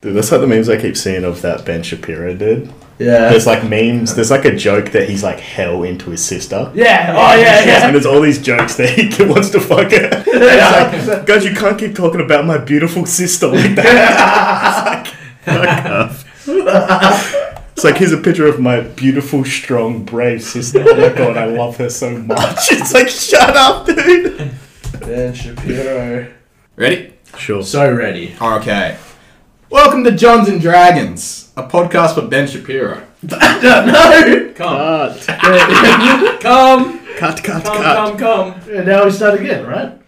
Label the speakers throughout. Speaker 1: Dude, that's like the memes I keep seeing of that Ben Shapiro dude.
Speaker 2: Yeah.
Speaker 1: There's like memes. There's like a joke that he's like hell into his sister.
Speaker 2: Yeah. Oh yeah.
Speaker 1: Yes, And
Speaker 2: Yeah.
Speaker 1: there's all these jokes that he wants to fuck her. And It's like, guys, you can't keep talking about my beautiful sister like that. it's like, fuck off. It's like, here's a picture of my beautiful, strong, brave sister. Oh my god, I love her so much. It's like, shut up, dude.
Speaker 2: Ben Shapiro.
Speaker 3: Ready?
Speaker 1: Sure.
Speaker 2: So ready.
Speaker 3: Okay. Welcome to Johns and Dragons, a podcast for Ben Shapiro.
Speaker 2: no.
Speaker 4: Come,
Speaker 1: Cut.
Speaker 4: come,
Speaker 1: Cut, cut,
Speaker 4: come,
Speaker 1: cut.
Speaker 4: come, come.
Speaker 2: And now we start again, right?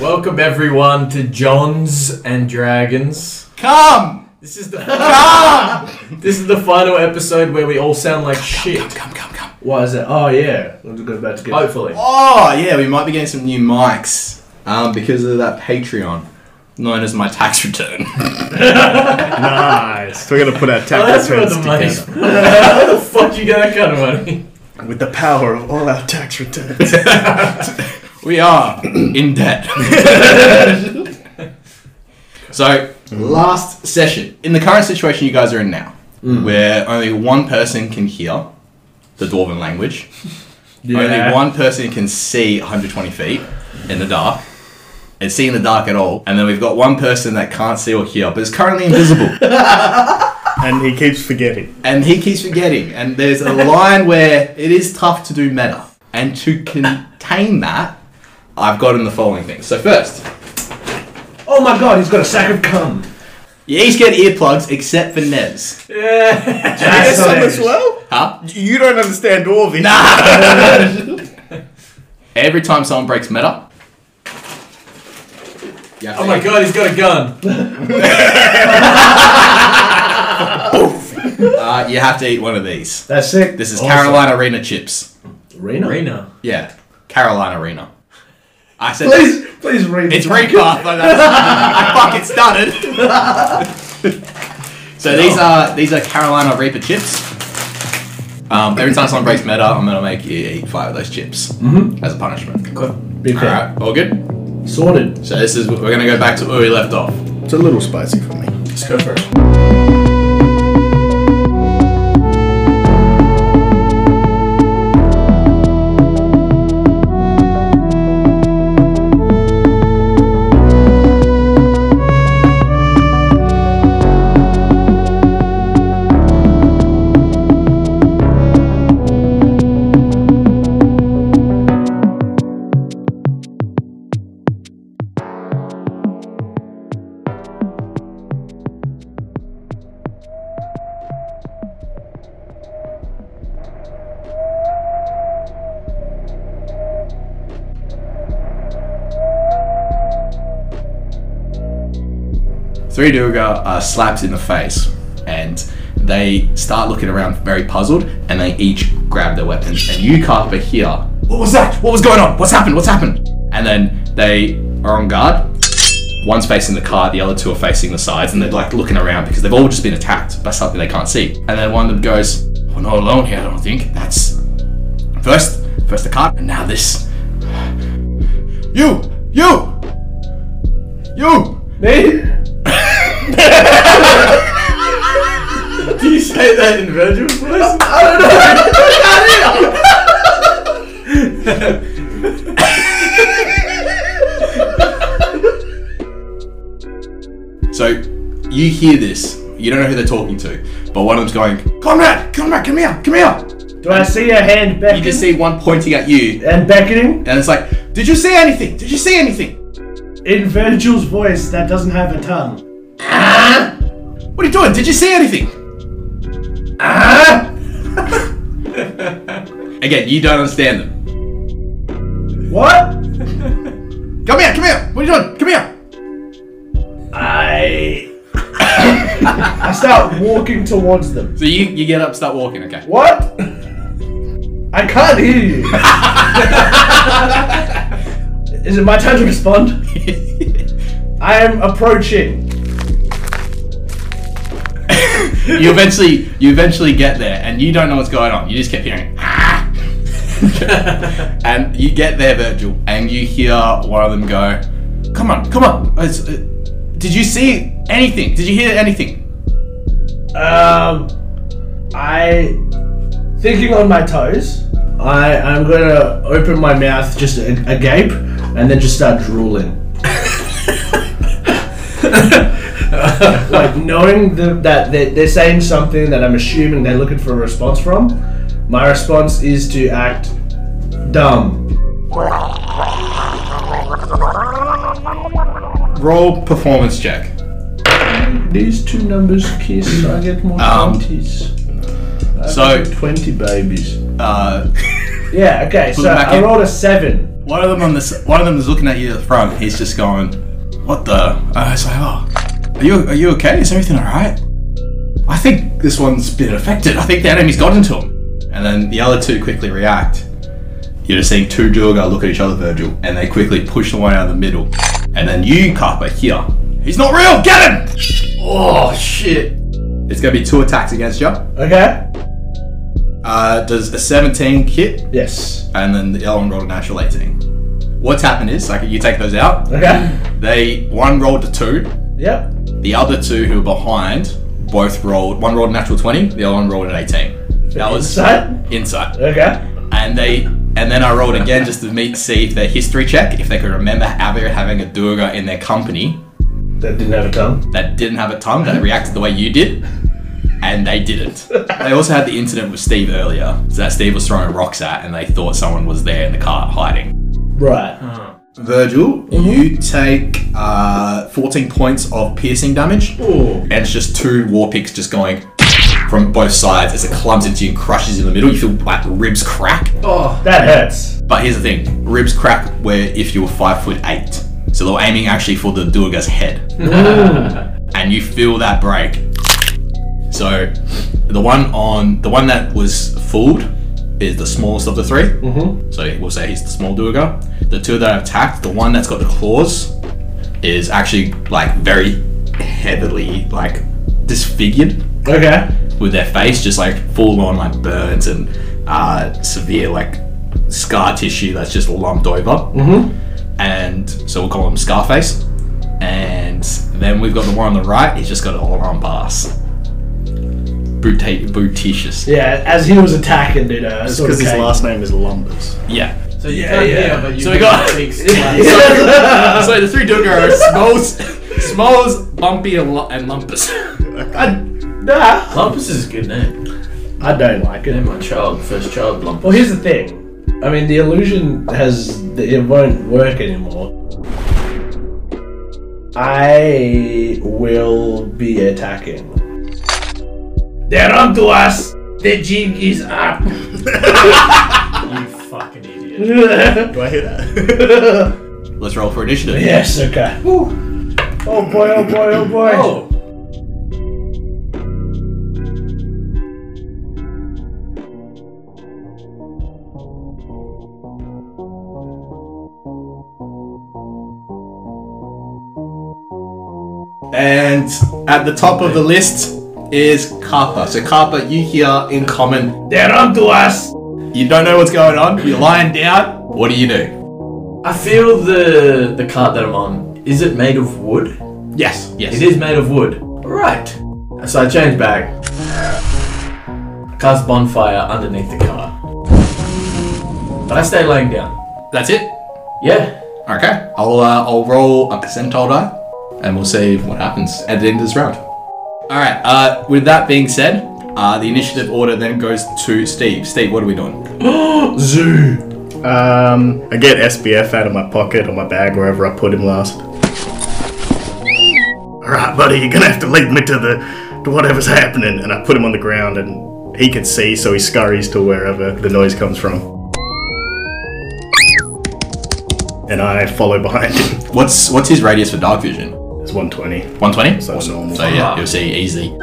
Speaker 4: Welcome everyone to Johns and Dragons.
Speaker 3: Come!
Speaker 4: This is the Come! This is the final episode where we all sound like shit.
Speaker 3: Come, come, come.
Speaker 2: What is it? Oh yeah. We're going back to get.
Speaker 4: Hopefully.
Speaker 3: Oh, yeah, we might be getting some new mics um, because of that Patreon, known as my tax return.
Speaker 1: Nice. We're going to put our
Speaker 4: Oh,
Speaker 1: tax
Speaker 4: that's where
Speaker 1: returns
Speaker 4: the money's
Speaker 1: together
Speaker 4: from. How the fuck you get that kind of money?
Speaker 1: with the power of all our tax returns.
Speaker 3: we are in debt. so, last session, in the current situation you guys are in now, where only one person can hear the Dwarven language.
Speaker 2: Yeah.
Speaker 3: Only one person can see 120 feet in the dark. And see in the dark at all. And then we've got one person that can't see or hear, but is currently invisible.
Speaker 1: and he keeps forgetting.
Speaker 3: and he keeps forgetting. And there's a line where it is tough to do meta. And to contain that, I've gotten the following things. So first,
Speaker 2: Oh my god, he's got a sack of cum.
Speaker 3: you each get earplugs except for Nebs.
Speaker 4: Yeah.
Speaker 2: That's
Speaker 1: Some
Speaker 2: hilarious.
Speaker 1: as well?
Speaker 3: Huh?
Speaker 1: You don't understand Dwarven.
Speaker 3: Every time someone breaks meta. you have to
Speaker 4: Oh my
Speaker 3: eat-
Speaker 4: god, he's got a gun.
Speaker 3: Uh, you have to eat one of these.
Speaker 2: That's sick.
Speaker 3: This is Carolina Arena chips.
Speaker 2: Reno.
Speaker 4: Arena.
Speaker 3: Yeah, Carolina Arena. I said
Speaker 2: Please, please read.
Speaker 3: it's
Speaker 2: the-
Speaker 3: Rika, but that's, I fucking started. so these are these are Carolina Reaper chips. Um, every time someone breaks meta, I'm gonna make you eat five of those chips
Speaker 2: Mm-hmm.
Speaker 3: as a punishment.
Speaker 2: Big
Speaker 3: All
Speaker 2: fan.
Speaker 3: right, all good.
Speaker 2: Sorted.
Speaker 3: So this is we're gonna go back to where we left off.
Speaker 1: It's a little spicy for me.
Speaker 4: Let's go for it.
Speaker 3: Three Duergar are slapped uh, in the face, and they start looking around very puzzled, and they each grab their weapons. And you, Carper, hear, What was that? What was going on? What's happened? What's happened? And then they are on guard. One's facing the cart, the other two are facing the sides, and they're like looking around because they've all just been attacked by something they can't see. And then one of them goes, We're not alone here, I don't think. That's first, first the cart, and now this. You! You! You!
Speaker 2: Me?
Speaker 4: Do you say that in Virgil's voice?
Speaker 3: So you hear this, you don't know who they're talking to, but one of them's going, Conrad, Conrad, come here, come here.
Speaker 2: Do I see a hand
Speaker 3: You
Speaker 2: beckoning?
Speaker 3: just see one pointing at you,
Speaker 2: and beckoning
Speaker 3: and it's like, Did you see anything? Did you see anything?
Speaker 2: in Virgil's voice that doesn't have a tongue.
Speaker 3: What are you doing? Did you see anything? Again, you don't understand them.
Speaker 2: What?
Speaker 3: Come here, come here. What are you doing? Come here.
Speaker 2: I. I start walking towards them.
Speaker 3: So you, you get up, start walking, okay?
Speaker 2: What? I can't hear you. Is it my turn to respond? I am approaching.
Speaker 3: you eventually you eventually get there and you don't know what's going on. You just kept hearing ah. and you get there, Virgil, and you hear one of them go, Come on, come on. It's- uh, did you see anything? Did you hear anything?
Speaker 2: Um, I thinking on my toes. I I'm gonna open my mouth just a, agape and then just start drooling. like knowing the, that they they're saying something that I'm assuming they're looking for a response from. My response is to act dumb.
Speaker 3: Roll performance check.
Speaker 2: These two numbers kiss. I get
Speaker 3: Um,
Speaker 2: more
Speaker 3: oh,
Speaker 2: twenties.
Speaker 3: So,
Speaker 2: Twenty babies.
Speaker 3: uh,
Speaker 2: Yeah. Okay. So
Speaker 3: them back
Speaker 2: I
Speaker 3: in.
Speaker 2: rolled a seven.
Speaker 3: one of them on this, one of them is looking at you at the front. He's just going, "What the?" I was like, "Oh, are you are you okay? Is everything all right?" I think this one's been affected. I think the enemy's got into him. And then the other two quickly react. You're just seeing two Durga look at each other, Virgil, and they quickly push the one out of the middle. And then you, Kappa, here. He's not real. Get him! Oh shit! It's gonna be two attacks against you.
Speaker 2: Okay.
Speaker 3: Uh, does a 17 hit?
Speaker 2: Yes.
Speaker 3: and then the other one rolled a natural 18. What's happened is, like, you take those out,
Speaker 2: Okay.
Speaker 3: they, one rolled a 2,
Speaker 2: Yep.
Speaker 3: the other two who were behind both rolled, one rolled a natural 20, the other one rolled an 18. That was
Speaker 2: Insight?
Speaker 3: insight.
Speaker 2: Okay.
Speaker 3: And they, and then I rolled again just to meet, see if their history check, if they could remember ever having a Durga in their company
Speaker 2: That didn't have a tongue.
Speaker 3: that didn't have a tongue, that reacted the way you did, and they didn't. They also had the incident with Steve earlier, so that Steve was throwing rocks at, and they thought someone was there in the car hiding.
Speaker 2: Right.
Speaker 3: Virgil, you take uh, 14 points of piercing damage,
Speaker 2: Ooh.
Speaker 3: and it's just two war picks just going from both sides as it clumps into you and crushes you in the middle. You feel like ribs crack.
Speaker 4: Oh,
Speaker 2: That hurts.
Speaker 3: But here's the thing ribs crack where if you were five foot eight. So they're aiming actually for the Durga's head. and you feel that break. So the one on the one that was fooled is the smallest of the 3 Mm-hmm. So we'll say he's the small Durga. The two that are attacked, the one that's got the claws, is actually like very heavily like disfigured
Speaker 2: Okay.
Speaker 3: with their face just like full on like burns and uh, severe like scar tissue that's just lumped over. Mm-hmm. And so we'll call him Scarface. And then we've got the one on the right. He's just got an all-round pass. Bruta- Brutitious.
Speaker 2: Yeah, as he was attacking, dude. Uh, sort
Speaker 1: Because
Speaker 2: of
Speaker 1: his
Speaker 2: came-
Speaker 1: last name is Lumbers.
Speaker 3: Yeah.
Speaker 4: so you
Speaker 2: Yeah,
Speaker 4: can't
Speaker 2: yeah.
Speaker 4: hear, but you
Speaker 3: So we
Speaker 4: can
Speaker 3: got-
Speaker 4: speak slap.
Speaker 3: so the three Dugar are Smalls, Smalls, Bumpy, and, Lu- and Lumpus.
Speaker 2: I, nah.
Speaker 4: Lumpus is a good name.
Speaker 2: I don't like
Speaker 4: I
Speaker 2: it.
Speaker 4: named my child, first child Lumpus.
Speaker 2: Well, here's the thing. I mean, the illusion has it won't work anymore. I will be attacking. They're onto us. The jig is up.
Speaker 4: You fucking idiot.
Speaker 2: yes.
Speaker 1: Do I hear that?
Speaker 3: Let's roll for initiative.
Speaker 2: Okay. Oh boy. Oh boy. Oh boy.
Speaker 4: Oh,
Speaker 3: And at the top of the list is Kappa. So Kappa, you hear in common
Speaker 2: They're onto us.
Speaker 3: You don't know what's going on. You're lying down. What do you do?
Speaker 4: I feel the the cart that I'm on. Is it made of wood?
Speaker 3: Yes. Yes.
Speaker 4: It is made of wood. Right. So I change back. Cast bonfire underneath the car. But I stay laying down.
Speaker 3: That's it.
Speaker 4: Yeah.
Speaker 3: Okay. I'll uh, I'll roll a percentile die, and we'll see what happens at the end of this round. All right. Uh, with that being said, uh, the initiative order then goes to Steve. Steve, what are we doing?
Speaker 2: Zoo.
Speaker 1: Um, I get SBF out of my pocket or my bag, wherever I put him last. Alright, buddy, you're gonna have to lead me to the to whatever's happening. And I put him on the ground and he can see, so he scurries to wherever the noise comes from. And I follow behind him.
Speaker 3: What's what's his radius for dark vision?
Speaker 1: It's 120.
Speaker 3: 120.
Speaker 1: So it's normal.
Speaker 3: So yeah, you'll see easy.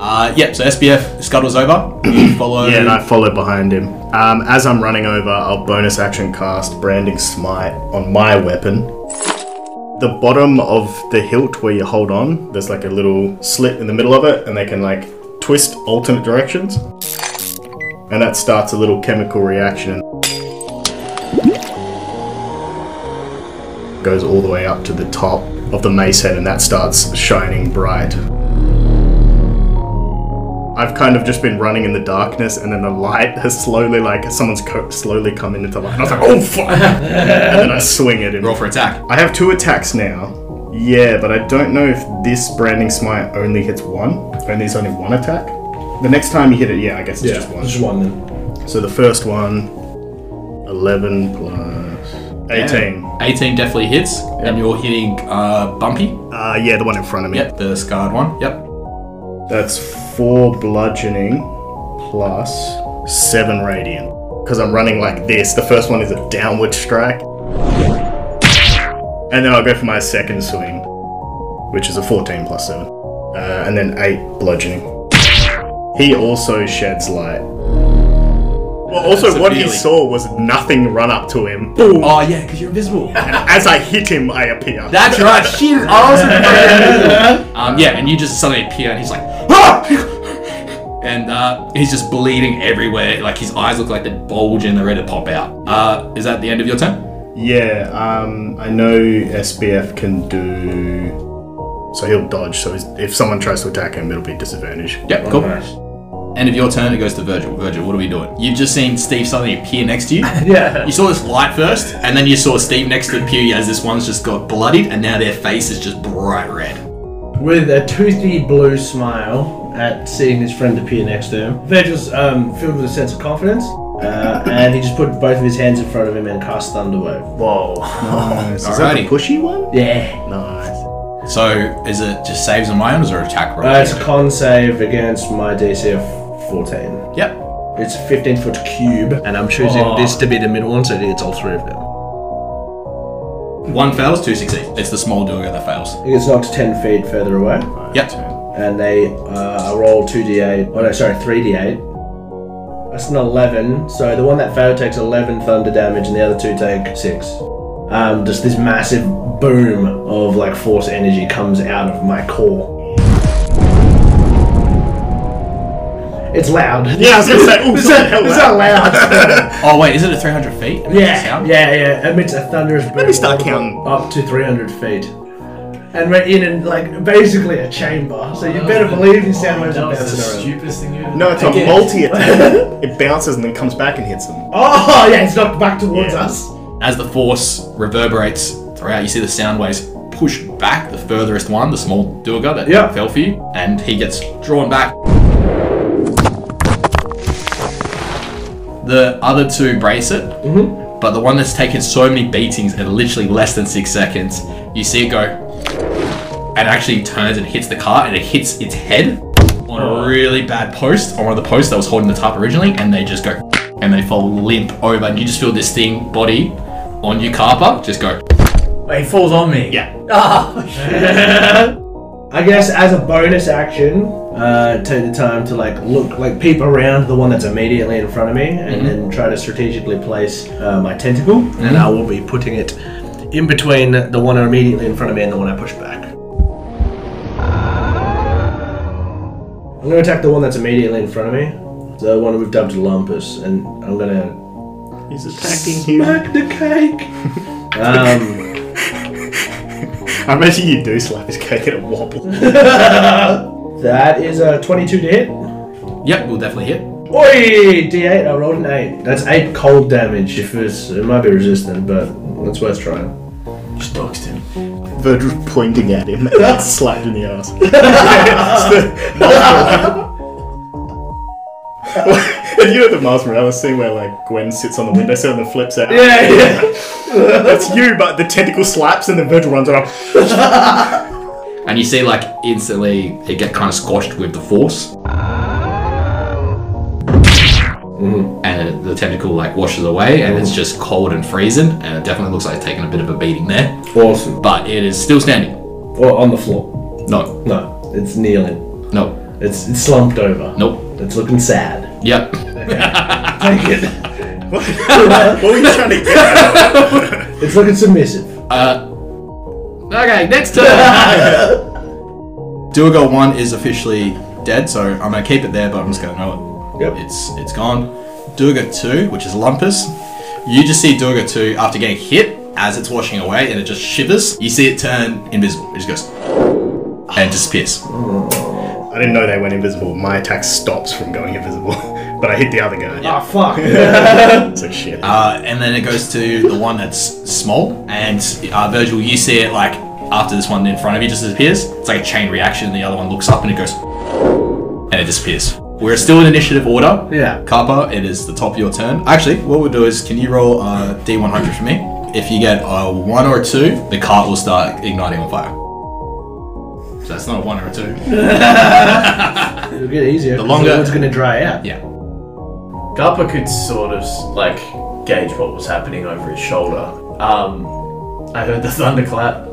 Speaker 3: Uh, yep. So SBF scuttles over. You follow.
Speaker 1: Yeah, and I follow behind him. Um, as I'm running over, I'll bonus action cast Branding Smite on my weapon. The bottom of the hilt where you hold on, there's like a little slit in the middle of it, and they can like twist alternate directions. And that starts a little chemical reaction. goes all the way up to the top of the mace head and that starts shining bright. I've kind of just been running in the darkness and then the light has slowly, like, someone's co- slowly come in into light. And I was like, oh fuck! and then I swing at him.
Speaker 3: Roll for attack.
Speaker 1: I have two attacks now. Yeah, but I don't know if this branding smite only hits one. Only it's only one attack. The next time you hit it, yeah, I guess it's just one.
Speaker 2: Just one then.
Speaker 1: So the first one, 11 plus 18.
Speaker 3: 18 definitely hits, and you're hitting uh, Bumpy.
Speaker 1: Uh, yeah, the one in front of me.
Speaker 3: Yep, the scarred one. Yep.
Speaker 1: That's four bludgeoning plus seven radiant. Because I'm running like this. The first one is a downward strike. And then I'll go for my second swing, which is a 14 plus seven. Uh, and then eight bludgeoning. He also sheds light. Well, also, what he
Speaker 3: Severely.
Speaker 1: saw was nothing run up to him. Boom.
Speaker 3: Oh, yeah, because you're invisible.
Speaker 1: As I hit him, I appear.
Speaker 3: That's right. Shit. I was fucking- um, yeah, and you just suddenly appear, and he's like, ah! and uh, he's just bleeding everywhere. Like his eyes look like they bulge and they're ready to pop out. Uh, is that the end of your turn?
Speaker 1: Yeah, um, I know SBF can do. So he'll dodge. So he's- if someone tries to attack him, it'll be disadvantage.
Speaker 3: Yep, cool. End of your turn, it goes to Virgil. Virgil, what are we doing? You've just seen Steve suddenly appear next to you.
Speaker 2: Yeah.
Speaker 3: You saw this light first, and then you saw Steve next to the pew as this one's just got bloodied, and now their face is just bright red.
Speaker 2: With a toothy blue smile at seeing his friend appear next to him, Virgil's um, filled with a sense of confidence, uh, and he just put both of his hands in front of him and cast Thunder Wave.
Speaker 1: Whoa. Nice. Is that the
Speaker 3: Alrighty.
Speaker 1: pushy one?
Speaker 2: Yeah.
Speaker 1: Nice.
Speaker 3: So, is it just saves and items or attack roll?
Speaker 2: Uh, it's a con save against my DC of 14.
Speaker 3: yep.
Speaker 2: It's a 15 foot cube, and I'm choosing
Speaker 4: Oh.
Speaker 2: this to be the middle one, so it's all three of them.
Speaker 3: One fails, two succeeds. It's the small duo that fails.
Speaker 2: It gets knocked 10 feet further away,
Speaker 3: Yep.
Speaker 2: and they uh, roll 2d8. Oh no, sorry, 3d8. That's an 11. So the one that failed takes 11 thunder damage, and the other two take 6. Um, just this massive boom of like force energy comes out of my core. It's loud.
Speaker 1: Yeah, I was gonna say, ooh,
Speaker 2: it's
Speaker 1: something hell
Speaker 2: not, it's not loud.
Speaker 3: Oh wait, is it at 300 feet?
Speaker 2: Yeah,
Speaker 3: Sound?
Speaker 2: yeah, yeah. Amidst a thunderous boom.
Speaker 1: me start
Speaker 2: audible
Speaker 1: counting.
Speaker 2: Up to 300 feet. And we're in, an, like, basically a chamber. So you better believe these sound waves
Speaker 4: That
Speaker 2: are
Speaker 4: was the
Speaker 2: bouncing around.
Speaker 4: stupidest thing you ever
Speaker 1: No, it's a
Speaker 4: Again.
Speaker 1: multi attack. it bounces and then comes back and hits him.
Speaker 2: Oh, yeah, it's knocked back towards
Speaker 1: Yeah.
Speaker 2: us.
Speaker 3: As the force reverberates throughout, you see the sound waves push back the furthest one, the small duoga that
Speaker 2: Yeah.
Speaker 3: fell for you, and he gets drawn back. The other two brace it, but the one that's taken so many beatings in literally less than six seconds, you see it go and actually turns and hits the car and it hits its head on a really bad post on one of the posts that was holding the top originally and they just go and they fall limp over and you just feel this thing body on your carpa just go
Speaker 4: Wait, he falls on me.
Speaker 1: Yeah.
Speaker 2: I guess as a bonus action, uh, take the time to like look, like peep around the one that's immediately in front of me, and then try to strategically place uh, my tentacle, and I will be putting it in between the one immediately in front of me and the one I push back. I'm gonna attack the one that's immediately in front of me, the one we've dubbed Lumpus, and I'm gonna
Speaker 1: He's attacking him.
Speaker 2: smack the cake. um.
Speaker 1: I imagine you do slap his cake at a wobble.
Speaker 2: That is a 22 to hit.
Speaker 3: yep we'll definitely hit
Speaker 2: Oi! D8, I rolled an 8. That's 8 cold damage. If it's, It might be resistant, but it's worth trying.
Speaker 4: Just doxed him.
Speaker 1: Virgil's pointing at him and slapped in the ass. and you know the Miles Morales scene where like Gwen sits on the windowsill and then flips out.
Speaker 2: Yeah, yeah.
Speaker 1: That's you, but the tentacle slaps and then Virgil runs up.
Speaker 3: and you see like instantly it get kind of squashed with the force and it, the tentacle like washes away and it's just cold and freezing and it definitely looks like it's taken a bit of a beating there
Speaker 2: Awesome.
Speaker 3: but it is still standing
Speaker 2: Or on the floor.
Speaker 3: no
Speaker 2: No, it's kneeling.
Speaker 3: no
Speaker 2: It's, it's slumped over.
Speaker 3: nope
Speaker 2: It's looking sad.
Speaker 3: yep
Speaker 2: Take it.
Speaker 1: What were you trying to get at?
Speaker 2: It's looking submissive.
Speaker 3: Uh, okay, next turn. Duogo one is officially dead, so I'm gonna keep it there, but I'm just gonna know it.
Speaker 2: Yep.
Speaker 3: It's it's gone. Duogo two, which is Lumpus. You just see Duogo two after getting hit, as it's washing away and it just shivers, you see it turn invisible. It just goes and disappears.
Speaker 1: I didn't know they went invisible. My attack stops from going invisible, but I hit the other guy.
Speaker 2: Ah, fuck.
Speaker 1: It's like shit.
Speaker 3: Uh, and then it goes to the one that's small. And uh, Virgil, you see it like after this one in front of you just disappears. It's like a chain reaction. The other one looks up and it goes, and it disappears. We're still in initiative order.
Speaker 2: Yeah.
Speaker 3: Kappa, it is the top of your turn. Actually, what we'll do is, can you roll uh, D100 for me? If you get a one or a two, the cart will start igniting on fire. So that's not a one or a two.
Speaker 2: It'll get easier. The
Speaker 3: longer-
Speaker 2: it's going to dry out.
Speaker 3: Yeah.
Speaker 4: Garpa could sort of like gauge what was happening over his shoulder. Um, I heard the thunderclap,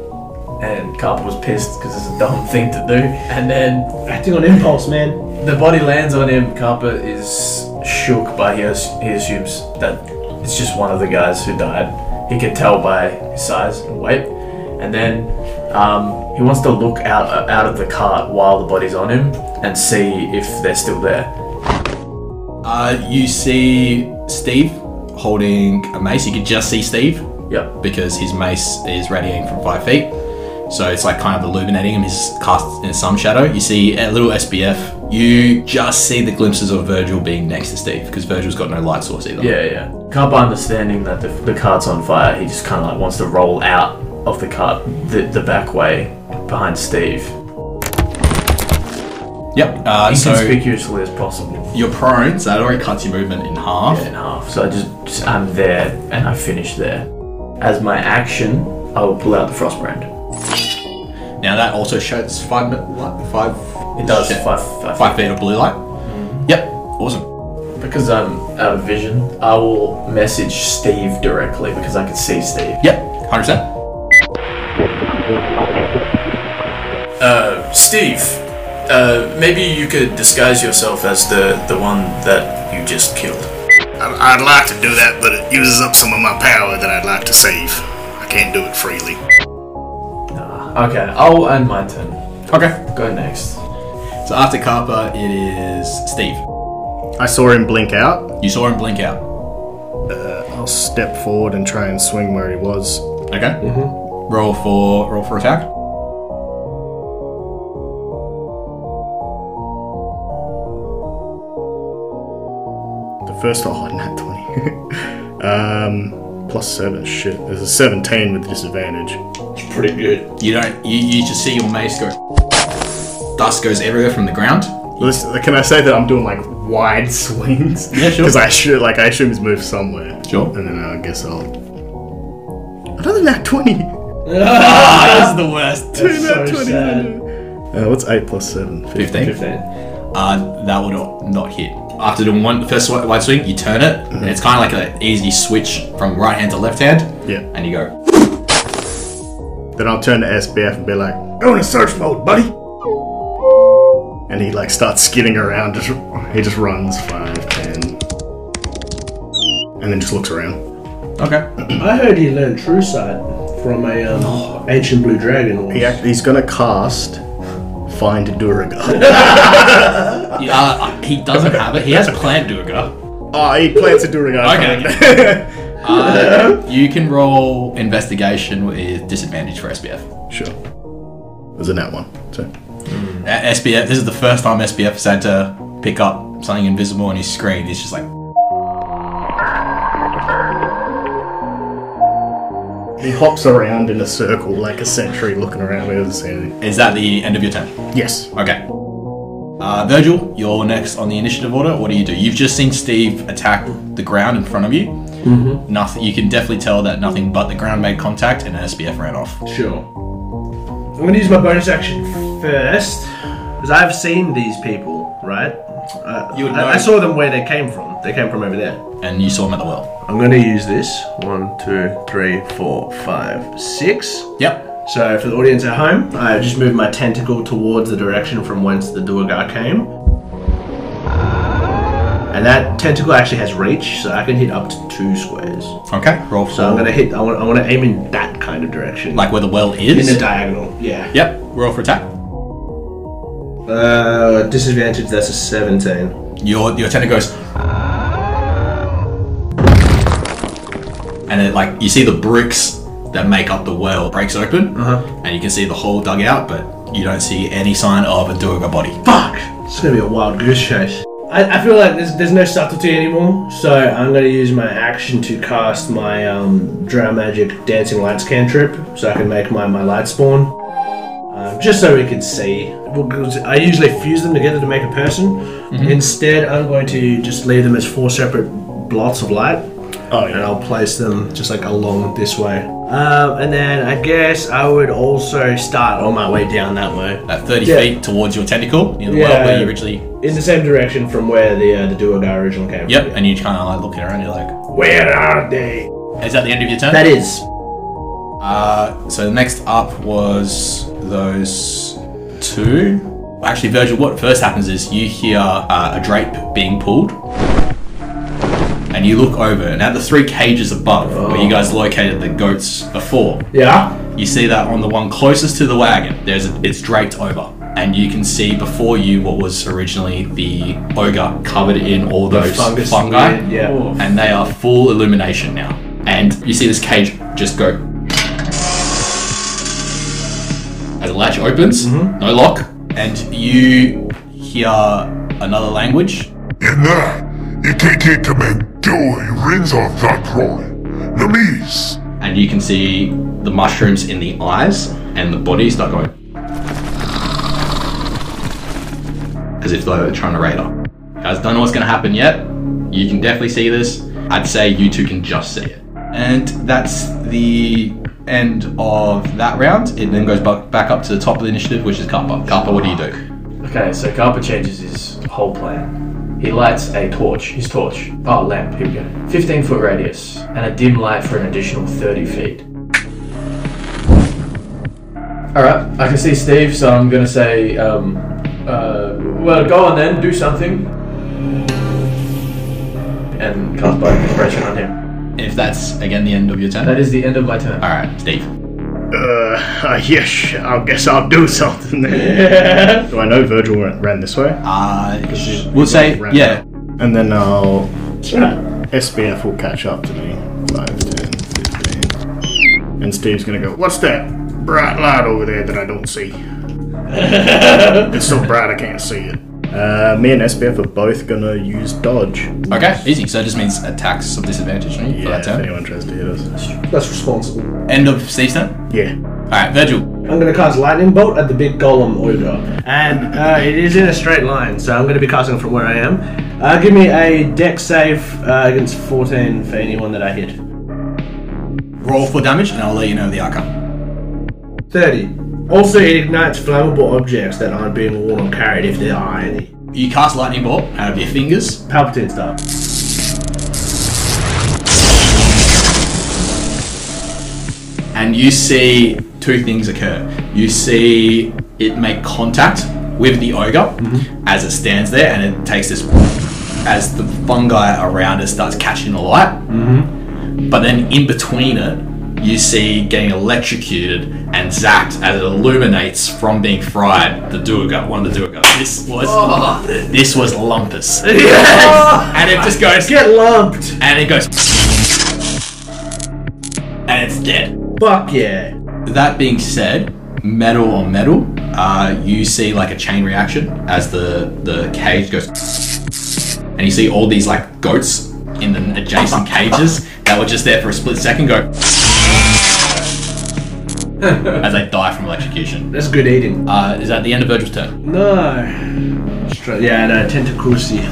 Speaker 4: and Garpa was pissed because it's a dumb thing to do. And then
Speaker 2: Acting on impulse, man.
Speaker 4: the body lands on him. Garpa is shook by he, as- he assumes that it's just one of the guys who died. He can tell by his size and weight. And then um, he wants to look out uh, out of the cart while the body's on him and see if they're still there.
Speaker 3: Uh, you see Steve holding a mace. You can just see Steve.
Speaker 4: Yep.
Speaker 3: because his mace is radiating from five feet. So it's like kind of illuminating him. He's cast in some shadow. You see a little SBF. You just see the glimpses of Virgil being next to Steve because Virgil's got no light source either.
Speaker 4: Yeah, yeah. Carpa understanding that the, the cart's on fire, he just kind of like wants to roll out of the cart the, the back way behind Steve,
Speaker 3: Yep. Uh, so
Speaker 4: inconspicuously as possible.
Speaker 3: you're prone, so that already cuts your movement in half.
Speaker 4: In half. So I just, just- I'm there and I finish there. As my action, I will pull out the frostbrand.
Speaker 3: Now that also shows five mi- li- five.
Speaker 4: It does
Speaker 3: shit,
Speaker 4: five, five,
Speaker 3: five feet of blue light. Yep. Awesome.
Speaker 4: Because I'm out of vision, I will message Steve directly because I can see Steve.
Speaker 3: Yep. Hundred percent.
Speaker 4: Uh, Steve, uh, maybe you could disguise yourself as the the one that you just killed.
Speaker 1: I'd, I'd like to do that, but it uses up some of my power that I'd like to save. I can't do it freely.
Speaker 4: Okay, I'll end my turn.
Speaker 3: Okay.
Speaker 4: Go next.
Speaker 3: So after Carpa, it is Steve.
Speaker 1: I saw him blink out.
Speaker 3: You saw him blink out.
Speaker 1: I'll step forward and try and swing where he was.
Speaker 3: Okay. Mm-hmm. Roll for roll for attack.
Speaker 1: The first oh nat twenty. um, plus seven. Shit, there's a seventeen with disadvantage.
Speaker 2: Pretty good.
Speaker 3: You don't. You, you just see your mace go. Dust goes everywhere from the ground.
Speaker 1: Listen, can I say that I'm doing like wide swings?
Speaker 3: Yeah, sure.
Speaker 1: Because I should, like, I assume he's moved somewhere.
Speaker 3: Sure.
Speaker 1: And then I guess I'll. Another nat twenty.
Speaker 3: Ah, that's the worst.
Speaker 1: Two
Speaker 2: so
Speaker 1: nat 20s,
Speaker 2: sad.
Speaker 1: Uh, what's eight plus seven? Fifteen.
Speaker 3: Fifteen. Uh, that would not, not hit. After doing one first wi- wide swing, you turn it, and it's kind of like an easy switch from right hand to left hand,
Speaker 1: Yeah.
Speaker 3: and you go.
Speaker 1: Then I'll turn to SBF and be like, "Go into search mode, buddy." And he like starts skidding around. Just he just runs five, ten, and then just looks around.
Speaker 3: Okay.
Speaker 2: I heard he learned True Sight from a um, ancient blue dragon. once.
Speaker 1: He act- he's gonna cast Find Durga.
Speaker 3: Uh, uh, he doesn't have it. He has plant Durga.
Speaker 1: oh, he plants a Durga.
Speaker 3: Okay. Uh, you can roll investigation with disadvantage for SBF.
Speaker 1: sure. Was in that one. So
Speaker 3: Uh, SBF. This is the first time SBF has had to pick up something invisible on his screen. He's just like,
Speaker 1: he hops around in a circle like a sentry, looking around. He doesn't see anything.
Speaker 3: "Is that the end of your turn?"
Speaker 1: Yes.
Speaker 3: Okay. Uh, Virgil, you're next on the initiative order. What do you do? You've just seen Steve attack the ground in front of you.
Speaker 2: Mm-hmm.
Speaker 3: Nothing. You can definitely tell that nothing but the ground made contact and an SBF ran off.
Speaker 2: Sure. I'm going to use my bonus action first because I've seen these people, right? Uh,
Speaker 3: You would
Speaker 2: I, I
Speaker 3: know.
Speaker 2: saw them where they came from. They came from over there.
Speaker 3: And you saw him at the well.
Speaker 2: I'm going to use this one, two, three, four, five, six.
Speaker 3: Yep.
Speaker 2: So for the audience at home, I just moved my tentacle towards the direction from whence the Duergar came. And that tentacle actually has reach, so I can hit up to two squares.
Speaker 3: Okay. Roll.
Speaker 2: So I'm gonna hit. I want. I want to aim in that kind of direction,
Speaker 3: Like where the well
Speaker 2: in
Speaker 3: is.
Speaker 2: the diagonal. Yeah.
Speaker 3: yep. Roll for attack.
Speaker 2: Uh, disadvantage. That's a seventeen.
Speaker 3: Your your tenant goes. And it like you see the bricks that make up the world breaks open,
Speaker 2: Uh-huh.
Speaker 3: and you can see the whole dug out, but you don't see any sign of a Durga body.
Speaker 2: Fuck! It's gonna be a wild goose chase. I, I feel like there's, there's no subtlety anymore, so I'm gonna use my action to cast my um, Drow Magic Dancing Lights cantrip, so I can make my, my light spawn. Um, just so we can see. Because I usually fuse them together to make a person. Instead, I'm going to just leave them as four separate blots of light
Speaker 1: Oh,
Speaker 2: and
Speaker 1: yeah.
Speaker 2: I'll place them just like along this way. Um, and then I guess I would also start on my way down that way.
Speaker 3: At 30
Speaker 2: Yeah.
Speaker 3: uh, feet towards your tentacle in the
Speaker 2: Yeah.
Speaker 3: world where you originally.
Speaker 2: In the same direction from where the uh, the duo guy originally came
Speaker 3: Yep,
Speaker 2: from.
Speaker 3: and you kind of like looking around, you're like,
Speaker 2: Where are they?
Speaker 3: is that the end of your turn?
Speaker 2: That is.
Speaker 3: Uh, so next up was those two. Actually, Virgil, what first happens is you hear uh, a drape being pulled, and you look over, and at the three cages above where
Speaker 2: Oh.
Speaker 3: you guys located the goats before,
Speaker 2: Yeah.
Speaker 3: you see that on the one closest to the wagon, there's a, it's draped over, and you can see before you what was originally the ogre covered in all those
Speaker 2: fungus
Speaker 3: fungi,
Speaker 2: weird, yeah.
Speaker 4: Oh.
Speaker 3: and they are full illumination now. And you see this cage just go. As the latch opens,
Speaker 2: Mm-hmm.
Speaker 3: no lock, and you hear another language.
Speaker 5: Ina, itete kamendoi rinza vatroi, namis.
Speaker 3: and you can see the mushrooms in the eyes and the body start going as if though they're trying to raid her. You guys don't know what's going to happen yet. You can definitely see this. I'd say you two can just see it. And that's the end of that round. It then goes bu- back up to the top of the initiative, which is Kappa. Kappa, what do you do?
Speaker 4: Okay, so Carper changes his whole plan. He lights a torch, his torch. Oh, lamp, here we go. 15 foot radius, and a dim light for an additional 30 feet. Alright, I can see Steve, so I'm gonna say, um, uh, well, go on then, do something. And cast by expression on him.
Speaker 3: If that's again the end of your turn.
Speaker 4: That is the end of my turn.
Speaker 3: All right, Steve.
Speaker 1: Uh, uh, yes, I guess I'll do something then. Do I know Virgil ran, ran this way?
Speaker 3: Uh, we'll say yeah.
Speaker 1: And then I'll. SBF will catch up to me. 5, 10, 15. And Steve's gonna go, What's that bright light over there that I don't see? it's so bright I can't see it. Uh, me and SBF are both gonna use dodge.
Speaker 3: Okay, easy. So it just means attacks of disadvantage right, for
Speaker 1: Yeah,
Speaker 3: that
Speaker 1: if
Speaker 3: turn.
Speaker 1: anyone tries to hit us.
Speaker 2: That's responsible.
Speaker 3: End of Steve's turn.
Speaker 1: Yeah.
Speaker 3: All right, Virgil.
Speaker 2: I'm gonna cast lightning bolt at the big golem ogre, and uh, it is in a straight line, so I'm gonna be casting from where I am. Uh, give me a deck save uh, against 14 for anyone that I hit.
Speaker 3: Roll for damage, and I'll let you know the outcome.
Speaker 2: 30. Also, it ignites flammable objects that aren't being worn or carried if there are any.
Speaker 3: You cast lightning bolt out of your fingers.
Speaker 2: Palpatine stuff.
Speaker 3: and you see two things occur. You see it make contact with the ogre as it stands there, and it takes this as the fungi around it starts catching the light. But then in between it, you see getting electrocuted and zapped as it illuminates from being fried. The duogut, one of the duogut. This was this was Lumpus, and it just goes
Speaker 2: Get lumped!
Speaker 3: and it goes and it's dead.
Speaker 2: Fuck yeah.
Speaker 3: That being said, metal on metal, uh, you see like a chain reaction as the the cage goes, and you see all these like goats in the adjacent cages that were just there for a split second go as they die from electrocution.
Speaker 2: That's good eating.
Speaker 3: Uh, is that the end of Virgil's turn?
Speaker 2: No. Stra- Yeah, no, tentacrusi.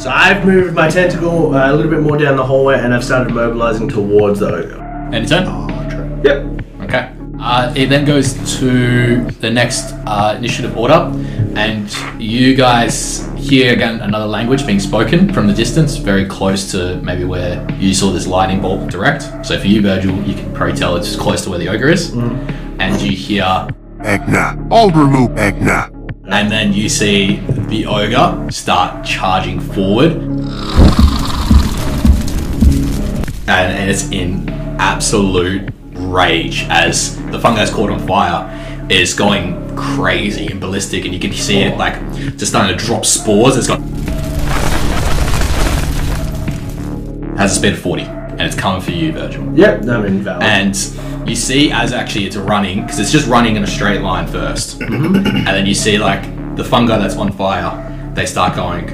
Speaker 2: So I've moved my tentacle uh, a little bit more down the hallway and I've started mobilizing towards the ogre.
Speaker 3: End of turn.
Speaker 2: Yep.
Speaker 3: Okay. Uh, it then goes to the next uh, initiative order, and you guys hear again another language being spoken from the distance, very close to maybe where you saw this lightning bolt direct. So for you, Virgil, you can probably tell it's close to where the ogre is, and you hear,
Speaker 5: Agna, aldermu agna.
Speaker 3: and then you see the ogre start charging forward, and, and it's in absolute rage as the fungi's caught on fire is going crazy and ballistic and you can see it like just starting to drop spores it's got has a speed of 40 and and it's coming for you, Virgil.
Speaker 2: Yep, no, I mean, valid.
Speaker 3: And you see, as actually it's running, because it's just running in a straight line 1st and then you see like the fungi that's on fire, they start going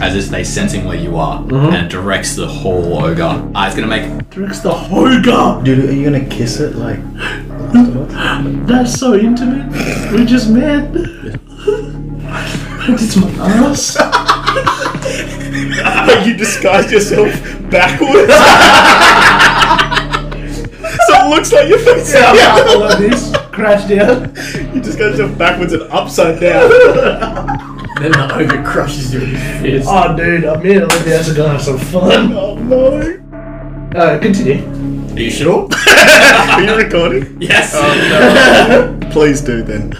Speaker 3: as if they sensing where you are, and it directs the whole ogre. Uh, it's gonna make
Speaker 2: Directs the Hoga!
Speaker 1: Dude, are you gonna kiss it like?
Speaker 2: That's so intimate. We just met. it's my ass.
Speaker 1: Like you disguise yourself backwards. so it looks like your face.
Speaker 2: I love this. Crash down.
Speaker 1: You disguise yourself backwards and upside down.
Speaker 4: Then the ogre crushes you with his fist.
Speaker 2: Oh, dude, I'm here to let the acid gonna have some fun.
Speaker 1: oh no.
Speaker 2: Uh, continue.
Speaker 3: Are you sure?
Speaker 1: Are you recording?
Speaker 3: yes!
Speaker 1: Please do then.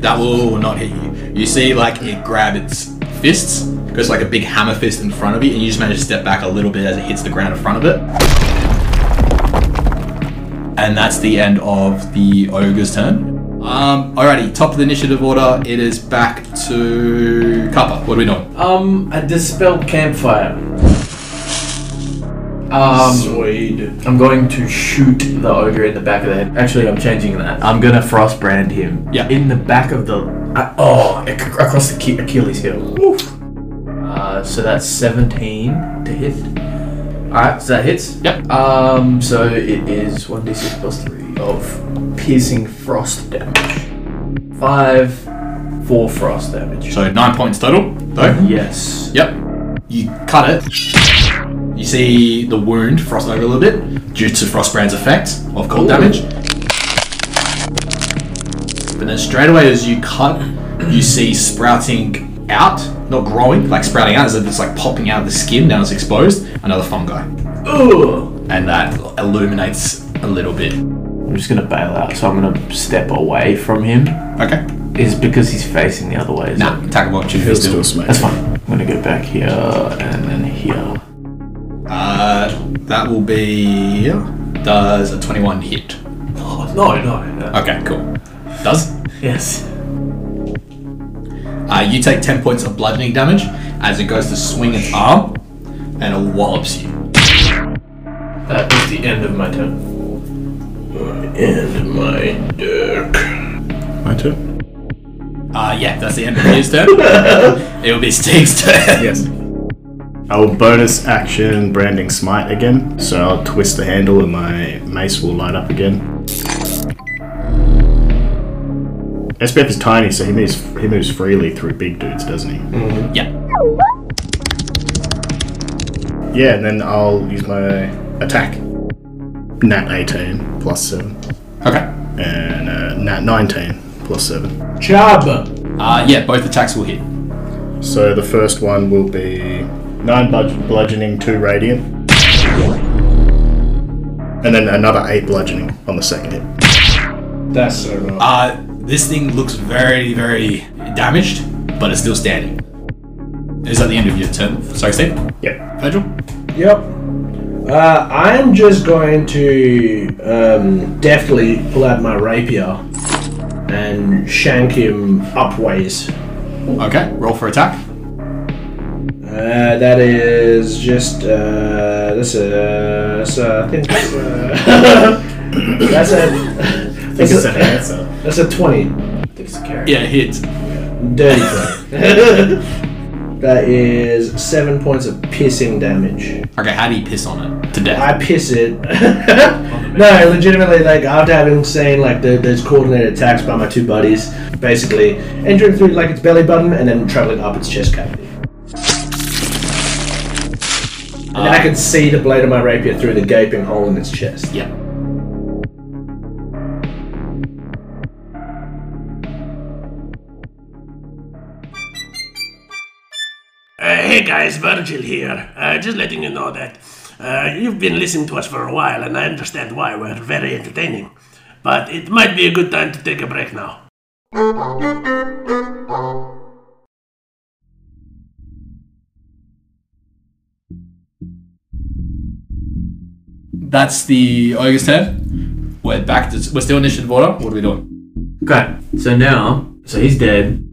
Speaker 3: That will not hit you. You see, like, it grab its fists, goes like a big hammer fist in front of you, and you just manage to step back a little bit as it hits the ground in front of it. And that's the end of the ogre's turn. Um, alrighty, top of the initiative order, it is back to Kappa. What are we doing?
Speaker 4: Um, a dispelled campfire. Um,
Speaker 2: Sweet.
Speaker 4: I'm going to shoot the ogre in the back of the head. Actually, I'm changing that. I'm gonna frostbrand him.
Speaker 3: Yeah.
Speaker 4: In the back of the. Uh, oh, ac- across the Ach- Achilles heel. Oof. Uh, so that's 17 to hit. Alright, so that hits.
Speaker 3: Yep.
Speaker 4: Um, so it is 1d6 plus 3 of piercing frost damage. 5, 4 frost damage.
Speaker 3: So nine points total, though.
Speaker 4: Yes.
Speaker 3: Yep. You cut it. You see the wound frost over a little bit due to Frostbrand's effect of cold damage. But then straight away as you cut, you see sprouting out, not growing, like sprouting out as if it's like popping out of the skin now it's exposed, another fungi.
Speaker 4: Ugh.
Speaker 3: And that illuminates a little bit.
Speaker 4: I'm just gonna bail out, so I'm gonna step away from him.
Speaker 3: Okay.
Speaker 4: Is because he's facing the other way. is
Speaker 3: Nah,
Speaker 4: it?
Speaker 3: attack of opportunity still.
Speaker 4: That's fine. I'm gonna go back here and then here.
Speaker 3: Uh, that will be does a 21 hit.
Speaker 4: Oh, no, no, no.
Speaker 3: Okay, cool. Does
Speaker 4: Yes.
Speaker 3: Uh, you take 10 points of bludgeoning damage as it goes to swing its arm and it wallops you.
Speaker 4: That is the end of my turn.
Speaker 2: And my dick.
Speaker 1: My turn.
Speaker 3: Uh, yeah, that's the end of his turn. It'll be Steve's turn.
Speaker 1: Yes. I will bonus action branding smite again. So I'll twist the handle and my mace will light up again. SBF is tiny, so he moves he moves freely through big dudes, doesn't he?
Speaker 3: Yeah.
Speaker 1: Yeah, and then I'll use my attack. Nat 18 plus 7.
Speaker 3: Okay.
Speaker 1: And uh, Nat 19 plus 7.
Speaker 2: Chub.
Speaker 3: Uh, yeah, both attacks will hit.
Speaker 1: So the first one will be 9 bludge- bludgeoning, 2 radiant. And then another 8 bludgeoning on the second hit.
Speaker 2: That's so wrong.
Speaker 3: Uh, this thing looks very, very damaged, but it's still standing. Is that the end of your turn? Sorry, Steve?
Speaker 1: Yep.
Speaker 3: Virgil?
Speaker 2: Yep. Uh, I'm just going to um, deftly pull out my rapier and shank him upways.
Speaker 3: Okay, roll for attack.
Speaker 2: Uh, that is just uh, that's a, that's a I think that's a that's a
Speaker 1: I think
Speaker 2: that's
Speaker 1: it's
Speaker 2: a,
Speaker 1: an answer.
Speaker 2: that's a twenty
Speaker 4: I think it's a carrot.
Speaker 3: Yeah, it hits.
Speaker 2: dirty twenty. that is seven points of piercing damage.
Speaker 3: Okay, how do you piss on it? To death.
Speaker 2: I piss it. no, legitimately, like after having seen like the, those coordinated attacks by my two buddies, basically entering through like its belly button and then traveling up its chest cavity. And then I can see the blade of my rapier through the gaping hole in its chest.
Speaker 3: Yeah.
Speaker 6: Uh, hey guys, Virgil here. Uh, just letting you know that uh, you've been listening to us for a while, and I understand why we're very entertaining. But it might be a good time to take a break now.
Speaker 3: That's the ogre's turn. We're back to. We're still initiative order. What are we doing?
Speaker 4: Okay. So now, so he's dead.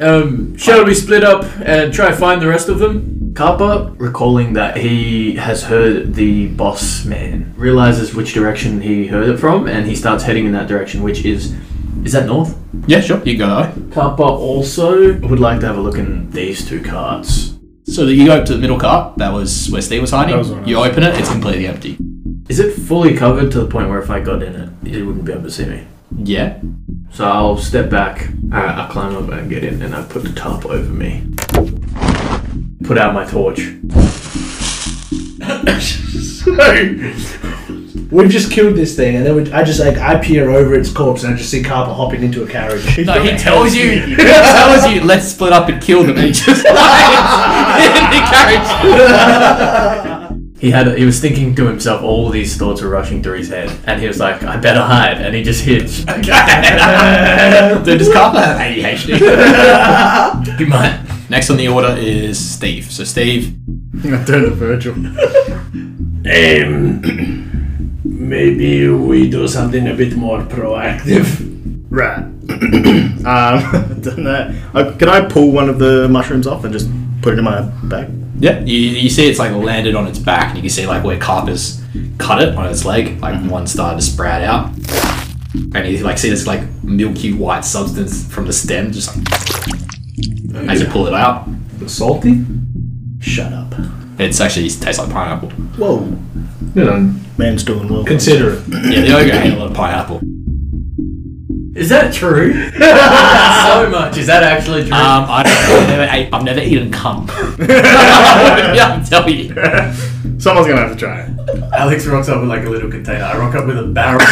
Speaker 4: Um, shall we split up and try find the rest of them? Kappa, recalling that he has heard the boss man, realizes which direction he heard it from, and he starts heading in that direction, which is. Is that north?
Speaker 3: Yeah, sure. You go that way.
Speaker 4: Kappa also would like to have a look in these two cards.
Speaker 3: So that you go up to the middle cart. That was where Steve was hiding.
Speaker 7: That was where
Speaker 3: you open it. It's completely empty.
Speaker 4: Is it fully covered to the point where if I got in it, it wouldn't be able to see me?
Speaker 3: Yeah.
Speaker 4: So I'll step back, uh, I climb up and get in, and I put the tarp over me. Put out my torch.
Speaker 2: We've just killed this thing, and then we, I just like I peer over its corpse, and I just see Carper hopping into a carriage.
Speaker 3: No, he tells you. He tells you. Let's split up and kill them. And he just lies in the carriage.
Speaker 4: He had he was thinking to himself, all these thoughts were rushing through his head, and he was like, I better hide, and he just hid.
Speaker 3: Dude, does Carper have ADHD?
Speaker 4: he might.
Speaker 3: Next on the order is Steve. So Steve,
Speaker 1: I turn to Virgil.
Speaker 6: Um, maybe we do something a bit more proactive.
Speaker 1: Right. um, I don't know. Uh, can I pull one of the mushrooms off and just put it in my bag?
Speaker 3: Yeah, you, you see it's like landed on its back, and you can see like where Carper's cut it on its leg, like
Speaker 7: Mm-hmm.
Speaker 3: one started to sprout out, and you like see this like milky white substance from the stem, just like,
Speaker 7: Oh,
Speaker 3: as you pull it out,
Speaker 2: Salty?
Speaker 1: Shut up.
Speaker 3: it's actually it tastes like pineapple.
Speaker 1: Whoa.
Speaker 7: You know,
Speaker 1: Man's doing well.
Speaker 7: consider it.
Speaker 3: Yeah, the ogre ate a lot of pineapple.
Speaker 4: Is that true? so much. Is that actually true?
Speaker 3: Um, I don't know, I've never ate, I've never eaten cum. yeah, I'm telling you.
Speaker 1: Someone's gonna have to try it.
Speaker 4: Alex rocks up with like a little container. I rock up with a barrel.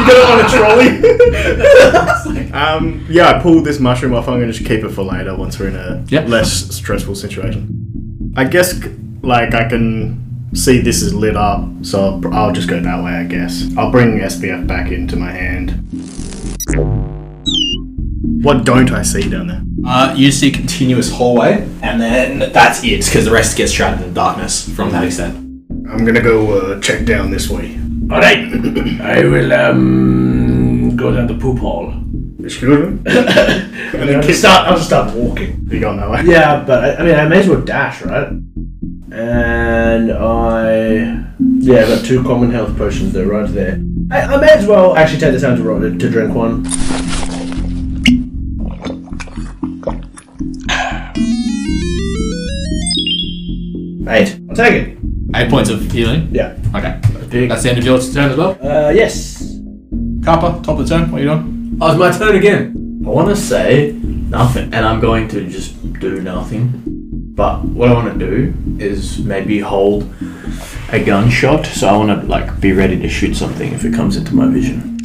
Speaker 1: You got it on a trolley. um, yeah, I pulled this mushroom off. I'm gonna just keep it for later once we're in a
Speaker 3: Yep.
Speaker 1: less stressful situation. I guess c- like I can see this is lit up, so I'll, pr- I'll just go that way. I guess I'll bring SBF back into my hand. What don't I see down there?
Speaker 3: Uh, you see continuous hallway, and then that's it, because the rest gets shrouded in darkness from that extent.
Speaker 1: I'm gonna go uh, check down this way.
Speaker 6: All right, I will um go down the poop hole.
Speaker 1: Excuse me. and then
Speaker 2: I'll just
Speaker 1: kiss.
Speaker 2: start. I'll just start walking.
Speaker 1: You going that way?
Speaker 2: Yeah, but I, I mean, I may as well dash, right? And I, yeah, I've got two common health potions. They're right there. I, I may as well actually take the time to roll to, to drink one. Eight. I'll take it.
Speaker 3: Eight points of healing.
Speaker 2: Yeah.
Speaker 3: Okay. That's the end of your turn as well.
Speaker 2: Uh, yes.
Speaker 3: Carper, top of the turn. What are you doing?
Speaker 4: Oh, it's my turn again. I want to say nothing, and I'm going to just do nothing. But what I want to do is maybe hold a gunshot. So I want to like be ready to shoot something if it comes into my vision.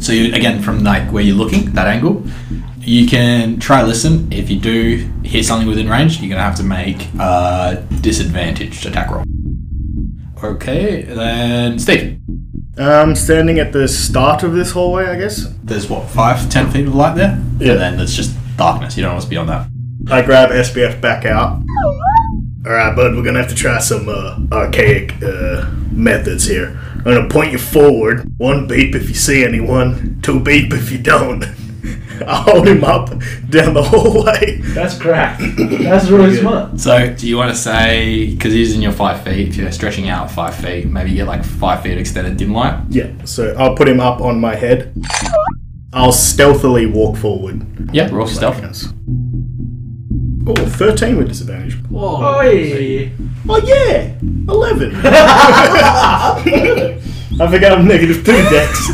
Speaker 3: So you again from like where you're looking, that angle, you can try listen. If you do hear something within range, you're gonna have to make a disadvantaged attack roll. Okay, then Steve.
Speaker 1: Um, standing at the start of this hallway, I guess.
Speaker 3: There's what five, ten feet of light there,
Speaker 1: Yeah.
Speaker 3: and then there's just darkness. You don't know what's beyond that.
Speaker 1: I grab SBF back out. Alright, bud, we're gonna have to try some uh, archaic uh, methods here. I'm gonna point you forward. One beep if you see anyone, two beep if you don't. I hold him up down the hallway.
Speaker 2: That's cracked. That's really smart.
Speaker 3: So do you want to say because he's in your five feet? If you're stretching out five feet, maybe you get like five feet extended dim light.
Speaker 1: Yeah, so I'll put him up on my head. I'll stealthily walk forward.
Speaker 3: Yeah, roll stealth.
Speaker 1: Oh, 13 with disadvantage.
Speaker 2: Oi.
Speaker 1: Oh, yeah! 11! I forgot I'm negative two dex.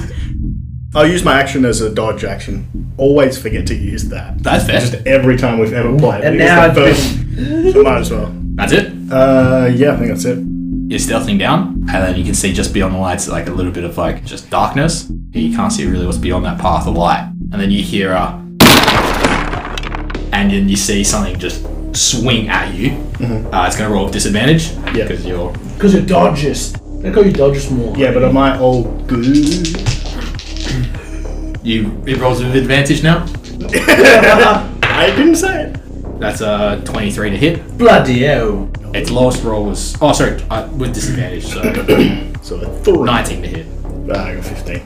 Speaker 1: I'll use my action as a dodge action. Always forget to use that.
Speaker 3: That's
Speaker 1: Just
Speaker 3: fair.
Speaker 1: every time we've ever played.
Speaker 2: And
Speaker 1: We use
Speaker 2: now
Speaker 1: that
Speaker 2: it's
Speaker 1: first. So might as well.
Speaker 3: That's it.
Speaker 1: Uh, yeah, I think that's it.
Speaker 3: you're stealthing down, and then you can see just beyond the lights like a little bit of like just darkness. You can't see really what's beyond that path of light. And then you hear a, and then you see something just swing at you. Uh, it's gonna roll with disadvantage
Speaker 1: Mm-hmm. Yeah.
Speaker 3: because you're
Speaker 2: Because you're dodges. They call you dodges more.
Speaker 1: Yeah, but am I all good?
Speaker 3: you. It rolls with advantage now.
Speaker 1: I didn't say it.
Speaker 3: That's a 23 to hit.
Speaker 2: Bloody hell.
Speaker 3: Its lowest roll was oh sorry uh, with disadvantage, so
Speaker 1: So a three.
Speaker 3: 19 to hit.
Speaker 1: Ah, I got 15.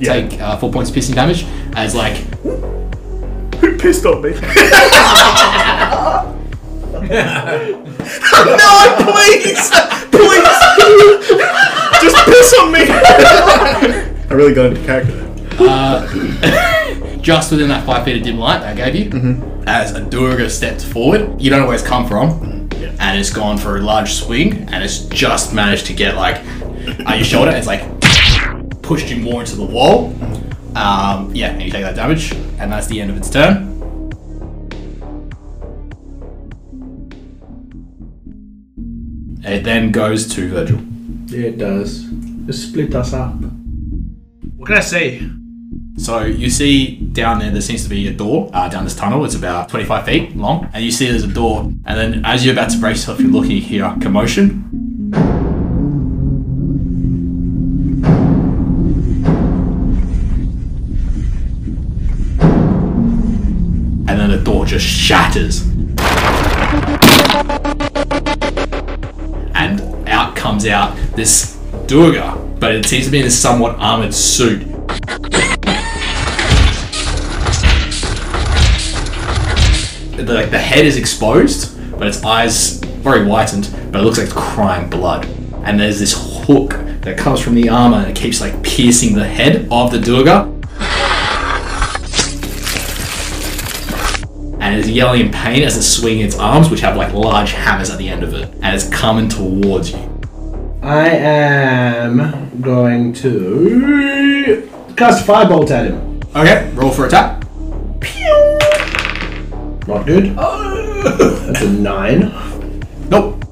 Speaker 3: Take uh, four points of piercing damage as like
Speaker 1: Who pissed on me? no, please! Please! Just piss on me! I really got into character there.
Speaker 3: just within that five feet of dim light that I gave you, as a Durga steps forward, you don't know where it's come from, and it's gone for a large swing, and it's just managed to get like on your shoulder. It's like pushed you more into the wall. Um, yeah, and you take that damage, and that's the end of its turn. It then goes to Virgil.
Speaker 2: Yeah, it does. Just split us up.
Speaker 8: What can I say?
Speaker 3: So you see down there, there seems to be a door uh, down this tunnel. It's about 25 feet long, and you see there's a door. And then as you're about to brace yourself, you're looking you hear commotion. And then the door just shatters. And out comes out this Durga, but it seems to be in a somewhat armored suit. the, like the head is exposed, but its eyes very whitened, but it looks like it's crying blood. And there's this hook that comes from the armor and it keeps like piercing the head of the Durga. And it's yelling in pain as it's swinging its arms, which have like large hammers at the end of it, and it's coming towards you.
Speaker 2: I am going to cast firebolt at him.
Speaker 3: Okay, roll for attack.
Speaker 2: Not good. That's a nine.
Speaker 3: Nope.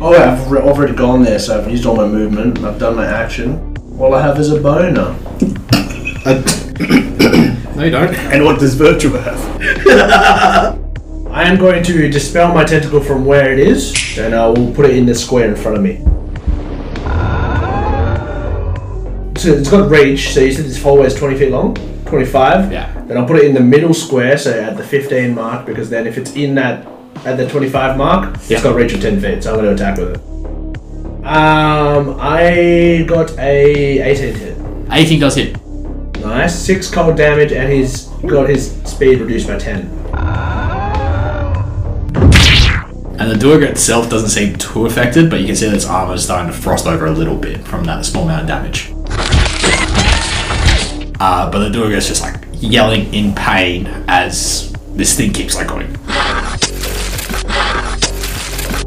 Speaker 2: Oh, yeah, I've re- already gone there, so I've used all my movement. I've done my action. All I have is a boner.
Speaker 3: No, you don't.
Speaker 1: And what does Virtue have?
Speaker 2: I am going to dispel my tentacle from where it is, and I will put it in the square in front of me. So it's got reach, so you said this hallway is 20 feet long? 25?
Speaker 3: Yeah.
Speaker 2: Then I'll put it in the middle square, so at the 15 mark, because then if it's in that, at the 25 mark,
Speaker 3: Yeah.
Speaker 2: it's got reach of 10 feet, so I'm going to attack with it. Um, I got a 18 hit.
Speaker 3: 18 does hit.
Speaker 2: Nice. Six cold damage, and he's got his speed reduced by 10.
Speaker 3: And the Durga itself doesn't seem too affected, but you can see that its armor is starting to frost over a little bit from that small amount of damage. Uh, but the Durga is just like yelling in pain as this thing keeps like going.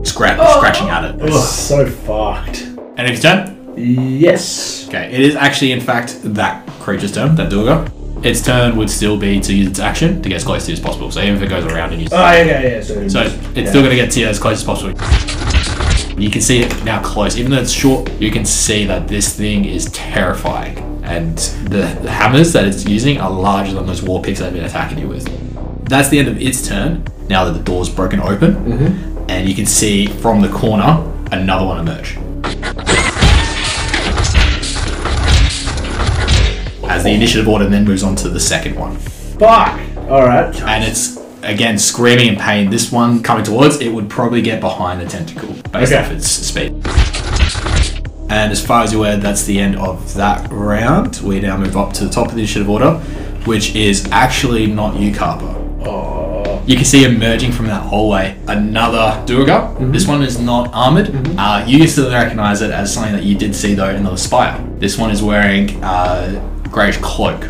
Speaker 3: Scrap, scratching at it.
Speaker 2: So fucked.
Speaker 3: And it's turn.
Speaker 2: Yes.
Speaker 3: Okay, it is actually, in fact, that creature's turn, that Durga. Its turn would still be to use its action to get as close to you as possible. So even if it goes around and uses
Speaker 2: Oh, yeah, yeah, yeah. So,
Speaker 3: So it's still going to get to you as close as possible. You can see it now close. Even though it's short, you can see that this thing is terrifying. And the the hammers that it's using are larger than those war picks that have been attacking you with. That's the end of its turn, now that the door's broken open. And you can see from the corner another one emerge. As the initiative order then moves on to the second one
Speaker 2: Fuck. All right.
Speaker 3: and it's again screaming in pain. This one coming towards, it would probably get behind the tentacle based
Speaker 2: Okay.
Speaker 3: off its speed. And as far as you're aware, that's the end of that round. We now move up to the top of the initiative order, which is actually not you, Carper. You can see emerging from that hallway another Durga. This one is not armored. Uh, you used to recognize it as something that you did see though in the Spire. This one is wearing uh, greyish cloak.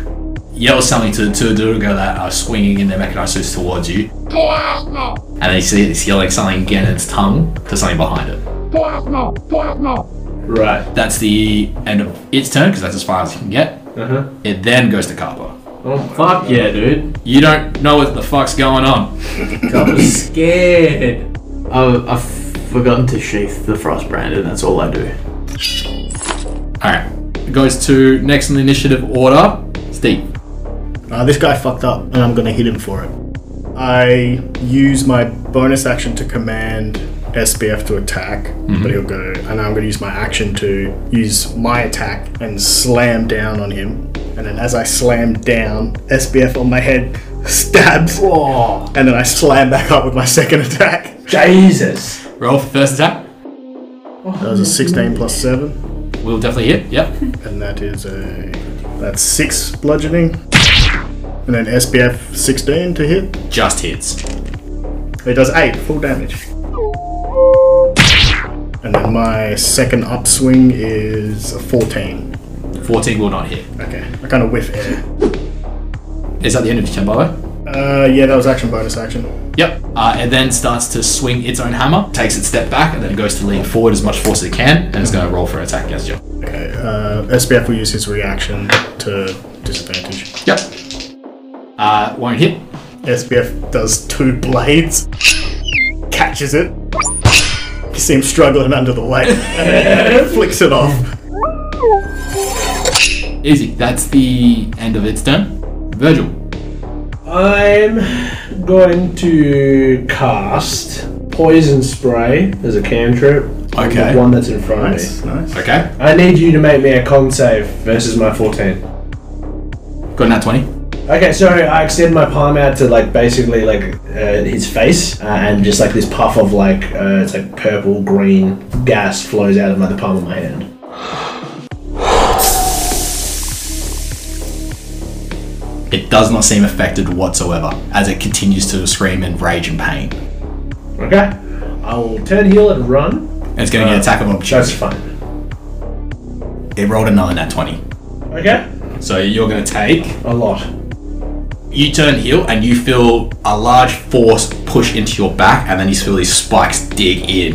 Speaker 3: Yells something to the two Durga that are swinging in their mechanized suits towards you. And they see it's yelling something again in its tongue to something behind it.
Speaker 2: Right.
Speaker 3: That's the end of its turn because that's as far as you can get.
Speaker 2: Uh-huh.
Speaker 3: It then goes to Karpa.
Speaker 4: Fuck yeah, dude.
Speaker 3: You don't know what the fuck's going on.
Speaker 4: I was scared. I've, I've forgotten to sheath the frostbrand, and that's all I do.
Speaker 3: Alright. It goes to next in the initiative order, Steve.
Speaker 1: Uh, this guy fucked up, and I'm gonna hit him for it. I use my bonus action to command SBF to attack, but he'll go, and I'm gonna use my action to use my attack and slam down on him. And then as I slam down, SBF on my head stabs, and then I slam back up with my second attack.
Speaker 2: Jesus.
Speaker 3: Roll for first attack.
Speaker 1: That was a 16 plus 7,
Speaker 3: Will definitely hit. Yep.
Speaker 1: and that is a. That's 6 bludgeoning. And then SPF 16 to hit.
Speaker 3: Just hits.
Speaker 1: It does 8 full damage. And then my second upswing is a 14.
Speaker 3: 14 will not hit.
Speaker 1: Okay, I kind of whiff air.
Speaker 3: Is that the end of your turn, by the way?
Speaker 1: Uh, yeah, that was action bonus action.
Speaker 3: Yep. Uh, it then starts to swing its own hammer, takes its step back, and then goes to lean forward as much force as it can, and it's going to roll for an attack against you.
Speaker 1: Okay, uh, SBF will use his reaction to disadvantage.
Speaker 3: Yep. Uh, won't hit.
Speaker 1: SBF does two blades, catches it. You see him struggling under the weight, and then flicks it off.
Speaker 3: Easy. That's the end of its turn. Virgil.
Speaker 2: I'm going to cast poison spray as a cantrip. on
Speaker 3: Okay.
Speaker 2: The one that's in front
Speaker 1: Nice,
Speaker 2: of me.
Speaker 1: nice.
Speaker 3: Okay.
Speaker 2: I need you to make me a con save versus my 14.
Speaker 3: Got an at 20.
Speaker 2: Okay, so I extend my palm out to like basically like uh, his face, uh, and just like this puff of like uh, it's like purple green gas flows out of my, the palm of my hand.
Speaker 3: It does not seem affected whatsoever as it continues to scream in rage and pain.
Speaker 2: Okay, I will turn heel and run.
Speaker 3: And it's going to get an attack of
Speaker 2: That's
Speaker 3: opportunity.
Speaker 2: fine.
Speaker 3: It rolled another nat 20.
Speaker 2: Okay,
Speaker 3: So you're going to take.
Speaker 2: a lot.
Speaker 3: You turn heel and you feel a large force push into your back, and then you feel these spikes dig in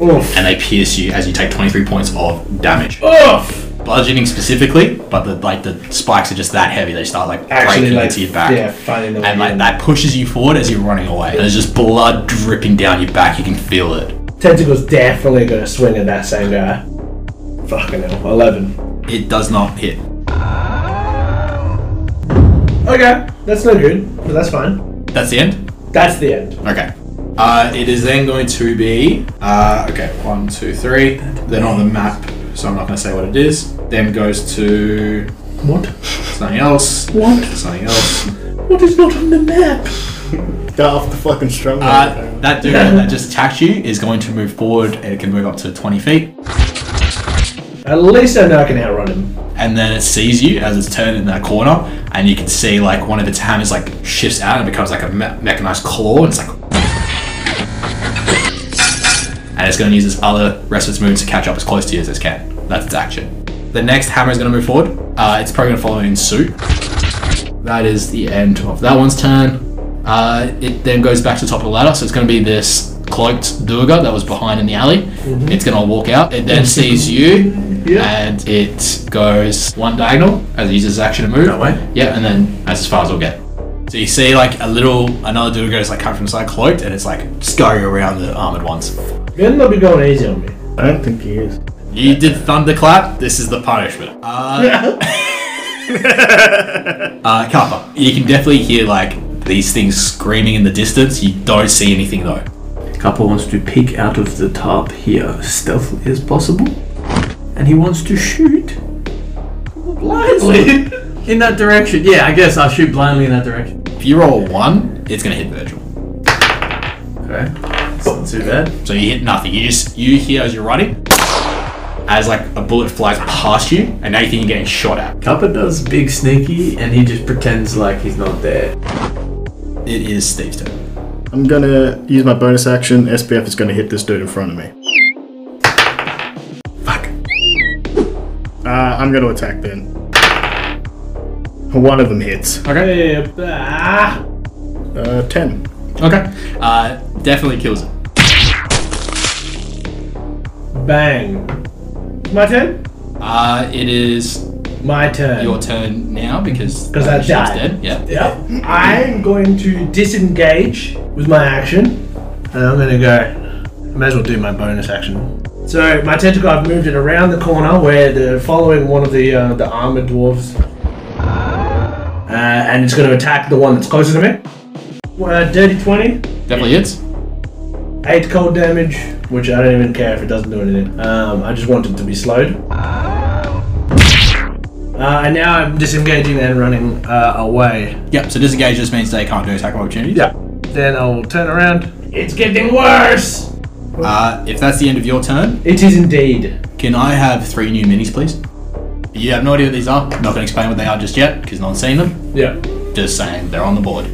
Speaker 2: Oof.
Speaker 3: and they pierce you as you take 23 points of damage.
Speaker 2: Oof.
Speaker 3: Bludgeoning specifically, but the like the spikes are just that heavy. They start like
Speaker 2: Actually,
Speaker 3: breaking
Speaker 2: like
Speaker 3: into your back.
Speaker 2: yeah, finding the way
Speaker 3: and like
Speaker 2: in.
Speaker 3: that pushes you forward as you're running away. And there's just blood dripping down your back. You can feel it.
Speaker 2: Tentacle's definitely gonna swing at that same guy. Fucking hell, eleven.
Speaker 3: It does not hit.
Speaker 2: Okay, that's no good, but that's fine.
Speaker 3: That's the end.
Speaker 2: That's the end.
Speaker 3: Okay. Uh, it is then going to be uh, okay. One, two, three. Then on the map, so I'm not going to say what it is. Then goes to
Speaker 2: What?
Speaker 3: something else.
Speaker 2: What?
Speaker 3: Something else.
Speaker 2: What is not on the map?
Speaker 1: Get off the fucking strong.
Speaker 3: Uh, that dude that just attacked you is going to move forward. and It can move up to 20 feet.
Speaker 2: At least I know I can outrun him.
Speaker 3: And then it sees you as it's turned in that corner. And you can see like one of its hammers like shifts out and becomes like a me- mechanized claw. And it's like. And it's going to use its other rest of its move to catch up as close to you as it can. That's its action. The next hammer is going to move forward. Uh, it's probably going to follow in suit. That is the end of that one's turn. Uh, it then goes back to the top of the ladder, so it's going to be this cloaked Durga that was behind in the alley.
Speaker 4: Mm-hmm.
Speaker 3: It's going to walk out. It then sees you, and it goes one diagonal as it uses its action to move.
Speaker 4: That way?
Speaker 3: Yeah, and then that's as far as we'll get. So you see, like a little another Durga is like coming from the side cloaked, and it's like scurrying around the armored ones.
Speaker 2: Then they'll be going easy on me.
Speaker 1: I don't think he is.
Speaker 3: You did thunderclap. This is the punishment. Uh, uh, Kappa, you can definitely hear like these things screaming in the distance. You don't see anything though.
Speaker 4: Kappa wants to peek out of the tarp here stealthily as possible, and he wants to shoot blindly in that direction. Yeah, I guess I'll shoot blindly in that direction.
Speaker 3: If you roll one, it's gonna hit Virgil.
Speaker 4: Okay, it's not too bad.
Speaker 3: So you hit nothing. You just you hear as you're running, as like a bullet flies past you, and now you think you're getting shot at.
Speaker 4: Kappa does big sneaky, and he just pretends like he's not there.
Speaker 3: It is Steve's turn.
Speaker 1: I'm gonna use my bonus action. SPF is gonna hit this dude in front of me. Fuck. Uh, I'm gonna attack then. One of them hits.
Speaker 2: Okay. Ah.
Speaker 1: Uh, 10.
Speaker 3: Okay. Uh, definitely kills it.
Speaker 2: Bang. My turn?
Speaker 3: Uh, it is
Speaker 2: My turn.
Speaker 3: your turn now because
Speaker 2: 'Cause I
Speaker 3: uh, she's
Speaker 2: died.
Speaker 3: dead. Yeah.
Speaker 2: Yep. I'm going to disengage with my action. And I'm going to go. I may as well do my bonus action. So, my tentacle, I've moved it around the corner where the following one of the uh, the armored dwarves. Uh, and it's going to attack the one that's closer to me. Uh, dirty 20.
Speaker 3: Definitely hits.
Speaker 2: Eight cold damage, which I don't even care if it doesn't do anything. Um, I just want it to be slowed. Uh, and now I'm disengaging and running uh, away.
Speaker 3: Yep, so disengage just means they can't do attack of opportunities.
Speaker 2: Then I will turn around. It's getting worse.
Speaker 3: Uh, if that's the end of your turn,
Speaker 2: It is indeed.
Speaker 3: can I have three new minis, please? You have no idea what these are. Not going to explain what they are just yet because no one's seen them.
Speaker 2: Yeah.
Speaker 3: Just saying they're on the board.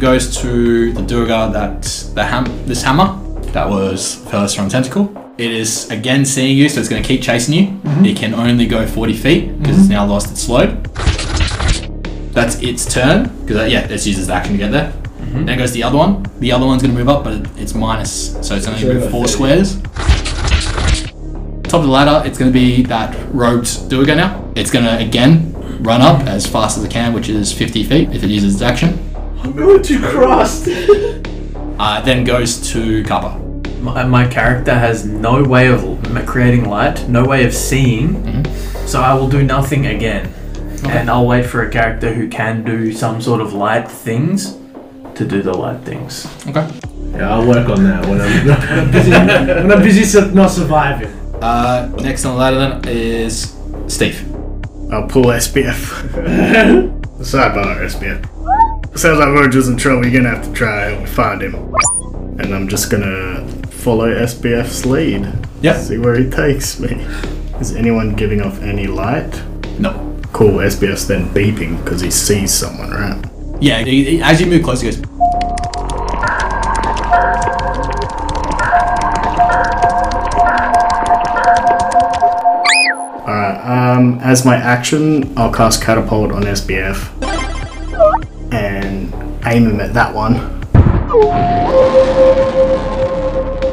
Speaker 3: Goes to the Durga that the ham this hammer that was first from Tentacle. It is again seeing you, so it's going to keep chasing you. It can only go 40 feet because it's now lost its load. That's its turn because uh, yeah, it uses the action to get there. Then goes the other one. The other one's going to move up, but it's minus, so it's only going to move
Speaker 2: over
Speaker 3: four
Speaker 2: 30.
Speaker 3: squares. Top of the ladder, it's going to be that robed Duergar now. It's going to again run up as fast as it can, which is 50 feet if it uses its action.
Speaker 2: I'm going to cross.
Speaker 3: Uh, it then goes to Kappa.
Speaker 4: My, my character has no way of l- creating light, no way of seeing, so I will do nothing again. And I'll wait for a character who can do some sort of light things to do the light things.
Speaker 3: Okay.
Speaker 2: yeah, I'll work on that when I'm, when I'm busy, when I'm busy su- not surviving.
Speaker 3: Uh, next on the ladder then is Steve.
Speaker 1: I'll pull SBF. Sidebar SBF. Sounds like Virgil's in trouble. You're gonna have to try and find him. And I'm just gonna follow SBF's lead.
Speaker 3: Yep.
Speaker 1: See where he takes me. Is anyone giving off any light?
Speaker 3: No.
Speaker 1: Cool. SBF's then beeping because he sees someone, right?
Speaker 3: Yeah, he- he- as you move closer, he goes.
Speaker 1: Um, as my action, I'll cast catapult on SBF and aim him at that one.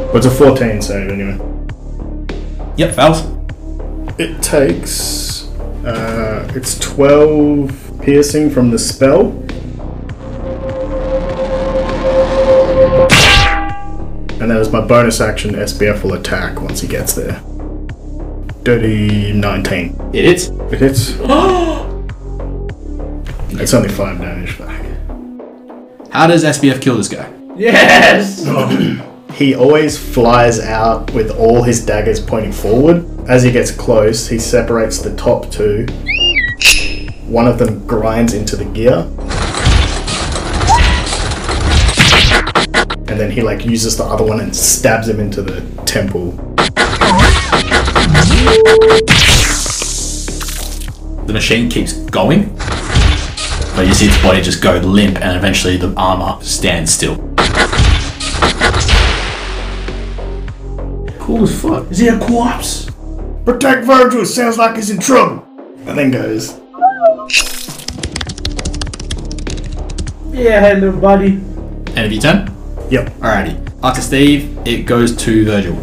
Speaker 1: Well, it's a 14 save anyway.
Speaker 3: Yep, fails.
Speaker 1: It takes. Uh, it's 12 piercing from the spell. And that was my bonus action. SBF will attack once he gets there. Dirty 19.
Speaker 3: It hits.
Speaker 1: It hits. it's only 5 damage. Fuck.
Speaker 3: How does SBF kill this guy?
Speaker 2: Yes.
Speaker 1: He always flies out with all his daggers pointing forward. As he gets close, he separates the top two. One of them grinds into the gear. And then he like uses the other one and stabs him into the temple.
Speaker 3: The machine keeps going, but you see its body just go limp, and eventually the armor stands still.
Speaker 2: Cool as fuck. Is he a corpse?
Speaker 1: Protect Virgil, sounds like he's in trouble. And then goes.
Speaker 2: Yeah, hey little buddy.
Speaker 3: End of your turn.
Speaker 1: Yep.
Speaker 3: Alrighty. After Steve, it goes to Virgil.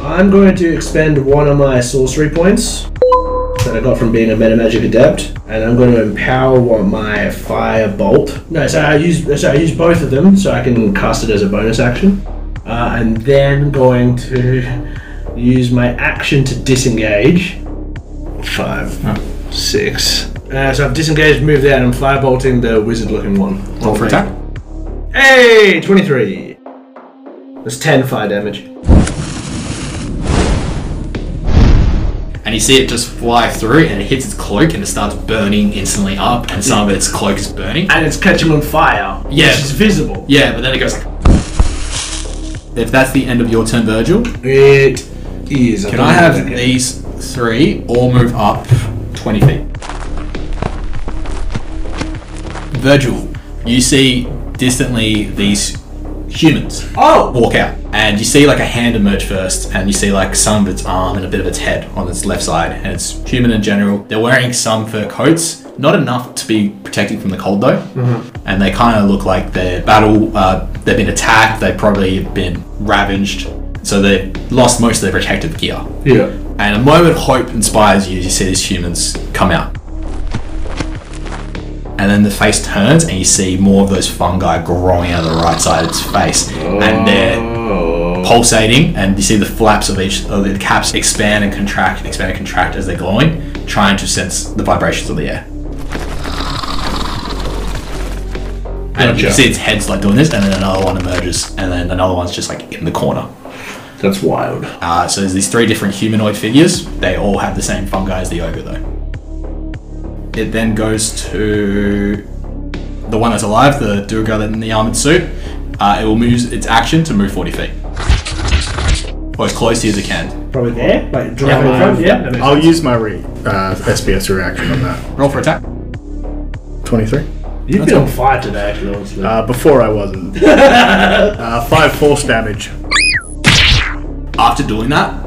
Speaker 2: I'm going to expend one of my sorcery points that I got from being a meta magic adept, and I'm going to empower one my fire bolt. No, so I use so I use both of them, so I can cast it as a bonus action, uh, and then going to use my action to disengage. Five, six. Uh, so I've disengaged, moved out, and I'm firebolting the wizard-looking one.
Speaker 3: Roll for attack.
Speaker 2: Hey, 23. That's 10 fire damage.
Speaker 3: And you see it just fly through and it hits its cloak and it starts burning instantly up and some of its cloak is burning.
Speaker 2: and it's catching on fire.
Speaker 3: Yeah.
Speaker 2: Which is visible.
Speaker 3: Yeah, but then it goes like If that's the end of your turn, Virgil,
Speaker 2: It is.
Speaker 3: can I have these three all move up twenty feet? Virgil, you see distantly these humans
Speaker 2: Oh!
Speaker 3: walk out and you see like a hand emerge first and you see like some of its arm and a bit of its head on its left side and it's human in general they're wearing some fur coats not enough to be protected from the cold though and they kind of look like they're battle uh, they've been attacked they've probably been ravaged so they've lost most of their protective gear
Speaker 2: Yeah.
Speaker 3: and a moment of hope inspires you as you see these humans come out and then the face turns and you see more of those fungi growing out of the right side of its face and they're pulsating and you see the flaps of each of the caps expand and contract expand and contract as they're glowing trying to sense the vibrations of the air and you
Speaker 2: Gotcha.
Speaker 3: see its head's like doing this and then another one emerges and then another one's just like in the corner
Speaker 2: That's wild.
Speaker 3: uh, so there's these three different humanoid figures. They all have the same fungi as the ogre, though. It then goes to the one that's alive, the Durga in the armored suit. Uh, it will move its action to move 40 feet. or as close to you as it can.
Speaker 2: Probably there. Like directly in front. Yeah. that makes
Speaker 1: I'll
Speaker 2: sense.
Speaker 1: use my re- uh, SBS reaction on that.
Speaker 3: Roll for attack.
Speaker 1: 23.
Speaker 2: You've been on fire today, actually. Honestly.
Speaker 1: Uh, before I wasn't. uh, 5 force damage.
Speaker 3: After doing that,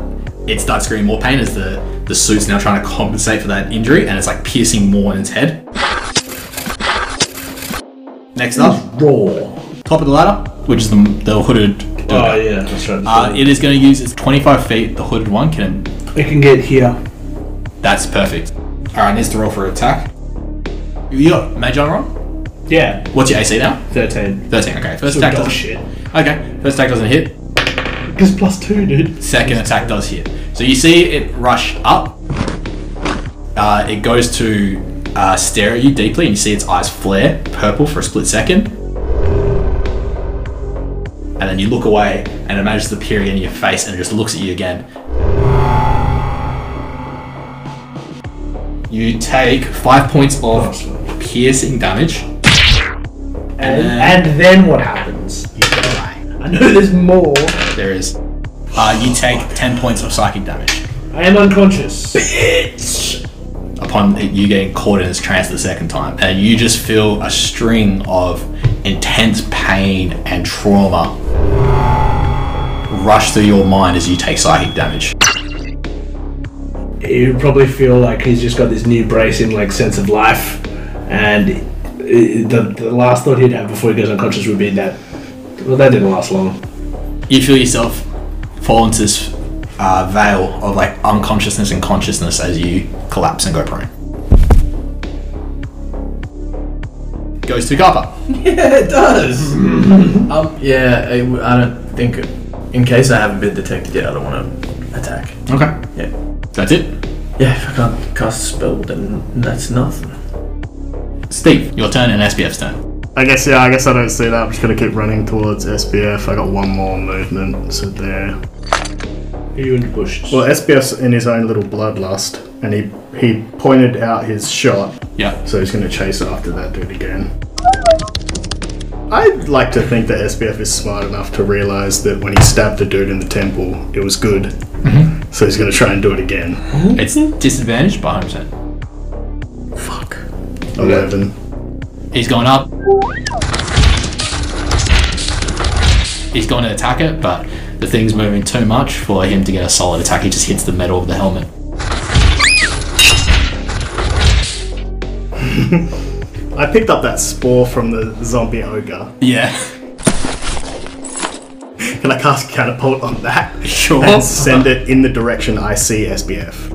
Speaker 3: it starts screaming more pain as the, the suit's now trying to compensate for that injury and it's like piercing more in its head. Next up,
Speaker 2: Raw.
Speaker 3: top of the ladder, which is the, the hooded.
Speaker 2: Oh yeah, that's right.
Speaker 3: Uh, it is going to use its 25 feet. The hooded one can.
Speaker 2: it can get here.
Speaker 3: That's perfect. All right, needs to roll for attack. You got mage armor on.
Speaker 2: Yeah,
Speaker 3: What's your AC now?
Speaker 2: thirteen.
Speaker 3: 13. Okay, first attack
Speaker 2: dog
Speaker 3: doesn't
Speaker 2: shit.
Speaker 3: Okay, first attack doesn't hit.
Speaker 2: Because plus two, dude.
Speaker 3: Second attack does hit. So you see it rush up. Uh, it goes to uh, stare at you deeply, and you see its eyes flare purple for a split second. And then you look away, and it manages to peer in your face, and it just looks at you again. You take five points of piercing damage.
Speaker 2: And, and then what happens? I know there's more.
Speaker 3: There is. Uh, you take ten points of psychic damage.
Speaker 2: I am unconscious.
Speaker 3: upon it- you getting caught in this trance the second time, and you just feel a string of intense pain and trauma rush through your mind as you take psychic damage.
Speaker 2: you probably feel like he's just got this new bracing like sense of life and uh, the, the last thought he'd have before he goes unconscious would be that well that didn't last long
Speaker 3: You feel yourself fall into this uh, veil of like unconsciousness and consciousness as you collapse and go prone. Goes to Garpa.
Speaker 4: Yeah, it does.
Speaker 2: Mm-hmm.
Speaker 4: um, yeah, I, w- I don't think. In case I haven't been detected yet, I don't want to attack.
Speaker 3: Okay.
Speaker 4: Yeah.
Speaker 3: That's it.
Speaker 4: Yeah, if I can't cast a spell, then that's nothing.
Speaker 3: Steve, your turn and SBF's turn.
Speaker 1: I guess, yeah, I guess I don't see that. I'm just going to keep running towards SBF. I got one more movement, so there.
Speaker 2: you in the bushes
Speaker 1: Well, SBS in his own little bloodlust, and he he pointed out his shot,
Speaker 3: Yeah.
Speaker 1: so he's going to chase after that dude again. I'd like to think that SBF is smart enough to realize that when he stabbed the dude in the temple, it was good. So he's going to try and do it again.
Speaker 3: It's disadvantaged by 100%.
Speaker 1: Fuck. 11.
Speaker 3: He's going up. He's going to attack it, but the thing's moving too much for him to get a solid attack. He just hits the metal of the helmet.
Speaker 1: I picked up that spore from the zombie ogre.
Speaker 3: Yeah.
Speaker 1: Can I cast catapult on that?
Speaker 3: Sure.
Speaker 1: And send it in the direction I see SBF.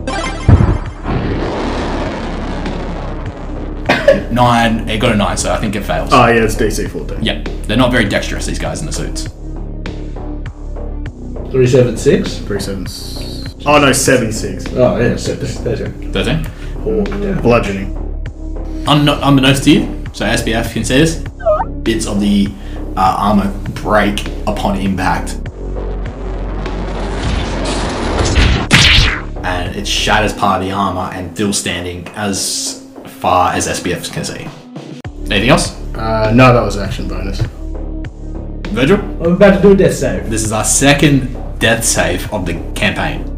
Speaker 3: Nine. It got a nine, so I think it fails.
Speaker 1: Oh, yeah, it's DC 14.
Speaker 3: yeah. They're not very dexterous, these guys in the suits.
Speaker 2: 376
Speaker 1: Three sevens. Oh, no, seven six.
Speaker 2: oh yeah so that's that's it.
Speaker 3: 13.
Speaker 2: Hawk down.
Speaker 1: Bludgeoning.
Speaker 3: Unno- unbeknownst to you, so SBF can see this, bits of the uh, armor break upon impact. And it shatters part of the armor and still standing as far as SBF can see. Anything else?
Speaker 1: Uh, no, that was action bonus.
Speaker 3: Virgil?
Speaker 2: I'm about to do a death save
Speaker 3: This is our second death save of the campaign.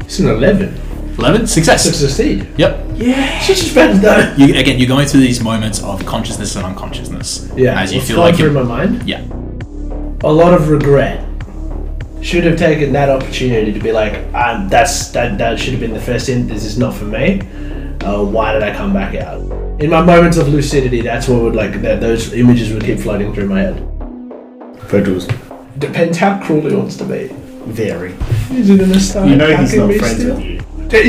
Speaker 2: it's an 11
Speaker 3: 11? Success.
Speaker 2: to succeed
Speaker 3: Yep.
Speaker 2: she's just bad though
Speaker 3: You, again, you're going through these moments of consciousness and unconsciousness.
Speaker 2: yeah
Speaker 3: As you
Speaker 2: it's
Speaker 3: feel
Speaker 2: gone
Speaker 3: like
Speaker 2: through
Speaker 3: you
Speaker 2: my mind
Speaker 3: Yeah.
Speaker 2: a lot of regret should have taken that opportunity to be like um, that's that, that should have been the first in this is not for me uh, why did I come back out? In my moments of lucidity, that's what would like that those images would keep flooding through my head.
Speaker 1: Virgil's
Speaker 2: Depends how cruel he wants to be.
Speaker 1: very.
Speaker 2: Is he gonna start?
Speaker 1: You know he's
Speaker 2: attacking
Speaker 1: not
Speaker 2: me
Speaker 1: friends
Speaker 2: still?
Speaker 1: with you.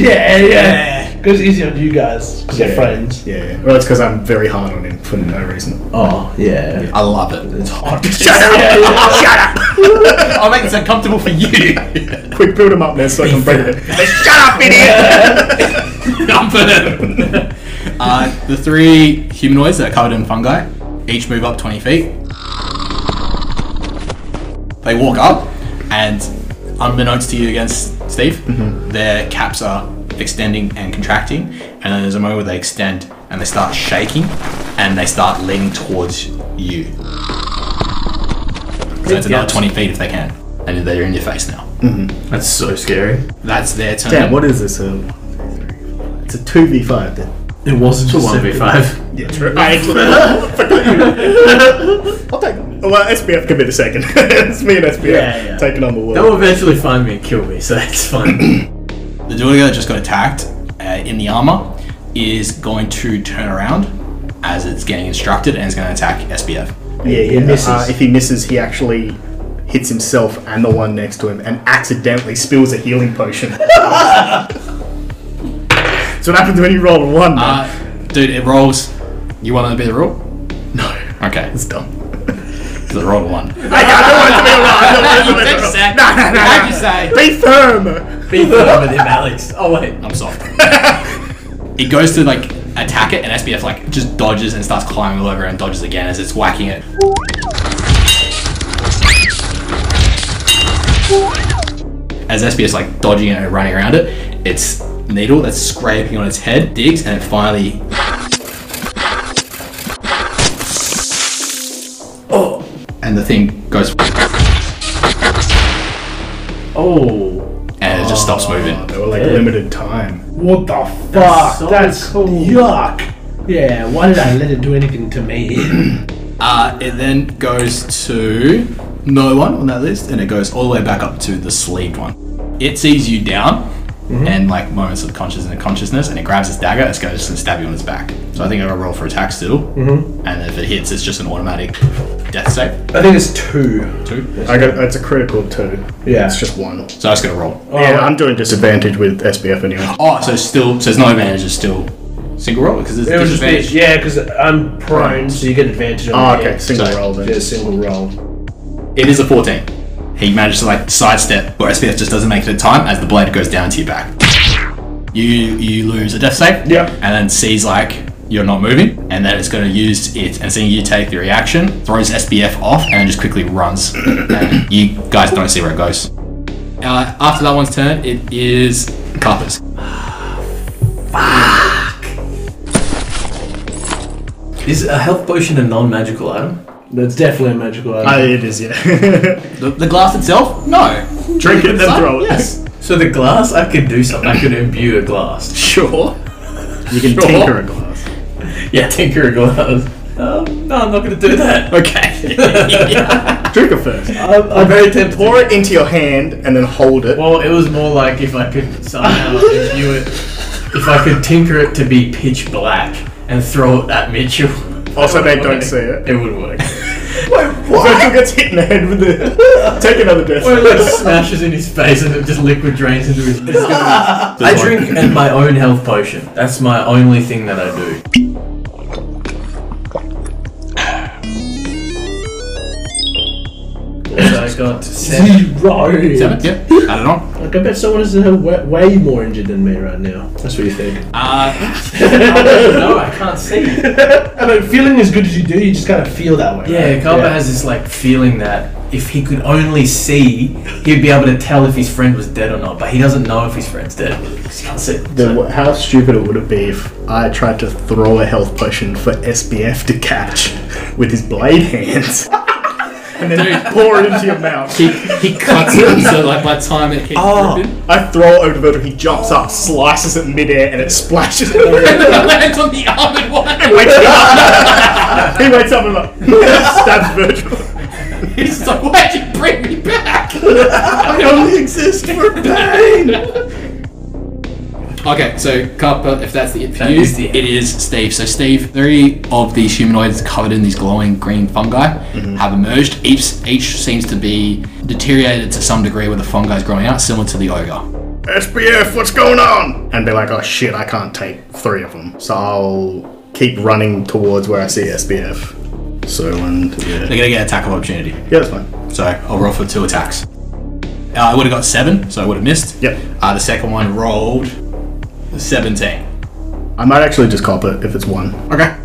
Speaker 2: Yeah, yeah. Because it's easy on you guys. Because
Speaker 1: Yeah.
Speaker 2: they're friends.
Speaker 1: Yeah, yeah. Well, it's because I'm very hard on him for no reason.
Speaker 2: Oh yeah.
Speaker 3: I love it. It's hot.
Speaker 1: Shut up!
Speaker 3: I'll make this uncomfortable for you.
Speaker 1: Quick, build him up now so I can break it.
Speaker 3: uh, the three humanoids that are covered in fungi each move up 20 feet. They walk up, and unbeknownst to you against Steve, their caps are extending and contracting. And then there's a moment where they extend and they start shaking and they start leaning towards you. So it's another 20 feet if they can. and they're in your face now.
Speaker 4: That's so scary.
Speaker 3: That's their turn.
Speaker 1: Damn, what is this? Um, it's a 2v5 then.
Speaker 4: It wasn't to one v five.
Speaker 1: Yeah, true. I will take them. Well, SBF can be the second. it's me and SBF
Speaker 2: Yeah, yeah.
Speaker 1: taking on the world.
Speaker 4: They'll eventually find me and kill me, so that's fine.
Speaker 3: The Duolingo that just got attacked uh, in the armor is going to turn around as it's getting instructed and it's going to attack SBF.
Speaker 1: Yeah, he misses. if he misses, he actually hits himself and the one next to him and accidentally spills a healing potion. That's what happens when you roll a one. man.
Speaker 3: Uh, dude, it rolls. You want to be the rule? No. Okay.
Speaker 1: it's dumb.
Speaker 3: Because it rolled a
Speaker 1: I,
Speaker 3: one.
Speaker 1: I don't want it to be a roll. I don't want it to be a roll. No, no, no, no. Be firm.
Speaker 4: Be firm with him, Alex. Oh wait.
Speaker 3: I'm soft. it goes to like attack it, and SBF like just dodges and starts climbing all over and dodges again as it's whacking it. As SBF's like dodging it and running around it, its needle that's scraping on its head digs and it finally
Speaker 4: Oh.
Speaker 3: and the thing goes
Speaker 4: Oh.
Speaker 3: and it just stops moving.
Speaker 1: Oh, They were like limited time.
Speaker 2: What the fuck? That's,
Speaker 4: so cool.
Speaker 2: yuck. Yeah, why did I let it do anything to me?
Speaker 3: Uh, it then goes to no one on that list, and it goes all the way back up to the sleeved one. It sees you down,
Speaker 2: Mm-hmm.
Speaker 3: and like moments of consciousness and consciousness, and it grabs its dagger. It's going to stab you on its back. So I think I'm gonna roll for attack still, mm-hmm. and if it hits, it's just an automatic death save.
Speaker 2: I think it's two.
Speaker 3: Two.
Speaker 1: I got. It's a critical two.
Speaker 2: Yeah.
Speaker 1: It's just one.
Speaker 3: So I just gotta roll.
Speaker 2: Oh.
Speaker 1: yeah, I'm doing disadvantage with SBF anyway.
Speaker 3: Oh, so still, so it's no advantage. It's still single roll because it's
Speaker 2: It was just
Speaker 3: disadvantage.
Speaker 2: me. Yeah, because I'm prone, so you get advantage on
Speaker 1: Oh,
Speaker 2: the
Speaker 1: okay,
Speaker 2: hit.
Speaker 1: single
Speaker 3: So-
Speaker 1: roll then.
Speaker 2: Yeah, single roll.
Speaker 3: It is a 14. He manages to like sidestep, but SPF just doesn't make it in time as the blade goes down to your back. You you lose a death save.
Speaker 2: Yeah.
Speaker 3: And then sees like you're not moving, and then it's going to use it. And seeing you take the reaction, throws SBF off, and just quickly runs. and you guys don't see where it goes. Uh, after that one's turn, it is Carpus.
Speaker 4: Is a health potion a non-magical item?
Speaker 2: That's definitely a magical item.
Speaker 1: Ah, it is, yeah.
Speaker 3: The, the glass itself, no.
Speaker 1: Drink it, then
Speaker 3: Sun?
Speaker 1: throw it.
Speaker 3: Yes.
Speaker 4: So the glass, I could do something. I could imbue a glass.
Speaker 3: Sure.
Speaker 1: You can
Speaker 3: Sure.
Speaker 1: tinker a glass.
Speaker 4: Yeah, tinker a glass. Um, no, I'm not gonna do that.
Speaker 3: Okay.
Speaker 1: Drink it first.
Speaker 3: Um,
Speaker 4: I'm, I'm very tempted.
Speaker 1: Pour it into your hand and then hold it.
Speaker 4: Well, it was more like if I could somehow imbue it, if I could tinker it to be pitch black and throw it at Mitchell.
Speaker 1: Also,
Speaker 4: It would
Speaker 1: they don't
Speaker 4: work.
Speaker 1: see it.
Speaker 4: It would work.
Speaker 1: Virgil gets hit in the head with the. Take another death.
Speaker 4: Or it like smashes in his face and it just liquid drains into his. I drink and my own health potion. That's my only thing that I do. So I got seven.
Speaker 2: Zero.
Speaker 3: Seven. Yep. Add it on.
Speaker 2: Like, I bet someone is uh, wa- way more injured than me right now. That's what you think.
Speaker 3: Uh,
Speaker 4: No, I can't see.
Speaker 2: I mean, feeling as good as you do, you just kind of feel that way.
Speaker 4: Yeah, Carver has this like feeling that if he could only see, he'd be able to tell if his friend was dead or not. But he doesn't know if his friend's dead. Because he can't see.
Speaker 1: Then wh- how stupid it would it be if I tried to throw a health potion for SBF to catch with his blade hands and then pour it into your mouth.
Speaker 3: he, he cuts it, so like by the time it hits oh.
Speaker 1: I throw it over to Virgil, he jumps up, slices it midair, and it splashes it. he
Speaker 3: lands on the armored one.
Speaker 1: wakes up. he wakes up and like, stabs Virgil.
Speaker 3: He's just like, why'd you bring me back?
Speaker 1: I only exist for pain.
Speaker 3: Okay, so Carper, if that's the it for
Speaker 4: That
Speaker 3: you,
Speaker 4: is the-
Speaker 3: it is Steve. So Steve, three of these humanoids covered in these glowing green fungi have emerged. Each each seems to be deteriorated to some degree where the fungi is growing out, similar to the ogre.
Speaker 1: SBF, what's going on? And be like, oh shit, I can't take three of them. So I'll keep running towards where I see SBF. So, and yeah.
Speaker 3: They're gonna get an attack of opportunity.
Speaker 1: Yeah, that's fine.
Speaker 3: So I'll roll for two attacks. Uh, I would have got seven, so I would have missed.
Speaker 1: Yep.
Speaker 3: Uh, the second one rolled seventeen.
Speaker 1: I might actually just cop it if it's one.
Speaker 3: Okay.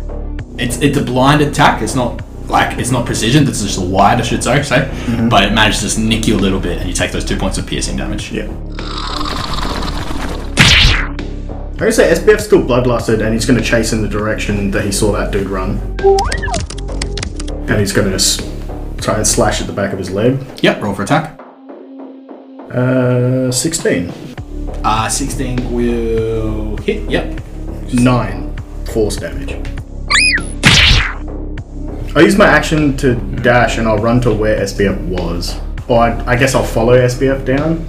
Speaker 3: It's it's a blind attack. It's not like it's not precision. It's just a wide, I should say. say. But it manages to just nick you a little bit, and you take those two points of piercing damage.
Speaker 1: Yeah. I guess say SBF's still bloodlusted and he's gonna chase in the direction that he saw that dude run. And he's gonna s- try and slash at the back of his leg.
Speaker 3: Yep. Roll for attack.
Speaker 1: Uh, 16.
Speaker 3: Uh, 16 will hit. Yep.
Speaker 1: 9 force damage. I use my action to dash and I'll run to where SBF was. Or I, I guess I'll follow SBF down.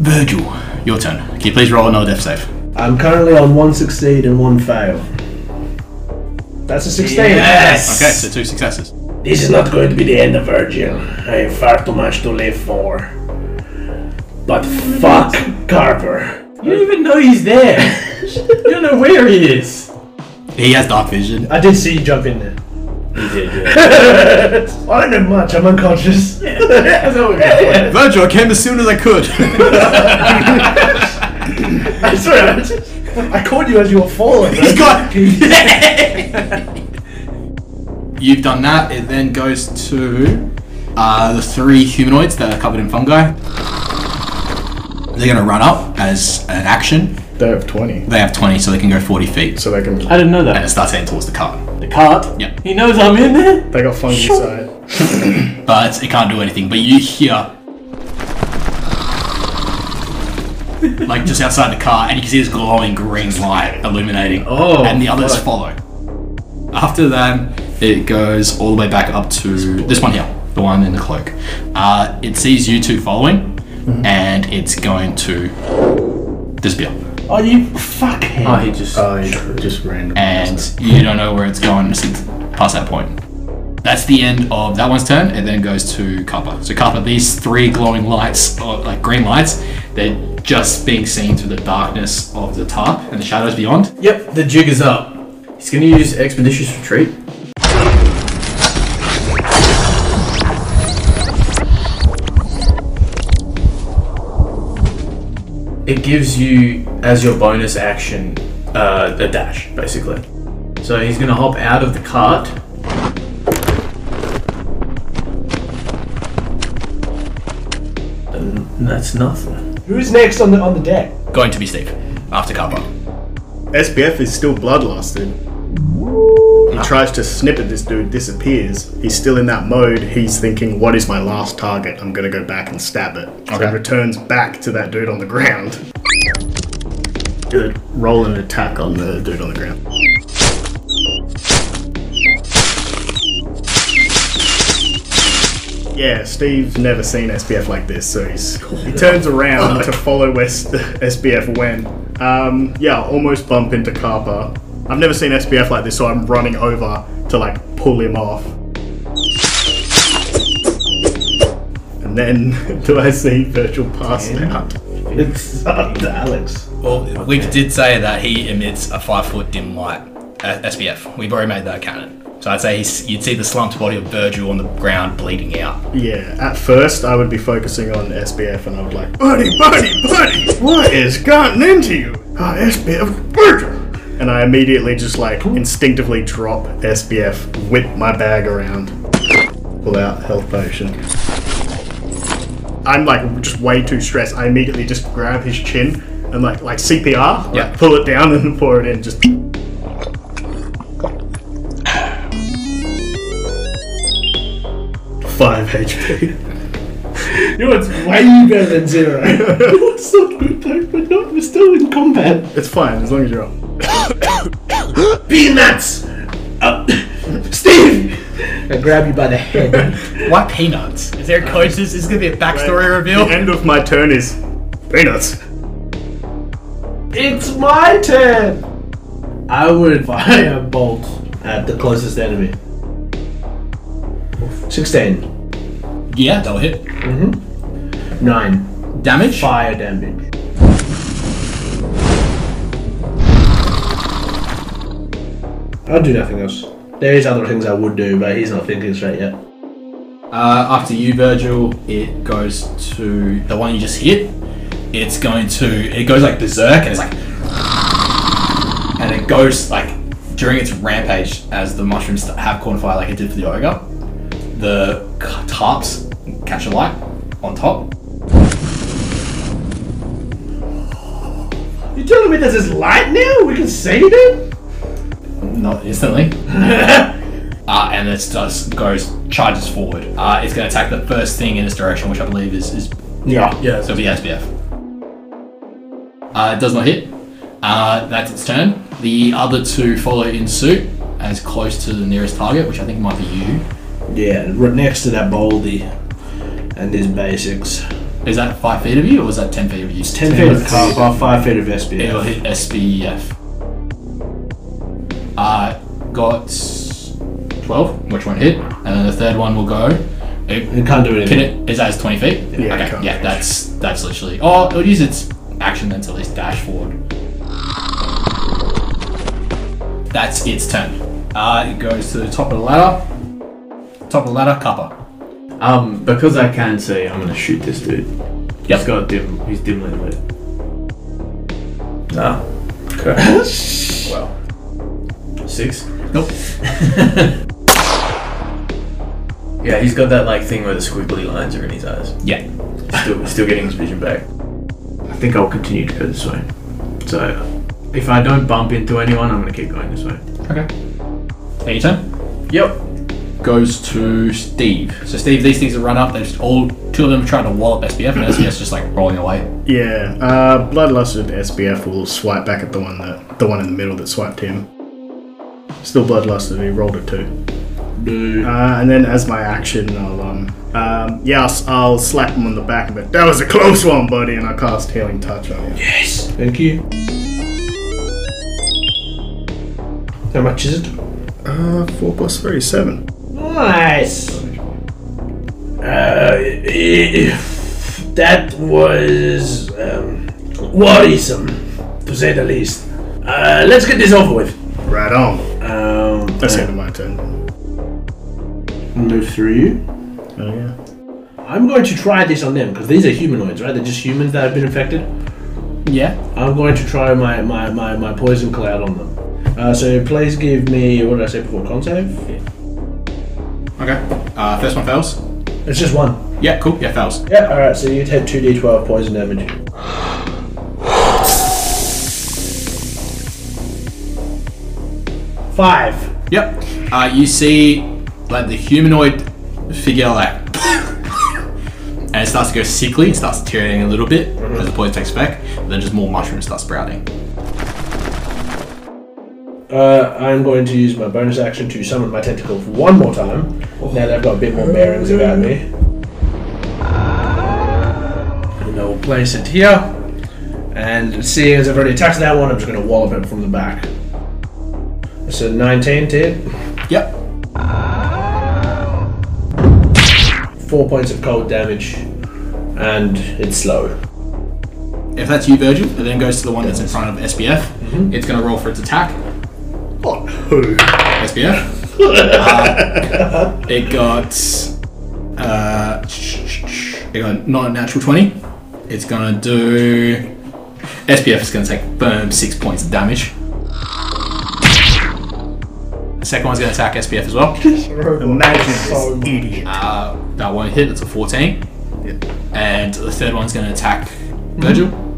Speaker 3: Virgil, your turn. Can you please roll another death save?
Speaker 2: I'm currently on one succeed and one fail. That's a 16.
Speaker 6: Yes!
Speaker 3: Okay, so two successes.
Speaker 6: This is not going to be the end of Virgil. I have far too much to live for. But fuck Carver.
Speaker 4: You don't even know he's there. you don't know where he is.
Speaker 3: He has dark vision.
Speaker 2: I did see you jump in there.
Speaker 4: He did, yeah.
Speaker 2: I don't know much, I'm unconscious.
Speaker 4: That's what we got.
Speaker 3: Virgil, I came as soon as I could.
Speaker 2: I'm sorry, I, just- I caught you as you were falling.
Speaker 3: He's got. You've done that. It then goes to uh, the three humanoids that are covered in fungi. They're gonna run up as an action.
Speaker 1: They have 20.
Speaker 3: They have 20, so they can go 40 feet,
Speaker 1: So they can.
Speaker 4: I didn't know
Speaker 3: and
Speaker 4: that.
Speaker 3: it starts heading towards the cart.
Speaker 4: The cart.
Speaker 3: Yeah.
Speaker 4: He knows I'm in there.
Speaker 1: They got fungicide.
Speaker 3: but it can't do anything. But you hear, like just outside the car, and you can see this glowing green light illuminating.
Speaker 4: Oh,
Speaker 3: and the others follow. After that, it goes all the way back up to this one here, the one in the cloak. Uh, it sees you two following, and it's going to disappear.
Speaker 2: Oh, you fuckhead.
Speaker 4: Oh, he just.
Speaker 1: I just random.
Speaker 3: And you don't know where it's going since past that point. That's the end of that one's turn, and then it goes to Kappa. So Kappa, these three glowing lights, or like green lights, they're just being seen through the darkness of the tarp and the shadows beyond.
Speaker 4: Yep, the jig is up. He's gonna use expeditious retreat. It gives you, as your bonus action, uh, a dash, basically. So he's gonna hop out of the cart. And that's nothing.
Speaker 2: Who's next on the on the deck?
Speaker 3: Going to be Steve after Kappa.
Speaker 1: SBF is still bloodlusted. He tries to snip at this dude, disappears. He's still in that mode. He's thinking, what is my last target? I'm gonna go back and stab it. So
Speaker 3: Okay.
Speaker 1: he returns back to that dude on the ground. Good. Roll an attack on the dude on the ground. Yeah, Steve's never seen SBF like this, so he's, he turns around to follow where S- SBF went. Um, yeah, I'll almost bump into Carper. I've never seen SBF like this, so I'm running over to like pull him off. And then do I see Virtual pass out?
Speaker 2: It's up to Alex.
Speaker 3: Well, we did say that he emits a five foot dim light. Uh, SBF. We've already made that canon. So I'd say he's, you'd see the slumped body of Virgil on the ground bleeding out.
Speaker 1: Yeah, at first I would be focusing on SBF and I would like, Buddy, buddy, buddy, what has gotten into you? Ah, SBF, Virgil! And I immediately just like instinctively drop SBF, whip my bag around, pull out health potion. I'm like just way too stressed. I immediately just grab his chin and like like CPR, like,
Speaker 3: Yeah.
Speaker 1: pull it down and pour it in. Just five HP.
Speaker 2: Yours way better than zero.
Speaker 1: What's not good though, but not, we're still in combat. It's fine, as long as you're up.
Speaker 6: Peanuts! Uh, Steve!
Speaker 2: I grab you by the head.
Speaker 3: Why peanuts? Is there a coach? Is this going to be a backstory reveal?
Speaker 1: The end of my turn is peanuts.
Speaker 2: it's my turn. I would fire bolt at the closest enemy. Sixteen.
Speaker 3: Yeah, that'll hit.
Speaker 2: Nine.
Speaker 3: Damage?
Speaker 2: Fire damage. I'll do nothing else. There is other things I would do, but he's not thinking straight yet.
Speaker 3: Uh, after you, Virgil, it goes to the one you just hit. It's going to. It goes like berserk, and it's like, and it goes like during its rampage as the mushrooms have corn fire, like it did for the ogre. The c- tarps catch a light on top.
Speaker 2: You're telling me there's this light now? We can see it?
Speaker 3: Not instantly. uh, and it does goes charges forward. Uh, it's going to attack the first thing in its direction, which I believe is is
Speaker 2: Yeah.
Speaker 4: Yeah.
Speaker 3: so it'll be SBF. Uh, it does not hit. Uh, that's its turn. The other two follow in suit as close to the nearest target, which I think might be you.
Speaker 2: Yeah, right next to that Baldy and his basics.
Speaker 3: Is that five feet of you, or is that ten feet of you? It's
Speaker 2: 10 feet of Carpa, 5 feet of
Speaker 3: It'll
Speaker 2: SBF.
Speaker 3: hit SBF. Uh, got 12, which one hit, and then the third one will go. It,
Speaker 2: It can't do
Speaker 3: can
Speaker 2: anything.
Speaker 3: it, is that as 20 feet?
Speaker 1: Yeah, it
Speaker 3: okay,
Speaker 1: can't.
Speaker 3: yeah, that's that's literally. Oh, it'll use its action then to at least dash forward. That's its turn. Uh, it goes to the top of the ladder. Top of the ladder, Kappa.
Speaker 4: Um, because I can see, I'm gonna shoot this dude. He's got dim. He's dimly lit. Nah. Okay. well. Six.
Speaker 3: Nope.
Speaker 4: Yeah, he's got that like thing where the squiggly lines are in his eyes.
Speaker 3: Yeah.
Speaker 4: Still, still getting his vision back. I think I'll continue to go this way. So, if I don't bump into anyone, I'm gonna keep going this way.
Speaker 3: Okay. Any turn?
Speaker 4: Yep.
Speaker 3: goes to Steve. So Steve, these things have run up. They're just all two of them trying to wallop SBF, and SBF's just like rolling away.
Speaker 1: Yeah, uh, bloodlusted SBF will swipe back at the one that the one in the middle that swiped him. Still bloodlusted. He rolled a two. Uh, and then as my action, I'll um, um yeah, I'll, s- I'll slap him on the back. But that was a close one, buddy. And I cast healing touch on him.
Speaker 2: Thank you. How much is it?
Speaker 1: Uh, four plus three, seven.
Speaker 2: Nice.
Speaker 6: Uh, that was um, worrisome, to say the least. Uh, let's get this over with.
Speaker 1: Right on.
Speaker 6: Um,
Speaker 1: That's the end of my turn.
Speaker 2: Move through you.
Speaker 1: Oh yeah.
Speaker 2: I'm going to try this on them because these are humanoids, right? They're just humans that have been infected.
Speaker 3: Yeah.
Speaker 2: I'm going to try my, my, my, my poison cloud on them. Uh, so please give me what did I say before? Con save?
Speaker 3: Okay. Uh, first one fails.
Speaker 2: It's just one.
Speaker 3: Yeah. Cool. Yeah, fails.
Speaker 2: Yeah. All right. So you take two d12 poison damage. Five.
Speaker 3: Yep. Uh, you see, like the humanoid figure, like, and it starts to go sickly. It starts deteriorating a little bit as the poison takes effect. Then just more mushrooms start sprouting.
Speaker 2: Uh, I'm going to use my bonus action to summon my tentacle for one more time. Now that I've got a bit more bearings about me. And I will place it here. And seeing as I've already attacked that one, I'm just going to wallop it from the back. So 19 to hit.
Speaker 3: Yep.
Speaker 2: Four points of cold damage. And it's slow.
Speaker 3: If that's you, Virgil, it then goes to the one that's in front of SBF. It's going to roll for its attack.
Speaker 1: Oh no.
Speaker 3: SBF. Uh, it got uh, it got not a natural twenty. It's gonna do. SPF is gonna take firm six points of damage. The second one's gonna attack SPF as well.
Speaker 1: Imagine this idiot.
Speaker 3: Uh, that won't hit. It's a fourteen. And the third one's gonna attack Virgil.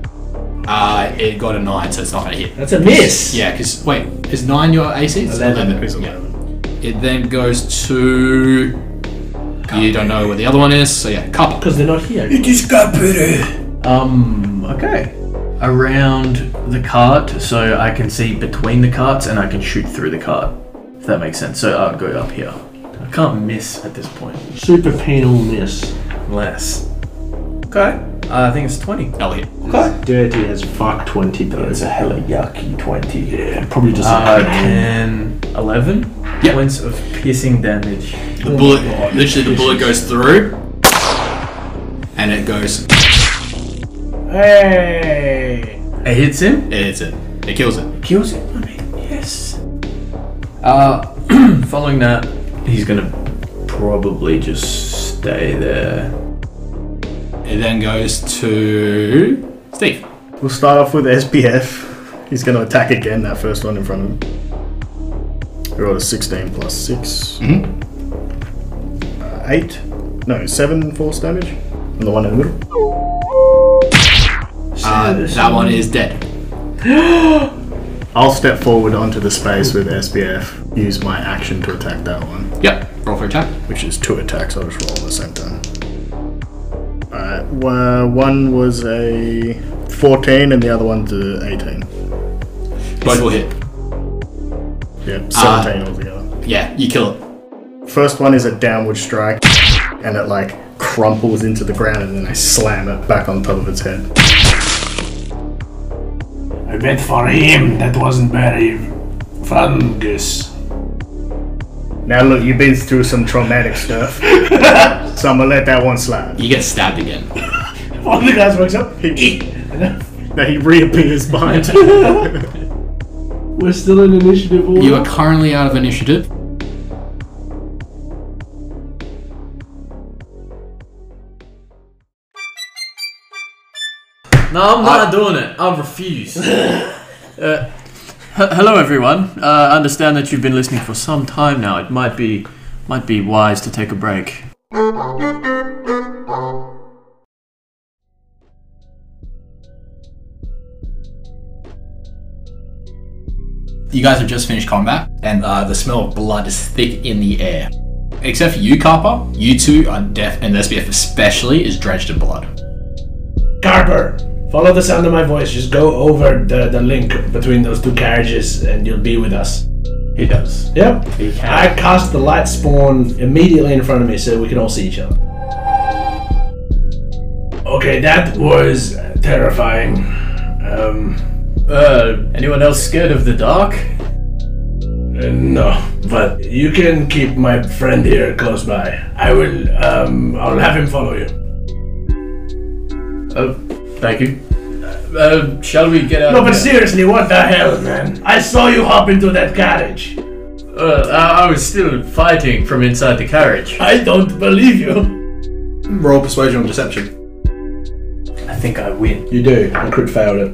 Speaker 3: Uh, it got a nine, so it's not gonna hit.
Speaker 2: That's a miss!
Speaker 3: Yeah, because wait, is nine your AC? It's
Speaker 2: Eleven.
Speaker 3: Yeah. It then goes to. You don't know what the other one is, so yeah, couple.
Speaker 2: Because they're not here.
Speaker 4: Um, okay. Around the cart, so I can see between the carts and I can shoot through the cart. If that makes sense. So I'll go up here. I can't miss at this point.
Speaker 2: Super penal miss.
Speaker 4: Unless. Okay. Uh, I think it's 20.
Speaker 3: That'll hit.
Speaker 2: Oh Dirty as fuck 20 though.
Speaker 4: It's a hella yucky 20. Yeah.
Speaker 2: Probably just
Speaker 4: Uh, 10, 11
Speaker 3: Yep.
Speaker 4: points of piercing damage.
Speaker 3: The bullet, literally, the bullet goes through, and it goes. It
Speaker 2: Hey!
Speaker 4: It hits him.
Speaker 3: hits it. It kills it.
Speaker 4: Kills him. I mean, yes. Uh, following that, he's gonna probably just stay there.
Speaker 3: It then goes to Steve.
Speaker 1: We'll start off with SPF. He's going to attack again. That first one in front of him. He rolled a sixteen plus six. Uh, eight. No, seven force damage. And the one in the middle.
Speaker 3: Uh, that one is dead.
Speaker 1: I'll step forward onto the space with SBF, use my action to attack that one,
Speaker 3: Yep. Roll for attack.
Speaker 1: which is two attacks. I'll just roll at the same time. Alright, well, one was a 14 and the other one's a 18.
Speaker 3: Both will hit.
Speaker 1: Yep, 17 altogether.
Speaker 3: Yeah, you kill it.
Speaker 1: First one is a downward strike, and it like crumples into the ground, and then I slam it back on top of its head.
Speaker 9: I bet for him that wasn't very fungus.
Speaker 1: Now look, you've been through some traumatic stuff, so I'm gonna let that one slide.
Speaker 3: You get stabbed again.
Speaker 1: One of the guys wakes up. He, now he reappears behind.
Speaker 2: We're still in initiative order.
Speaker 3: You are currently out of initiative.
Speaker 4: No, I'm not doing it. I refuse. uh, h- hello, everyone. Uh, I understand that you've been listening for some time now. It might be, might be wise to take a break.
Speaker 3: You guys have just finished combat, and uh, the smell of blood is thick in the air. Except for you, Carper, you two are deaf, and SBF especially is drenched in blood.
Speaker 2: Carper, follow the sound of my voice. Just go over the, the link between those two carriages and you'll be with us.
Speaker 10: He does.
Speaker 2: Yep.
Speaker 10: He can.
Speaker 2: I cast the light spawn immediately in front of me so we can all see each other. Okay, that was terrifying. Um,
Speaker 4: Uh, anyone else scared of the dark?
Speaker 2: uh, no, but you can keep my friend here close by. I will, um, I'll have him follow you.
Speaker 4: Uh, thank you. Uh, shall we get out?
Speaker 2: No,
Speaker 4: of
Speaker 2: but
Speaker 4: here?
Speaker 2: seriously, what the hell, man? I saw you hop into that carriage.
Speaker 4: Uh, I I was still fighting from inside the carriage.
Speaker 2: I don't believe you.
Speaker 11: Roll persuasion or deception.
Speaker 10: I think I win.
Speaker 2: You do. I crit failed it.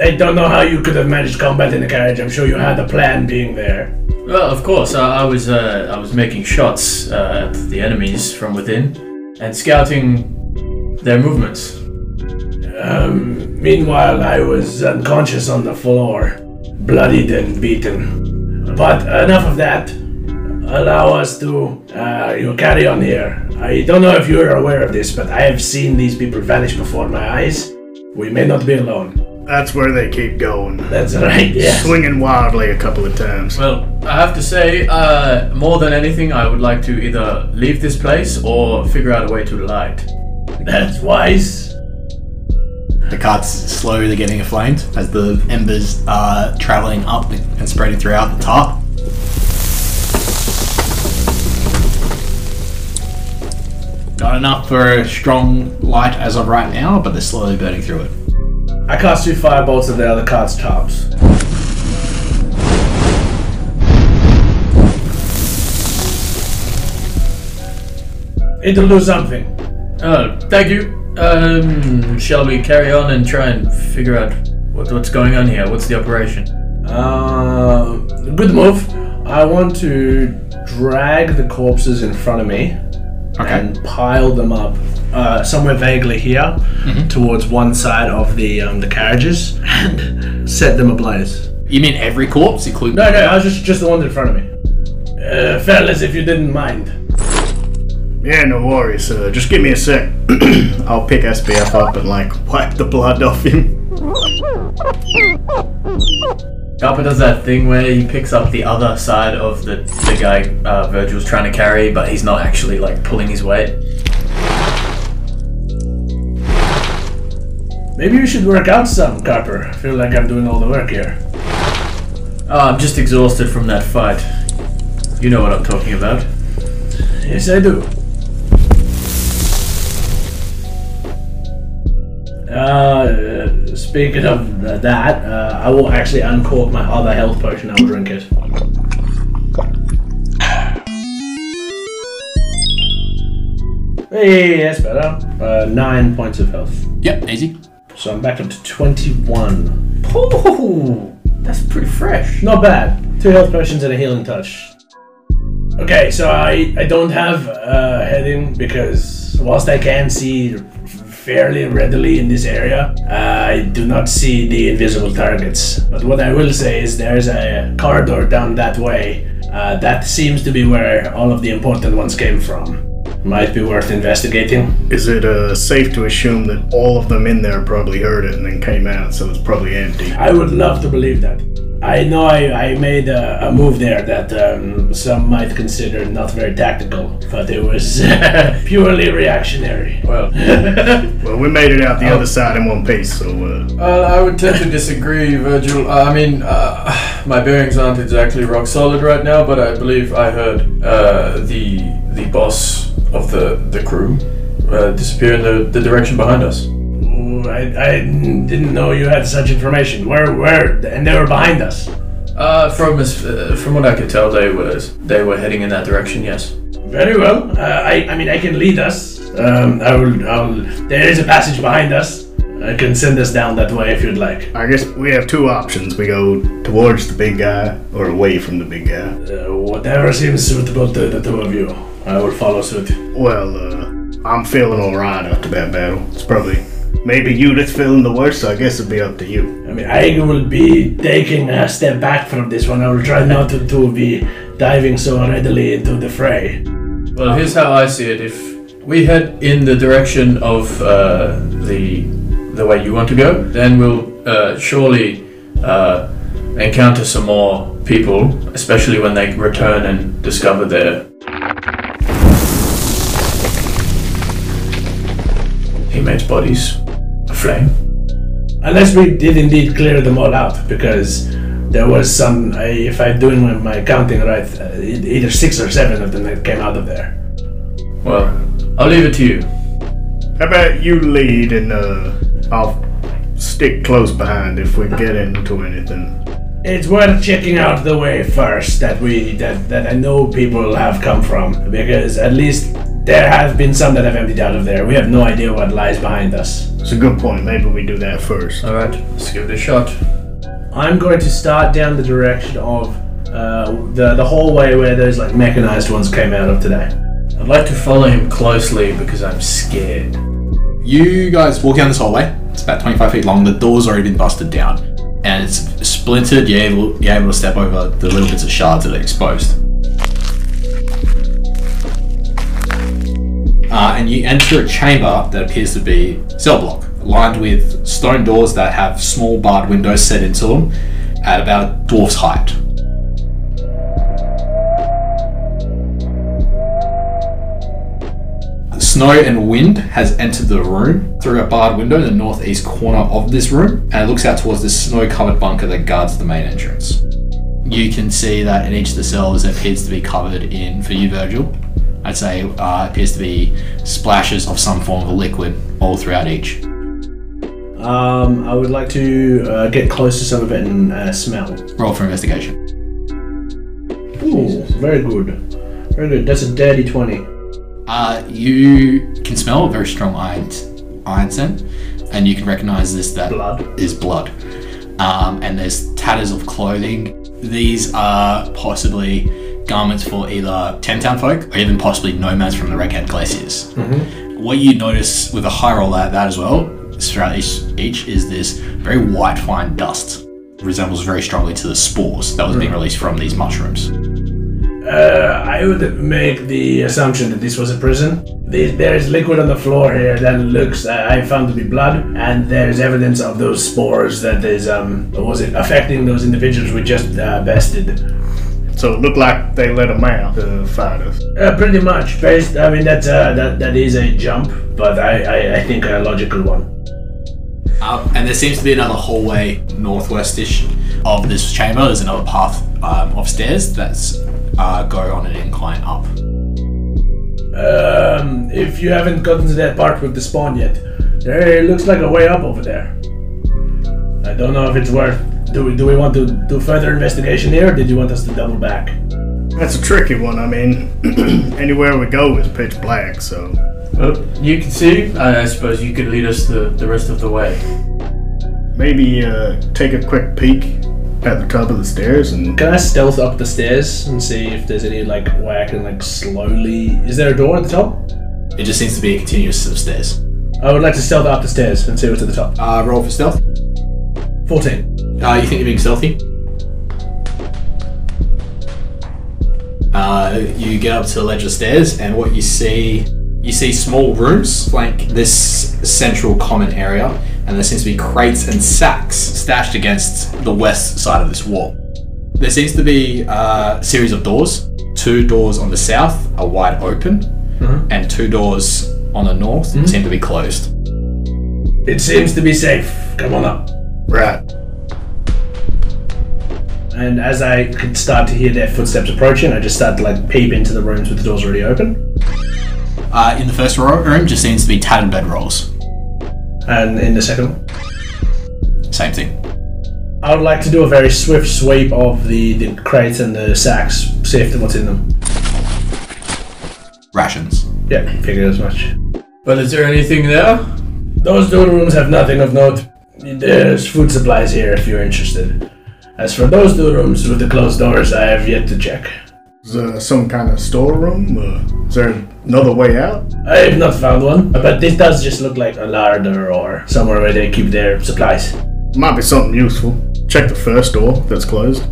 Speaker 2: I don't know how you could have managed combat in the carriage. I'm sure you had a plan being there.
Speaker 4: Well, of course, I, I was uh, I was making shots uh, at the enemies from within and scouting their movements.
Speaker 2: Um, meanwhile, I was unconscious on the floor, bloodied and beaten. But enough of that. Allow us to uh, you carry on here. I don't know if you're aware of this, but I have seen these people vanish before my eyes. We may not be alone.
Speaker 1: That's where they keep going,
Speaker 2: That's right. Yes.
Speaker 1: swinging wildly a couple of times.
Speaker 4: Well, I have to say, uh, more than anything, I would like to either leave this place or figure out a way to light.
Speaker 2: That's wise.
Speaker 3: The cart's slowly getting inflamed as the embers are traveling up and spreading throughout the top. Not enough for a strong light as of right now, but they're slowly burning through it.
Speaker 2: I cast two firebolts at the other cart's tops. It'll do something.
Speaker 4: Oh, thank you. Um, shall we carry on and try and figure out what, what's going on here? What's the operation?
Speaker 2: Uh, good move. I want to drag the corpses in front of me and pile them up uh, somewhere vaguely here, towards one side of the um, the carriages, and set them ablaze.
Speaker 3: You mean every corpse, including
Speaker 2: No, no, I was just just the ones in front of me. Uh, fellas, if you didn't mind.
Speaker 1: Yeah, no worries, sir. Just give me a sec. I'll pick SBF up and like wipe the blood off him.
Speaker 4: Garpa does that thing where he picks up the other side of the, the guy uh, Virgil's trying to carry, but he's not actually like pulling his weight.
Speaker 2: Maybe you should work out some, Carper. I feel like I'm doing all the work here.
Speaker 4: Oh, I'm just exhausted from that fight. You know what I'm talking about.
Speaker 2: Yes, I do. Uh, speaking of that, uh, I will actually uncork my other health potion. I will drink it. Hey, that's better. Uh, nine points of health.
Speaker 3: Yep, easy.
Speaker 2: So I'm back up to 21.
Speaker 4: Ooh, that's pretty fresh.
Speaker 2: Not bad. Two health potions and a healing touch. Okay, so I, I don't have uh, heading because whilst I can see f- fairly readily in this area. I do not see the invisible targets. But what I will say is there's a corridor down that way. Uh, that seems to be where all of the important ones came from. Might be worth investigating.
Speaker 1: Is it uh, safe to assume that all of them in there probably heard it and then came out, so it's probably empty?
Speaker 2: I would love to believe that. I know I, I made a, a move there that um, some might consider not very tactical, but it was purely reactionary.
Speaker 4: Well,
Speaker 1: Well, we made it out the other side in one piece, so uh,
Speaker 4: uh, I would tend to disagree, Virgil. Uh, I mean, uh, my bearings aren't exactly rock solid right now, but I believe I heard uh, the the boss of the the crew uh, disappear in the, the direction behind us.
Speaker 2: Ooh, I, I didn't know you had such information. Where, where? And they were behind us.
Speaker 4: Uh, from as, uh, from what I could tell, they were they were heading in that direction. Yes.
Speaker 2: Very well. Uh, I, I mean, I can lead us. Um, I will, I will. There is a passage behind us. I can send us down that way if you'd like.
Speaker 1: I guess we have two options. We go towards the big guy or away from the big guy.
Speaker 2: Uh, whatever seems suitable to the two of you, I will follow suit.
Speaker 1: Well, uh, I'm feeling alright after that battle. It's probably. Maybe you that's feeling the worst, so I guess it'd be up to you.
Speaker 2: I mean, I will be taking a step back from this one. I will try not to, to be diving so readily into the fray.
Speaker 4: Well, here's how I see it. If we head in the direction of uh, the the way you want to go, then we'll uh, surely uh, encounter some more people, especially when they return and discover their. Teammates' bodies aflame.
Speaker 2: Unless we did indeed clear them all out, because there was some, I, if I'm doing my- my counting right, uh, e- either six or seven of them that came out of there.
Speaker 4: Well, I'll leave it to you.
Speaker 1: How about you lead and uh, I'll stick close behind if we get into anything.
Speaker 2: It's worth checking out the way first that we that, that I know people have come from because at least there have been some that have emptied out of there. We have no idea what lies behind us.
Speaker 1: It's a good point. Maybe we do that first.
Speaker 4: All right, let's give it a shot.
Speaker 2: I'm going to start down the direction of uh, the the hallway where those like mechanized ones came out of today.
Speaker 4: I'd like to follow him closely because I'm scared.
Speaker 3: You guys walk down this hallway. It's about 25 feet long. The door's already been busted down. And it's splintered. You're able, you're able to step over the little bits of shards that are exposed. Uh, and you enter a chamber that appears to be cell block, lined with stone doors that have small barred windows set into them at about dwarf's height. Snow and wind has entered the room through a barred window in the northeast corner of this room, and it looks out towards this snow covered bunker that guards the main entrance. You can see that in each of the cells it appears to be covered in, for you, Virgil, I'd say uh, appears to be splashes of some form of liquid all throughout each.
Speaker 2: Um, I would like to uh, get close to some of it and uh, smell.
Speaker 3: Roll for investigation.
Speaker 2: Ooh, very good, very good. That's a dirty twenty.
Speaker 3: Uh, you can smell a very strong iron, iron scent, and you can recognize this that
Speaker 2: Blood.
Speaker 3: is blood. Um, and there's tatters of clothing. These are possibly garments for either ten town folk or even possibly nomads from the Redcat Glaciers. What you notice with a high roll at that as well, throughout each, each is this very white fine dust. Resembles very strongly to the spores that was being released from these mushrooms.
Speaker 2: Uh, I would make the assumption that this was a prison. The- There is liquid on the floor here that looks, uh, I found to be blood, and there is evidence of those spores that is, um, was it affecting those individuals we just uh, bested?
Speaker 1: So it looked like they let them out to fight us.
Speaker 2: Uh, pretty much. Based, I mean, that's, uh, that, that is a jump, but I, I, I think a logical one.
Speaker 3: Um, and there seems to be another hallway northwestish of this chamber. There's another path um, of stairs that's uh, go on an incline up.
Speaker 2: Um, if you haven't gotten to that part with the spawn yet, there looks like a way up over there. I don't know if it's worth. Do we, do we want to do further investigation here, or did you want us to double back?
Speaker 1: That's a tricky one. I mean, anywhere we go is pitch black, so
Speaker 4: Well, you can see.
Speaker 2: uh,
Speaker 4: I, I suppose you could lead us the, the rest of the way.
Speaker 1: maybe uh, take a quick peek at the top of the stairs and
Speaker 2: Can I stealth up the stairs and see if there's any like where I can like slowly? Is there a door at the top?
Speaker 3: It just seems to be a continuous set of stairs.
Speaker 2: I would like to stealth up the stairs and see what's at the top.
Speaker 12: Uh, roll for stealth.
Speaker 2: 14.
Speaker 12: Uh, you think you're being stealthy? Uh, you get up to the ledge of stairs, and what you see, you see small rooms like this central common area, and there seems to be crates and sacks stashed against the west side of this wall. There seems to be uh, a series of doors. Two doors on the south are wide open, and two doors on the north seem to be closed.
Speaker 2: It seems to be safe. Come on up.
Speaker 12: Right.
Speaker 2: And as I could start to hear their footsteps approaching, I just started to like peep into the rooms with the doors already open.
Speaker 3: Uh, in the first ro- room, just seems to be tattered bedrolls.
Speaker 2: And in the second one,
Speaker 3: Same thing.
Speaker 2: I would like to do a very swift sweep of the, the crates and the sacks, see if what's in them.
Speaker 3: Rations.
Speaker 2: Yeah, figured as much.
Speaker 4: But is there anything there?
Speaker 2: Those door rooms have nothing of note. There's food supplies here if you're interested. As for those two rooms with the closed doors, I have yet to check.
Speaker 1: Is there some kind of storeroom? Or is there another way out?
Speaker 2: I have not found one, but this does just look like a larder or somewhere where they keep their supplies.
Speaker 1: Might be something useful. Check the first door that's closed.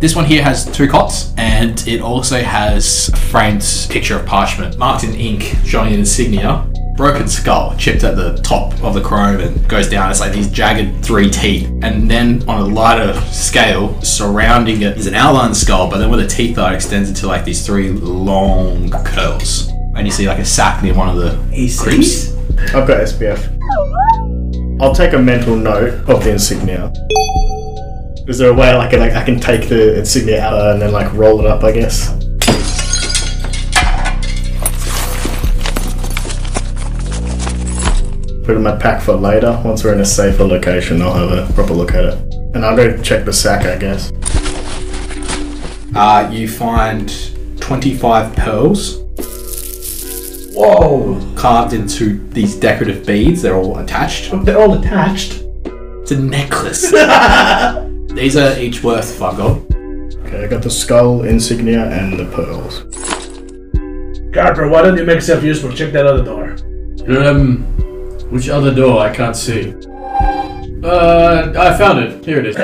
Speaker 3: This one here has two cots, and it also has a framed picture of parchment marked in ink, showing an insignia, broken skull chipped at the top of the chrome, and goes down. It's like these jagged three teeth, and then on a lighter scale, surrounding it is an outline skull, but then where the teeth are extends into like these three long curls, and you see like a sack near one of the creeps.
Speaker 1: I've got SPF. I'll take a mental note of the insignia. Is there a way like, I, like I can take the insignia out and then like roll it up? I guess. Put it in my pack for later. Once we're in a safer location, I'll have a proper look at it. And I'll go check the sack, I guess.
Speaker 3: Uh, you find 25 pearls. Whoa! Carved into these decorative beads. They're all attached.
Speaker 2: They're all attached.
Speaker 3: It's a necklace. these are each worth five gold.
Speaker 1: Okay, I got the skull, insignia, and the pearls.
Speaker 2: Carper, why don't you make yourself useful? Check that other door.
Speaker 13: Um, which other door? I can't see. Uh, I found it. Here it is.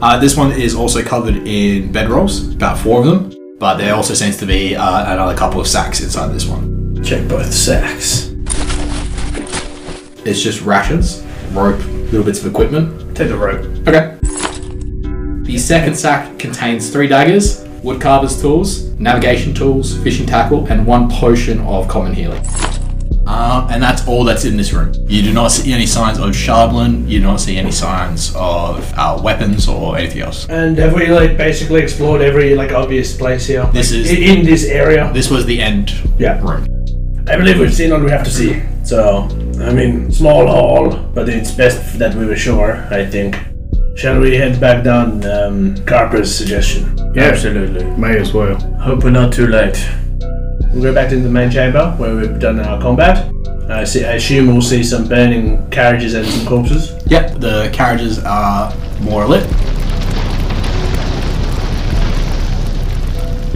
Speaker 3: Uh, this one is also covered in bedrolls, about four of them. But there also seems to be uh, another couple of sacks inside this one.
Speaker 2: Check both sacks.
Speaker 3: It's just rations, rope, little bits of equipment,
Speaker 2: Take the rope.
Speaker 3: Okay. The second sack contains three daggers, woodcarver's tools, navigation tools, fishing tackle, and one potion of common healing. Um, and that's all that's in this room. You do not see any signs of Shardlin, you do not see any signs of uh, weapons or anything else.
Speaker 2: And have we like basically explored every like obvious place here?
Speaker 3: This
Speaker 2: I-
Speaker 3: is-
Speaker 2: in this area.
Speaker 3: This was the end
Speaker 2: Yeah.
Speaker 3: room.
Speaker 2: I believe we've seen all we have to see. So, I mean, small hall, but it's best that we were sure, I think. Shall we head back down um, Carper's suggestion?
Speaker 1: Yeah,
Speaker 4: Absolutely.
Speaker 1: may as well.
Speaker 4: Hope we're not too late.
Speaker 2: We'll go back into the main chamber where we've done our combat. I, see, I assume we'll see some burning carriages and some corpses.
Speaker 3: Yep, the carriages are more lit.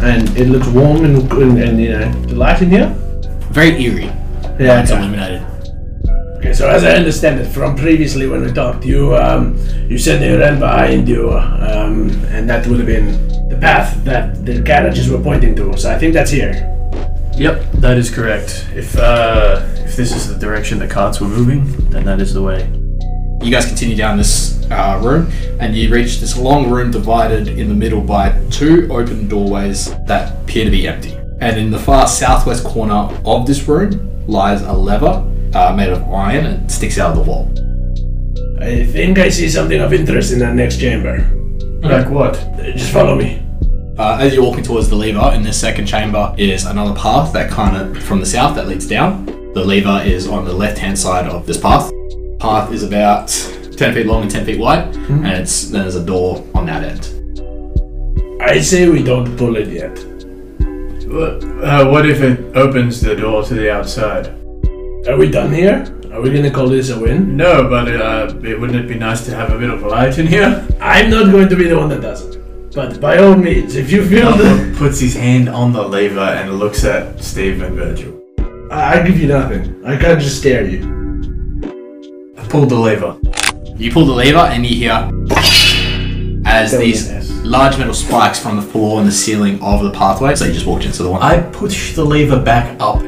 Speaker 2: And it looks warm and, and, and you know, the light in here?
Speaker 3: Very eerie.
Speaker 2: Yeah,
Speaker 3: It's
Speaker 2: okay.
Speaker 3: illuminated.
Speaker 2: Okay, so as I understand it from previously when we talked, you um, you said they ran behind you, um, and that would have been the path that the carriages were pointing to. So I think that's here.
Speaker 4: Yep, that is correct. If uh, if this is the direction the carts were moving, then that is the way.
Speaker 3: You guys continue down this uh, room, and you reach this long room divided in the middle by two open doorways that appear to be empty. And in the far southwest corner of this room lies a lever uh, made of iron and sticks out of the wall.
Speaker 2: I think I see something of interest in that next chamber.
Speaker 4: Hmm. Like what?
Speaker 2: Uh, Just follow me.
Speaker 3: Uh, as you're walking towards the lever, in this second chamber is another path that kind of from the south that leads down. The lever is on the left hand side of this path. Path is about 10 feet long and 10 feet wide, and it's, then there's a door on that end.
Speaker 2: I say we don't pull it yet.
Speaker 4: Uh, what if it opens the door to the outside?
Speaker 2: Are we done here? Are we gonna call this a win?
Speaker 4: No, but uh, it, wouldn't it be nice to have a bit of light in here?
Speaker 2: I'm not going to be the one that does it. But by all means, if you feel that
Speaker 4: Alpha puts his hand on the lever and looks at Steve and Virgil.
Speaker 2: I I give you nothing. I can't just stare at you.
Speaker 4: I pulled the lever.
Speaker 3: You pull the lever and you hear as these large metal spikes from the floor and the ceiling of the pathway. So you just walked into the one.
Speaker 4: I push the lever back up.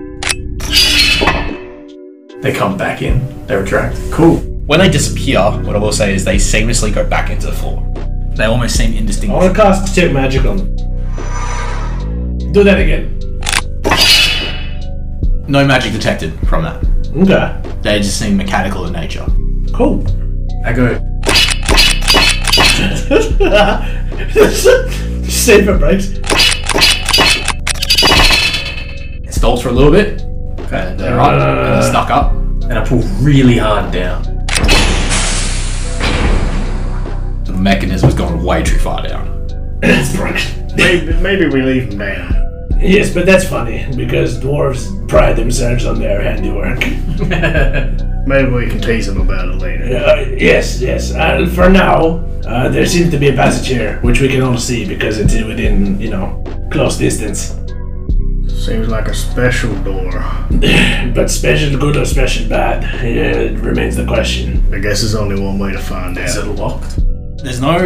Speaker 4: They come back in. They retract. Cool.
Speaker 3: When they disappear, what I will say is they seamlessly go back into the floor. They almost seem
Speaker 2: I
Speaker 3: indistinct.
Speaker 2: want to cast detect magic on them. Do that again.
Speaker 3: No magic detected from that.
Speaker 2: Okay.
Speaker 3: They just seem mechanical in nature.
Speaker 2: Cool.
Speaker 4: I go.
Speaker 2: Save for breaks.
Speaker 3: It stalls for a little bit. And they're up. and they're stuck up.
Speaker 4: And I pull really hard down.
Speaker 3: The mechanism's gone way too far down.
Speaker 1: Maybe, maybe we leave man.
Speaker 2: Yes, but that's funny because dwarves pride themselves on their handiwork.
Speaker 1: Maybe we can tease him about it later.
Speaker 2: Uh, yes, yes. Uh, for now, uh, there seems to be a passage here, which we can all see because it's within, you know, close distance.
Speaker 1: Seems like a special door.
Speaker 2: But special good or special bad uh, remains the question.
Speaker 1: I guess there's only one way to find out.
Speaker 4: Is it locked?
Speaker 3: There's no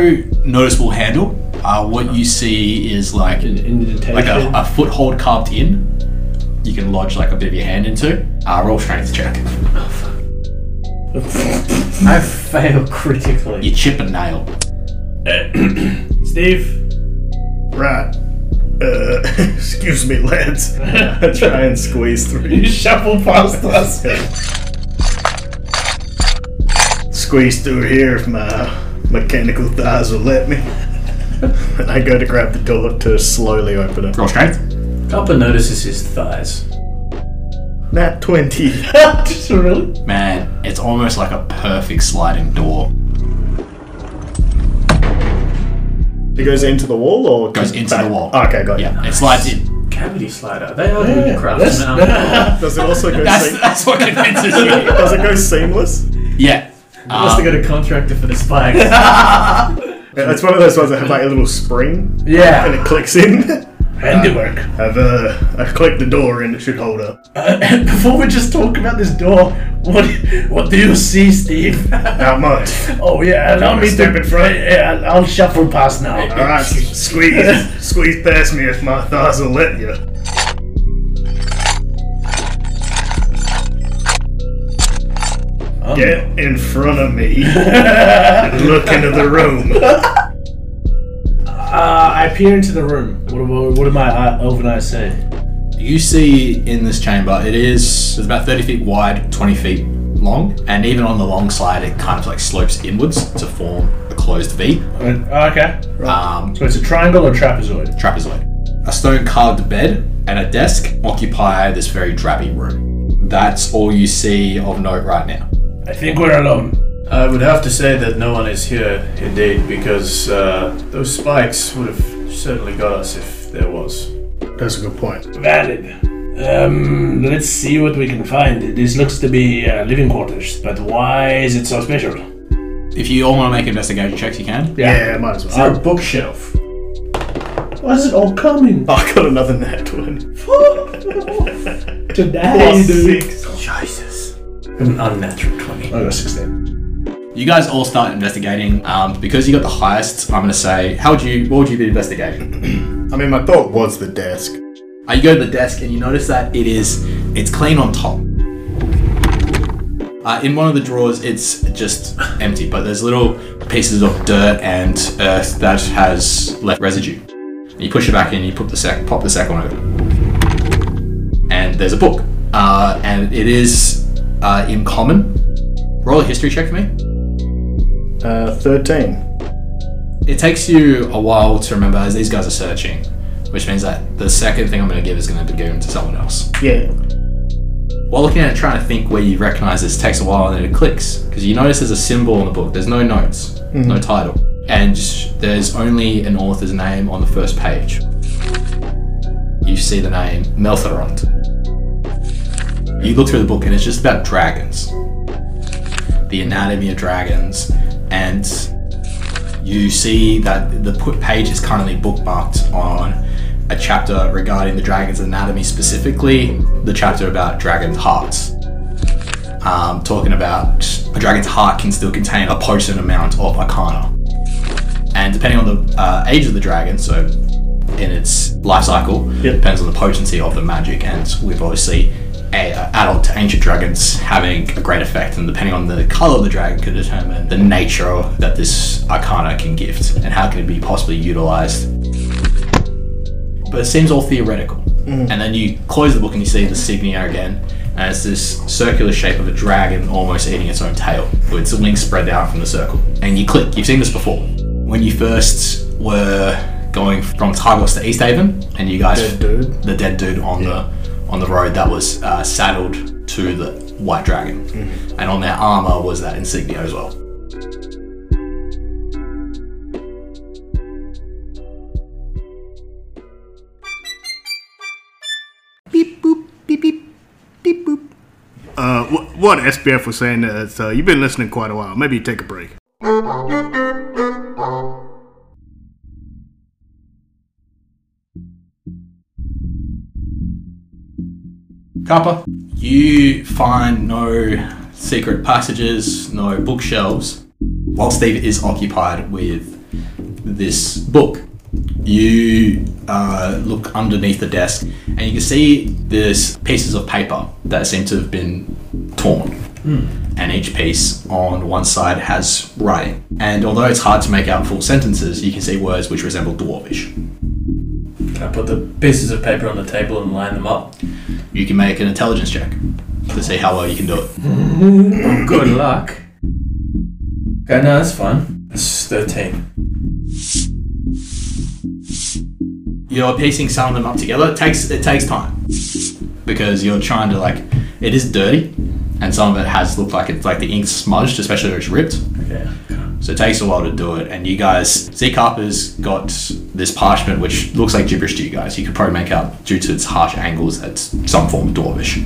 Speaker 3: noticeable handle. Uh, what you see is like like a, a foothold carved in. You can lodge like a bit of your hand into. Uh, roll strength check.
Speaker 4: I fail critically.
Speaker 3: You chip a nail.
Speaker 2: Steve,
Speaker 1: Right. Uh, excuse me, lads. I try and squeeze through. You shuffle past us. squeeze through here if my mechanical thighs will let me. And I go to grab the door to slowly open it.
Speaker 3: Roll strength.
Speaker 4: Copper notices his thighs.
Speaker 1: Nat 20.
Speaker 3: Man, it's almost like a perfect sliding door.
Speaker 1: It goes into the wall or
Speaker 3: Goes into the wall.
Speaker 1: Okay, got you.
Speaker 3: Yeah, it slides in.
Speaker 4: Cavity slider. They are yeah, crafts now.
Speaker 1: Does it also go?
Speaker 3: That's
Speaker 1: seam-
Speaker 3: that's what convinces me.
Speaker 1: does it go seamless?
Speaker 3: Yeah.
Speaker 4: Must have
Speaker 3: Um,
Speaker 4: got a contractor for the spikes.
Speaker 1: Yeah, it's one of those ones that have like a little spring.
Speaker 2: Yeah.
Speaker 1: And it clicks in.
Speaker 2: handiwork.
Speaker 1: I've uh, I've clicked the door and it should hold up.
Speaker 2: Uh, before we just talk about this door, what what do you see, Steve?
Speaker 1: Not much.
Speaker 2: oh yeah, allow me
Speaker 1: Step
Speaker 2: to.
Speaker 1: in front.
Speaker 2: Yeah, I'll I'll shuffle past now.
Speaker 1: Alright, squeeze, squeeze past me if my thighs will let you. Get in front of me. and Look into the room.
Speaker 2: Uh, I peer into the room. What, what, what do my eye, open eyes say?
Speaker 3: you see in this chamber, it is it's about 30 feet wide, 20 feet long, and even on the long side, it kind of like slopes inwards to form a closed V.
Speaker 2: Uh, okay.
Speaker 3: Um,
Speaker 2: So it's a triangle or trapezoid?
Speaker 3: trapezoid. A stone carved bed and a desk occupy this very drabby room. That's all you see of note right now.
Speaker 2: I think we're alone.
Speaker 4: I would have to say that no one is here, indeed, because uh, those spikes would have certainly got us if there was.
Speaker 1: That's a good point.
Speaker 2: Valid. Um, let's see what we can find. This looks to be uh, living quarters, but why is it so special?
Speaker 3: If you all want to make investigation checks, you can.
Speaker 1: Yeah, might as well.
Speaker 4: A bookshelf.
Speaker 2: Why is it all coming?
Speaker 1: I, I got another nat 20.
Speaker 2: Today,
Speaker 4: Jesus. An unnatural 20.
Speaker 2: I got 16.
Speaker 3: You guys all start investigating. Um, because you got the highest, I'm going to say, how would you, what would you be investigating?
Speaker 1: I mean, my thought was the desk.
Speaker 3: Uh, you go to the desk and you notice that it is, it's clean on top. Uh, in one of the drawers, it's just empty, but there's little pieces of dirt and earth that has left residue. And you push it back in, you put the sec, pop the second one open, and there's a book. Uh, and it is uh, in common. Roll a history check for me.
Speaker 1: Uh, 13.
Speaker 3: It takes you a while to remember as these guys are searching, which means that the second thing I'm going to give is going to be given to someone else.
Speaker 1: Yeah.
Speaker 3: While looking at it, trying to think where you recognize this takes a while and then it clicks because you notice there's a symbol on the book. There's no notes, no title, and there's only an author's name on the first page. You see the name Meltharond. You look through the book and it's just about dragons, the anatomy of dragons, and you see that the put page is currently bookmarked on a chapter regarding the dragon's anatomy, specifically the chapter about dragon's hearts. Um, talking about a dragon's heart can still contain a potent amount of arcana. And depending on the uh, age of the dragon, so in its life cycle, depends on the potency of the magic. And we've obviously a, uh, adult to ancient dragons having a great effect, and depending on the color of the dragon, could determine the nature that this arcana can gift and how can it be possibly utilized. But it seems all theoretical. And then you close the book and you see the signia again, and it's this circular shape of a dragon almost eating its own tail, with its wings spread out from the circle. And you click. You've seen this before. When you first were going from Tigos to East Haven, and you guys
Speaker 1: dude.
Speaker 3: the dead dude on the on the road that was uh, saddled to the white dragon, and on their armor was that insignia as well.
Speaker 1: Uh, wh- what SBF was saying is uh, you've been listening quite a while. Maybe you take a break.
Speaker 3: Kappa, you find no secret passages, no bookshelves. While Steve is occupied with this book, you uh, look underneath the desk and you can see there's pieces of paper that seem to have been torn. And each piece on one side has writing. And although it's hard to make out full sentences, you can see words which resemble Dwarvish.
Speaker 4: Can I put the pieces of paper on the table and line them up?
Speaker 3: You can make an intelligence check to see how well you can do it.
Speaker 4: Good luck. Okay, no, that's fine. It's 13.
Speaker 3: you're piecing some of them up together. It takes it takes time because you're trying to like it is dirty, and some of it has looked like it's like the ink's smudged, especially if it's ripped.
Speaker 4: Okay.
Speaker 3: So it takes a while to do it. And you guys, Z Carper's got this parchment which looks like gibberish to you guys. You could probably make out due to its harsh angles that it's some form of dwarvish.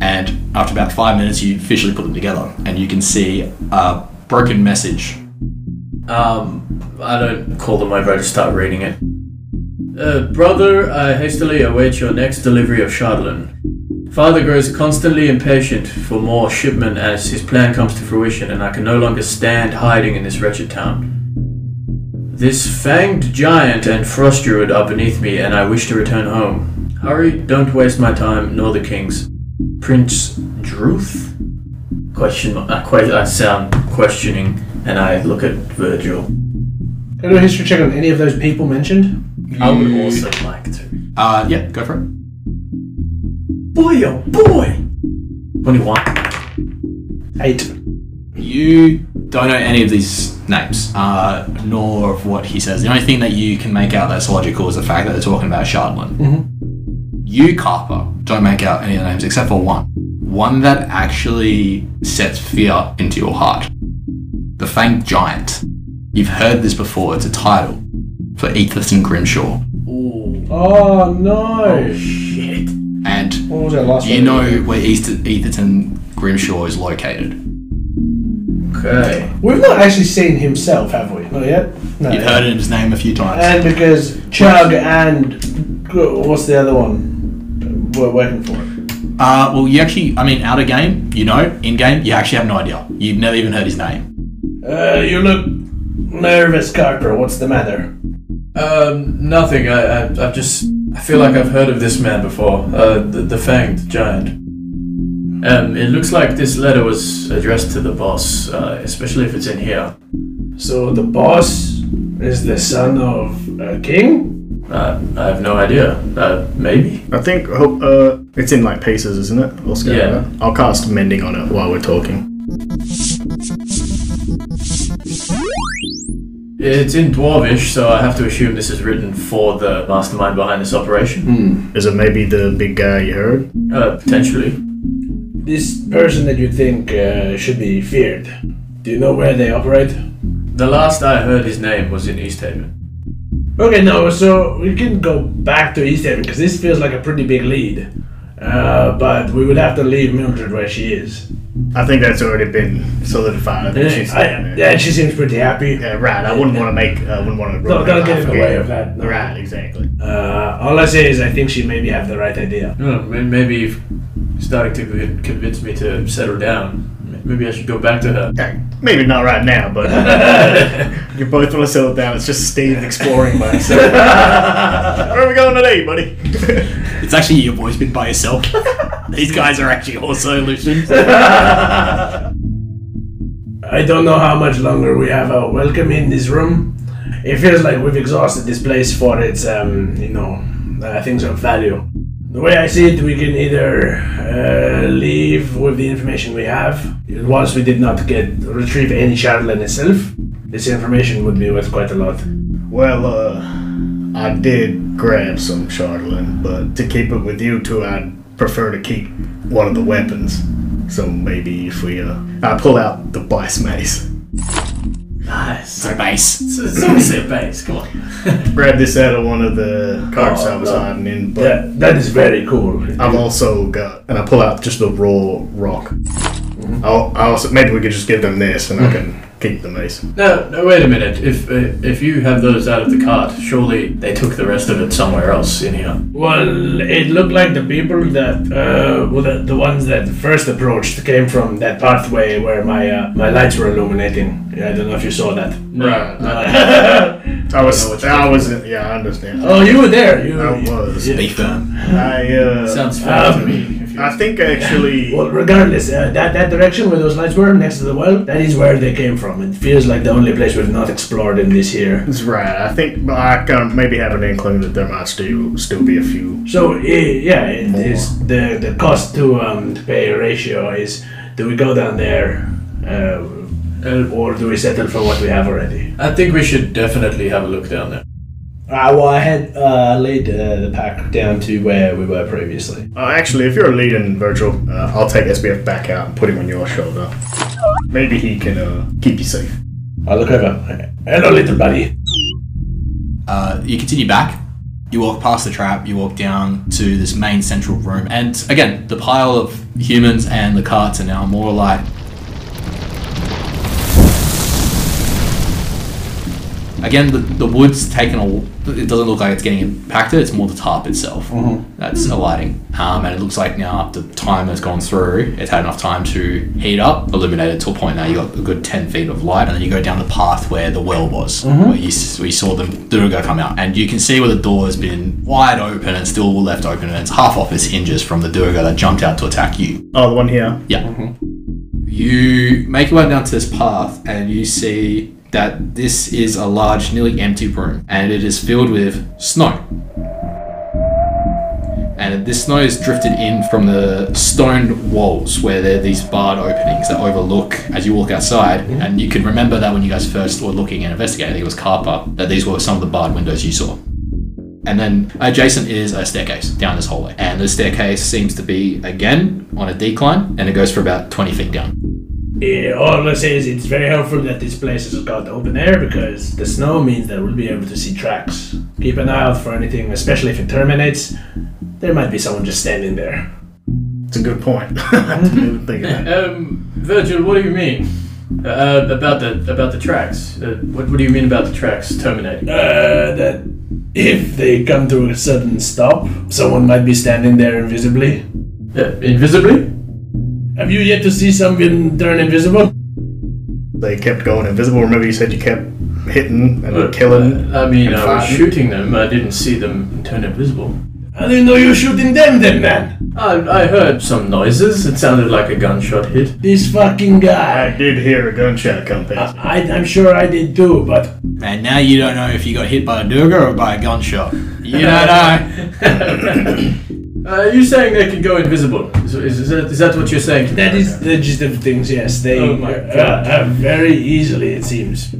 Speaker 3: And after about five minutes, you officially put them together, and you can see a broken message
Speaker 4: Um, I don't call them over, I just start reading it.
Speaker 13: Uh, brother, I hastily await your next delivery of Shardlin. Father grows constantly impatient for more shipment as his plan comes to fruition, and I can no longer stand hiding in this wretched town. This fanged giant and Frostruid are beneath me, and I wish to return home. Hurry, don't waste my time, nor the king's. Prince Druth? uh,
Speaker 4: Question, I, que- I sound questioning, and I look at Virgil.
Speaker 2: Can I do a history check on any of those people mentioned?
Speaker 4: I would also like to.
Speaker 3: Uh, yeah, go for it.
Speaker 4: Boy, oh boy! 21.
Speaker 2: Eight.
Speaker 3: You don't know any of these names, uh, nor of what he says. The only thing that you can make out that's logical is the fact that they're talking about Shardlin. You, Carper, don't make out any of the names except for one. One that actually sets fear into your heart. The Fanged Giant. You've heard this before, it's a title for Etherton Grimshaw.
Speaker 2: Oh no!
Speaker 4: Shit.
Speaker 3: And
Speaker 2: What was that last
Speaker 3: you
Speaker 2: one?
Speaker 3: know where East- Etherton Grimshaw is located.
Speaker 4: Okay.
Speaker 2: We've not actually seen himself, have we? Not yet. No.
Speaker 3: You've heard his name a few times.
Speaker 2: And because Chug and what's the other one? We're waiting for it.
Speaker 3: Uh, well, you actually, I mean, out of game, you know, in game, you actually have no idea. You've never even heard his name.
Speaker 2: Uh, you look nervous, Carper. What's the matter?
Speaker 4: Um, nothing. I, I, I've just. I feel like I've heard of this man before. Uh, the, the fanged giant. Um, it looks like this letter was addressed to the boss, uh, especially if it's in here.
Speaker 2: So the boss is the son of a king.
Speaker 4: Uh, I have no idea. Uh, maybe?
Speaker 1: I think uh, it's in like paces, isn't it? Or scale,
Speaker 4: Yeah.
Speaker 1: right? I'll cast mending on it while we're talking.
Speaker 4: It's in Dwarvish, so I have to assume this is written for the mastermind behind this operation.
Speaker 1: Is it maybe the big guy you heard?
Speaker 4: Uh, potentially.
Speaker 2: This person that you think uh, should be feared. Do you know where they operate?
Speaker 4: The last I heard his name was in East Haven.
Speaker 2: Okay, no. So we can go back to East Haven because this feels like a pretty big lead. Uh, but we would have to leave Mildred where she is.
Speaker 1: I think that's already been solidified. I think she's
Speaker 2: I, yeah, she seems pretty happy.
Speaker 1: Yeah, right. I wouldn't want to make. I wouldn't want to.
Speaker 2: Don't- don't get in the way of that, no.
Speaker 1: Right. Exactly.
Speaker 2: Uh, all I say is I think she maybe have the right idea.
Speaker 13: No, Oh, may- maybe you've starting to conv- convince me to settle down. M- Maybe I should go back to her.
Speaker 1: Okay, Maybe not right now, but you both want to settle down. It's just Steve exploring by himself. Where are we going today, buddy?
Speaker 3: It's actually your boy's been by yourself. These guys are actually also Lucians.
Speaker 2: I don't know how much longer we have our welcome in this room. It feels like we've exhausted this place for its, um, you know, uh, things of value. The way I see it, we can either uh, leave with the information we have. Once we did not get retrieve any charlatan itself, this information would be worth quite a lot.
Speaker 1: well, uh, I did grab some Charlene, but to keep it with you two, I'd prefer to keep one of the weapons. So maybe if we, uh, I pull out the bice mace,
Speaker 3: So base.
Speaker 13: Somebody say base, come on. Oh,
Speaker 1: grab this out of one of the carts I was hiding in, but
Speaker 2: Yeah, that is very cool.
Speaker 1: I've also got, and I pull out just the raw rock.
Speaker 13: Mm-hmm.
Speaker 1: I'll, I also maybe we could just give them this, and I can keep the mace.
Speaker 13: No, no, wait a minute. If uh, if you have those out of the cart, surely they took the rest of it somewhere else in here.
Speaker 2: Well, it looked like the people that, uh, well, the, the ones that first approached came from that pathway where my uh, my lights were illuminating. Yeah, I don't know if you saw that.
Speaker 13: No,
Speaker 1: I was, I was, in, yeah, I understand.
Speaker 2: Oh, you were there. You
Speaker 1: I was.
Speaker 3: Be firm.
Speaker 1: I, uh,
Speaker 13: sounds fair to
Speaker 2: Um,
Speaker 13: me. If you,
Speaker 1: I think actually,
Speaker 2: Well, regardless, uh, that that direction where those lights were next to the well, that is where they came from. It feels like the only place we've not explored in this here.
Speaker 1: that's right. I think but I can maybe have an inkling that there might still still be a few.
Speaker 2: So eh, yeah, it is the the cost to um to pay ratio is do we go down there, uh, or do we settle for what we have already?
Speaker 13: I think we should definitely have a look down there.
Speaker 2: Uh, well, I had uh, laid uh, the pack down to where we were previously.
Speaker 1: Uh, actually, if you're leading Virgil, uh, I'll take SBF back out and put him on your shoulder. Maybe he can uh, keep you safe.
Speaker 2: I look over. Hello, little buddy.
Speaker 3: Uh, you continue back. You walk past the trap. You walk down to this main central room, and again, the pile of humans and the carts are now more alight. Again, the, the wood's taken a. It doesn't look like it's getting impacted. It's more the tarp itself that's alighting, um, and it looks like now after the time has gone through, it's had enough time to heat up, illuminate it to a point now you got a good ten feet of light, and then you go down the path where the well was, where you s- we saw the Duruga come out, and you can see where the door has been wide open and still left open, and it's half off its hinges from the Duruga that jumped out to attack you.
Speaker 1: Oh, the one here.
Speaker 3: Yeah. You make your way down to this path and you see that this is a large, nearly empty room and it is filled with snow. And this snow is drifted in from the stone walls where there are these barred openings that overlook as you walk outside. And you can remember that when you guys first were looking and investigating, I think it was Carpa, that these were some of the barred windows you saw. And then adjacent is a staircase down this hallway. And the staircase seems to be, again, on a decline and it goes for about 20 feet down.
Speaker 2: Yeah, all I say is it's very helpful that this place has got open air because the snow means that we'll be able to see tracks. Keep an eye out for anything, especially if it terminates. There might be someone just standing there.
Speaker 1: It's a good point. I didn't even think of that.
Speaker 13: Um, Virgil, what do you mean uh, about the about the tracks? Uh, what, what do you mean about the tracks terminating?
Speaker 2: Uh, that if they come to a sudden stop, someone might be standing there invisibly.
Speaker 13: Uh, invisibly?
Speaker 2: Have you yet to see someone turn invisible?
Speaker 1: They kept going invisible. Remember, you said you kept hitting and
Speaker 13: Uh,
Speaker 1: killing.
Speaker 13: I mean,
Speaker 1: and
Speaker 13: I was
Speaker 1: fighting.
Speaker 13: shooting them. I didn't see them turn invisible.
Speaker 2: How do you know you're shooting them then, man?
Speaker 13: I, I heard some noises. It sounded like a gunshot hit.
Speaker 2: This fucking
Speaker 1: I
Speaker 2: guy.
Speaker 1: did hear a gunshot come past.
Speaker 2: I, I'm sure I did too, but
Speaker 3: And now you don't know if you got hit by a Durga or by a gunshot. You don't know.
Speaker 13: Uh, are you saying they can go invisible? Is, is, is, that, is that what you're saying? to me?
Speaker 2: That is the gist of things, yes. They
Speaker 13: Oh my
Speaker 2: uh,
Speaker 13: God.
Speaker 2: uh, very easily, it seems.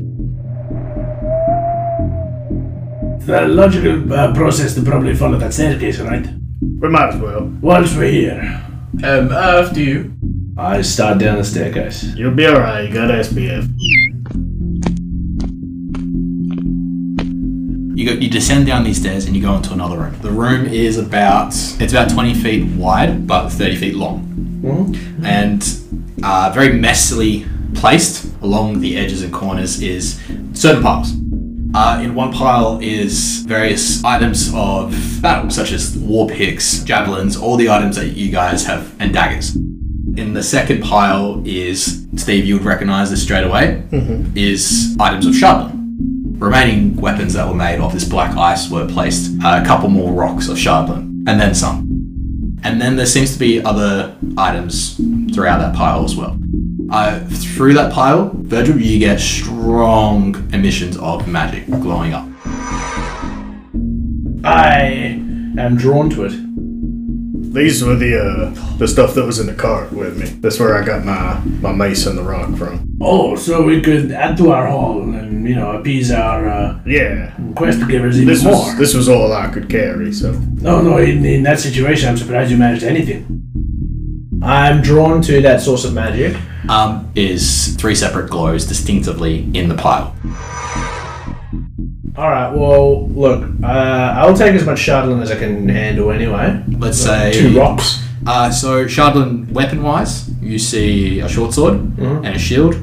Speaker 2: The logical uh, process to probably follow that staircase, right?
Speaker 1: We might as well.
Speaker 2: Once we're here.
Speaker 13: Um, after you.
Speaker 2: I start down the staircase.
Speaker 1: You'll be alright. You got SBF.
Speaker 3: You, go, you descend down these stairs and you go into another room. The room is about it's about 20 feet wide but 30 feet long. And uh, very messily placed along the edges and corners is certain piles. Uh, in one pile is various items of battle, such as war picks, javelins, all the items that you guys have, and daggers. In the second pile is Steve. You would recognize this straight away. Is items of sharpness remaining weapons that were made of this black ice were placed uh, a couple more rocks of shardlin and then some and then there seems to be other items throughout that pile as well uh, through that pile virgil you get strong emissions of magic glowing up
Speaker 2: I am drawn to it.
Speaker 1: These were the uh, the stuff that was in the cart with me. That's where I got my my mace and the rock from.
Speaker 2: Oh, so we could add to our haul and, you know, appease our uh,
Speaker 1: Yeah,
Speaker 2: quest givers even
Speaker 1: this
Speaker 2: more.
Speaker 1: was this was all I could carry. So
Speaker 2: No, no, in, in that situation, I'm surprised you managed anything. I'm drawn to that source of magic.
Speaker 3: um, is three separate glows distinctively in the pile
Speaker 2: Alright, well, look, uh, I'll take as much Shardlin as I can handle anyway.
Speaker 3: let's say
Speaker 2: Two rocks.
Speaker 3: Uh, so, Shardlin, weapon wise, you see a short sword and a shield,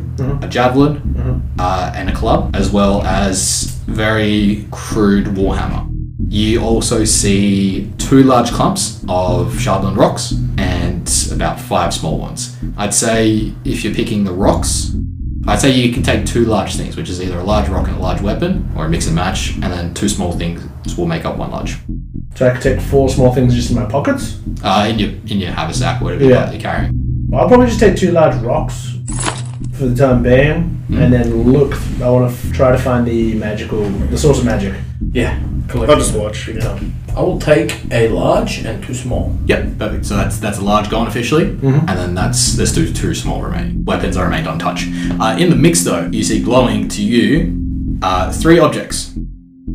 Speaker 3: a javelin, uh, and a club, as well as very crude warhammer. You also see two large clumps of Shardlin rocks and about five small ones. I'd say if you're picking the rocks, I'd say you can take two large things, which is either a large rock and a large weapon, or a mix and match, and then two small things will make up one large.
Speaker 2: So I can take four small things just in my pockets.
Speaker 3: Uh, in your in your haversack, whatever
Speaker 2: Yeah.
Speaker 3: you're carrying.
Speaker 2: Well, I'll probably just take two large rocks for the time being, and then look. I want to f- try to find the magical, the source of magic.
Speaker 4: Yeah.
Speaker 1: I'll just watch. Yeah.
Speaker 4: I will take a large and two small.
Speaker 3: Yep, perfect. So that's that's a large gone officially, and then that's there's two two small remaining. Weapons are remained untouched. Uh, in the mix, though, you see glowing to you uh, three objects.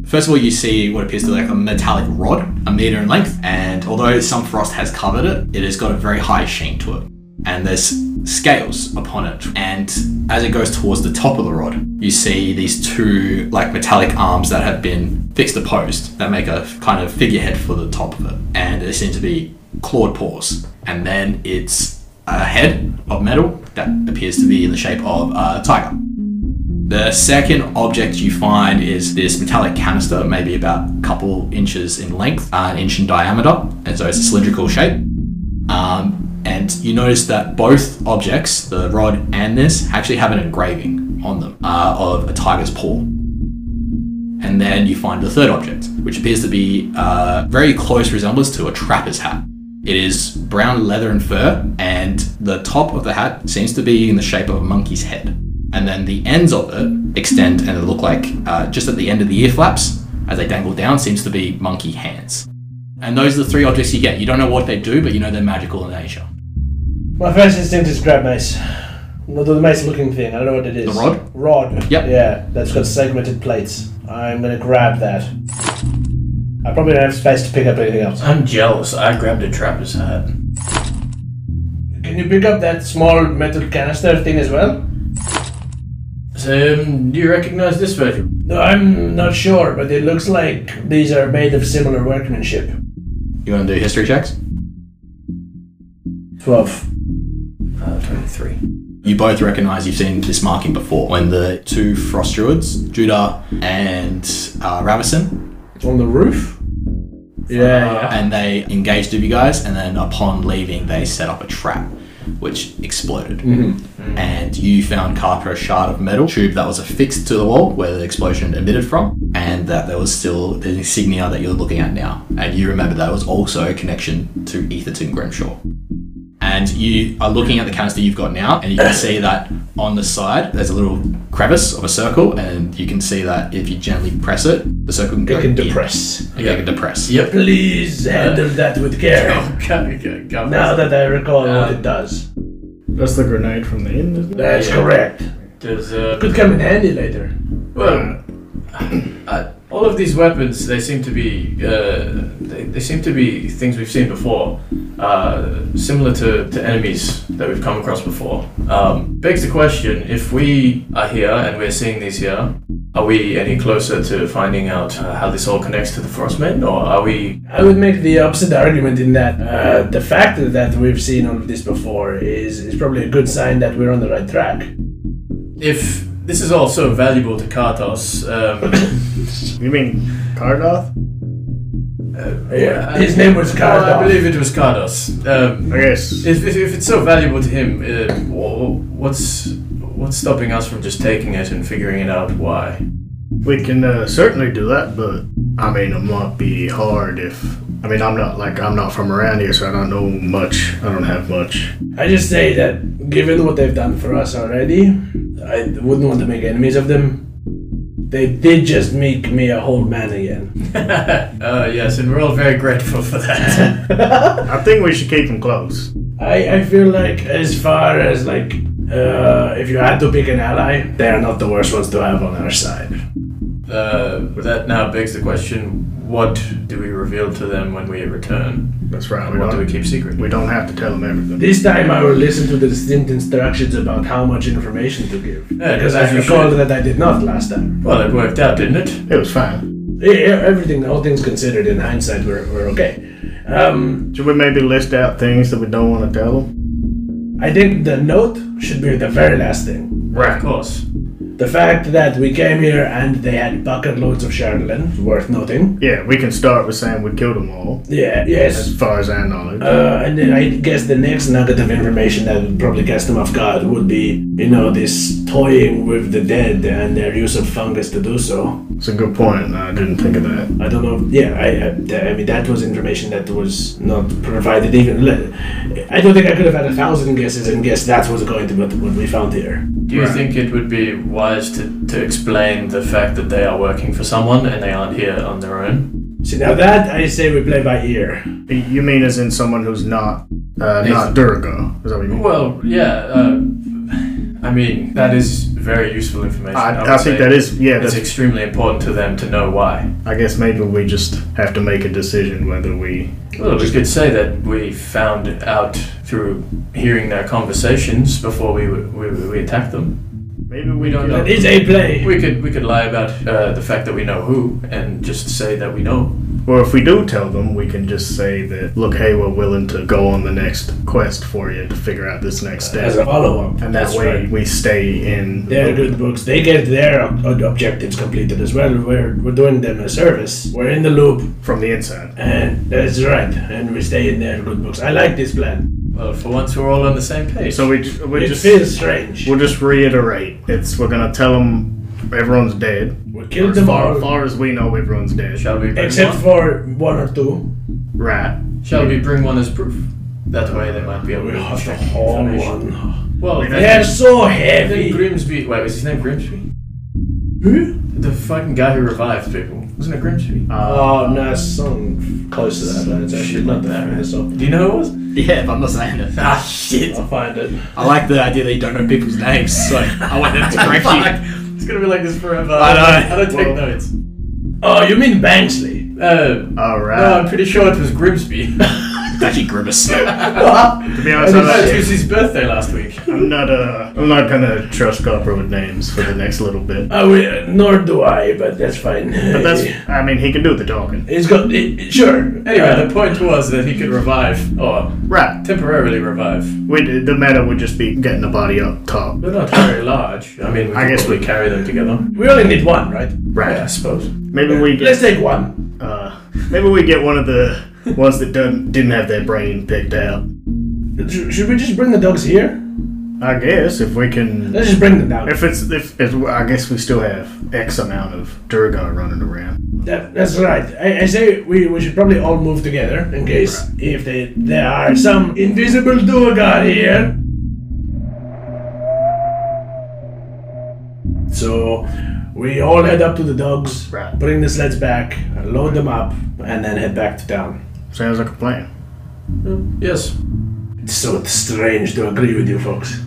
Speaker 3: First of all, you see what appears to be like a metallic rod, a meter in length, and although some frost has covered it, it has got a very high sheen to it, and there's scales upon it. And as it goes towards the top of the rod, you see these two like metallic arms that have been fixed to post that make a kind of figurehead for the top of it, and they seem to be clawed paws. And then it's a head of metal that appears to be in the shape of a tiger. The second object you find is this metallic canister, maybe about a couple inches in length, uh, an inch in diameter, and so it's a cylindrical shape. Um, and you notice that both objects, the rod and this, actually have an engraving on them uh, of a tiger's paw. And then you find the third object, which appears to be a very close resemblance to a trapper's hat. It is brown leather and fur, and the top of the hat seems to be in the shape of a monkey's head. And then the ends of it extend and look like uh, just at the end of the ear flaps, as they dangle down, seems to be monkey hands. And those are the three objects you get. You don't know what they do, but you know they're magical in nature.
Speaker 2: My first instinct is grab mace. No, the mace-looking thing. I don't know what it is.
Speaker 3: The rod?
Speaker 2: Rod.
Speaker 3: Yep.
Speaker 2: Yeah, that's got segmented plates. I'm gonna grab that. I probably don't have space to pick up anything else.
Speaker 4: I'm jealous. I grabbed a trapper's hat.
Speaker 2: Can you pick up that small metal canister thing as well?
Speaker 13: So, um, do you recognize this Virgil?
Speaker 2: No, I'm not sure, but it looks like these are made of similar workmanship.
Speaker 3: You want to do history checks?
Speaker 2: Twelve.
Speaker 4: Uh, 23.
Speaker 3: You both recognize you've seen this marking before when the two frost druids, Judah and uh, Ravison,
Speaker 2: On the roof? Yeah.
Speaker 3: and they engaged with you guys and then upon leaving they set up a trap which exploded and you found Carper a shard of metal tube that was affixed to the wall where the explosion emitted from and that there was still the insignia that you're looking at now and you remember that was also a connection to Etherton Grimshaw and you are looking at the canister you've got now, and you can see that on the side there's a little crevice of a circle, and you can see that if you gently press it, the circle can go
Speaker 2: can
Speaker 3: in.
Speaker 2: depress.
Speaker 3: Yeah, it can depress.
Speaker 2: Yeah. Please handle that with care.
Speaker 4: Okay, okay, come
Speaker 2: Now that I recall what it does.
Speaker 1: That's the grenade from the end. Isn't it?
Speaker 2: That's correct.
Speaker 13: Does, uh,
Speaker 2: Could come in handy later.
Speaker 13: well, uh, all of these weapons, they seem to be, uh, they, they seem to be things we've seen before, uh, similar to, to enemies that we've come across before. Um, begs the question, if we are here and we're seeing these here,
Speaker 14: Are we any closer to finding out uh, how this all connects to the Frostmen, or are we?
Speaker 2: I would make the opposite argument in that uh, the fact that we've seen all of this before is, is probably a good sign that we're on the right track.
Speaker 4: If this is all so valuable to Kartos, um,
Speaker 1: You mean Cardoth?
Speaker 2: Yeah, his name was Kardoff.
Speaker 4: I believe it was Kartos. Um,
Speaker 1: I guess.
Speaker 4: if, if, if it's so valuable to him, uh, wh- what's what's stopping us from just taking it and figuring it out? Why?
Speaker 1: We can uh, certainly do that, but I mean, it might be hard if. I mean, I'm not like I'm not from around here, so I don't know much. I don't have much.
Speaker 2: I just say that given what they've done for us already, I wouldn't want to make enemies of them. They did just make me a whole man again.
Speaker 4: Uh, yes, and we're all very grateful for that.
Speaker 1: I think we should keep them close.
Speaker 2: I, I feel like as far as like uh, if you had to pick an ally, they are not the worst ones to have on our side.
Speaker 4: uh, that now begs the question: What do we reveal to them when we return?
Speaker 1: That's right. We
Speaker 4: What do we
Speaker 1: don't,
Speaker 4: keep secret?
Speaker 1: we don't have to tell them everything.
Speaker 2: This time I will listen to the distinct instructions about how much information to give.
Speaker 4: Yeah,
Speaker 2: because
Speaker 4: as
Speaker 2: I
Speaker 4: you
Speaker 2: recall
Speaker 4: should.
Speaker 2: that I did not last time.
Speaker 4: Well, it worked out, didn't it?
Speaker 1: It was fine.
Speaker 2: Yeah, yeah, everything, all things considered, in hindsight, we're, we're okay. Um,
Speaker 1: Should we maybe list out things that we don't want to tell them?
Speaker 2: I think the note should be the very last thing.
Speaker 4: Of
Speaker 1: Right.
Speaker 4: course.
Speaker 2: The fact that we came here and they had bucket loads of Charlatan, worth noting.
Speaker 1: Yeah, we can start with saying we killed them all,
Speaker 2: Yeah,
Speaker 1: as
Speaker 2: yes.
Speaker 1: far as I know.
Speaker 2: Uh, and then I guess the next nugget of information that would probably catch them off guard would be, you know, this toying with the dead and their use of fungus to do so.
Speaker 1: It's a good point. and I didn't think of that.
Speaker 2: I don't know. Yeah, I, I, th- I mean, that was information that was not provided even. le- I don't think I could have had a thousand guesses and guessed that was going to be what what we found here.
Speaker 4: Do you think it would be wise to, to explain the fact that they are working for someone and they aren't here on their own?
Speaker 2: See, now that I say we play by ear.
Speaker 1: You mean as in someone who's not uh, not Durga? Is that what you mean?
Speaker 4: Well, yeah. Uh, I mean, that is very useful information.
Speaker 1: I,
Speaker 4: would
Speaker 1: I, think
Speaker 4: say.
Speaker 1: that is yeah.
Speaker 4: It's
Speaker 1: That's,
Speaker 4: extremely important to them to know why.
Speaker 1: I guess maybe we just have to make a decision whether we.
Speaker 4: Well, we could say that we found out through hearing their conversations before we w- we, we attacked them.
Speaker 1: Maybe
Speaker 4: We don't
Speaker 2: That
Speaker 4: know.
Speaker 2: is a play.
Speaker 4: We could we could lie about uh, the fact that we know who and just say that we know.
Speaker 1: Or if we do tell them, we can just say that look, hey, we're willing to go on the next quest for you to figure out this next
Speaker 2: as a
Speaker 1: step,
Speaker 2: follow up.
Speaker 1: and that way we stay in.
Speaker 2: They're good books. They get their ob- ob- objectives completed as well. We're, we're doing them a service. We're in the loop,
Speaker 1: from the inside.
Speaker 2: and that's right. And we stay in their good books. I like this plan.
Speaker 4: Well, for once we're all on the same page.
Speaker 1: So we ju- we
Speaker 2: It
Speaker 1: just
Speaker 2: feels strange.
Speaker 1: we'll just reiterate. It's we're gonna tell them everyone's dead.
Speaker 2: We
Speaker 1: Or
Speaker 2: killed
Speaker 1: As
Speaker 2: them
Speaker 1: far,
Speaker 2: all,
Speaker 1: far as we know, everyone's dead.
Speaker 4: shall we bring
Speaker 2: except
Speaker 4: one?
Speaker 2: for one or two.
Speaker 1: Right.
Speaker 4: shall we bring one as proof? That way they might be able
Speaker 2: We
Speaker 4: to
Speaker 2: have to
Speaker 4: check
Speaker 2: haul
Speaker 4: information.
Speaker 2: one.
Speaker 4: Well,
Speaker 1: Wait,
Speaker 4: I
Speaker 2: They're so
Speaker 4: think
Speaker 2: heavy.
Speaker 4: Grimsby. Wait, was his name Grimsby?
Speaker 2: Who?
Speaker 4: The fucking guy who revives people wasn't it Grimsby?
Speaker 2: Oh, no, it's something close to that. but It's actually not that. right? So
Speaker 4: Do you know who it was?
Speaker 3: Yeah, but I'm not saying it.
Speaker 4: Ah shit!
Speaker 2: I'll find it.
Speaker 3: I like the idea that you don't know people's names, so I want them to correct you.
Speaker 4: It's gonna be like this forever.
Speaker 3: I know.
Speaker 4: I don't take
Speaker 1: Well-
Speaker 4: notes.
Speaker 2: Oh, you mean Bangsley?
Speaker 4: Uh,
Speaker 1: All right.
Speaker 4: no, I'm pretty sure it was Grimsby.
Speaker 3: It's actually Grimace.
Speaker 1: to be honest,
Speaker 4: No,
Speaker 1: I'm
Speaker 4: it
Speaker 1: not,
Speaker 4: was his birthday last week.
Speaker 1: I'm not uh, I'm not gonna trust Copper with names for the next little bit.
Speaker 2: I will, Oh, nor do I, but that's fine.
Speaker 1: But that's I mean he can do the talking.
Speaker 2: It's got it, sure.
Speaker 4: Anyway, the point was that he could revive, or
Speaker 1: Right.
Speaker 4: temporarily revive.
Speaker 1: We, the matter would just be getting the body up top.
Speaker 4: They're not very large. I mean, we
Speaker 1: I
Speaker 4: could
Speaker 1: guess
Speaker 4: probably
Speaker 1: we-
Speaker 4: carry them together.
Speaker 2: we only need one, right?
Speaker 1: Right.
Speaker 4: I suppose.
Speaker 1: Maybe we
Speaker 2: Let's
Speaker 1: get
Speaker 2: take one.
Speaker 1: uh, maybe we get one of the ones that done, didn't have their brain picked out.
Speaker 2: Sh- should we just bring the dogs here?
Speaker 1: I guess if we can.
Speaker 2: Let's just bring them down.
Speaker 1: If it's if, if I guess we still have X amount of Durga running around.
Speaker 2: That, that's right. I, I say we, we should probably all move together in case if they, there are some invisible duergar here. So we all head up to the dogs,
Speaker 1: Right.
Speaker 2: bring the sleds back, load them up, and then head back to town.
Speaker 1: Sounds like a plan.
Speaker 4: Yes.
Speaker 2: It's so strange to agree with you folks.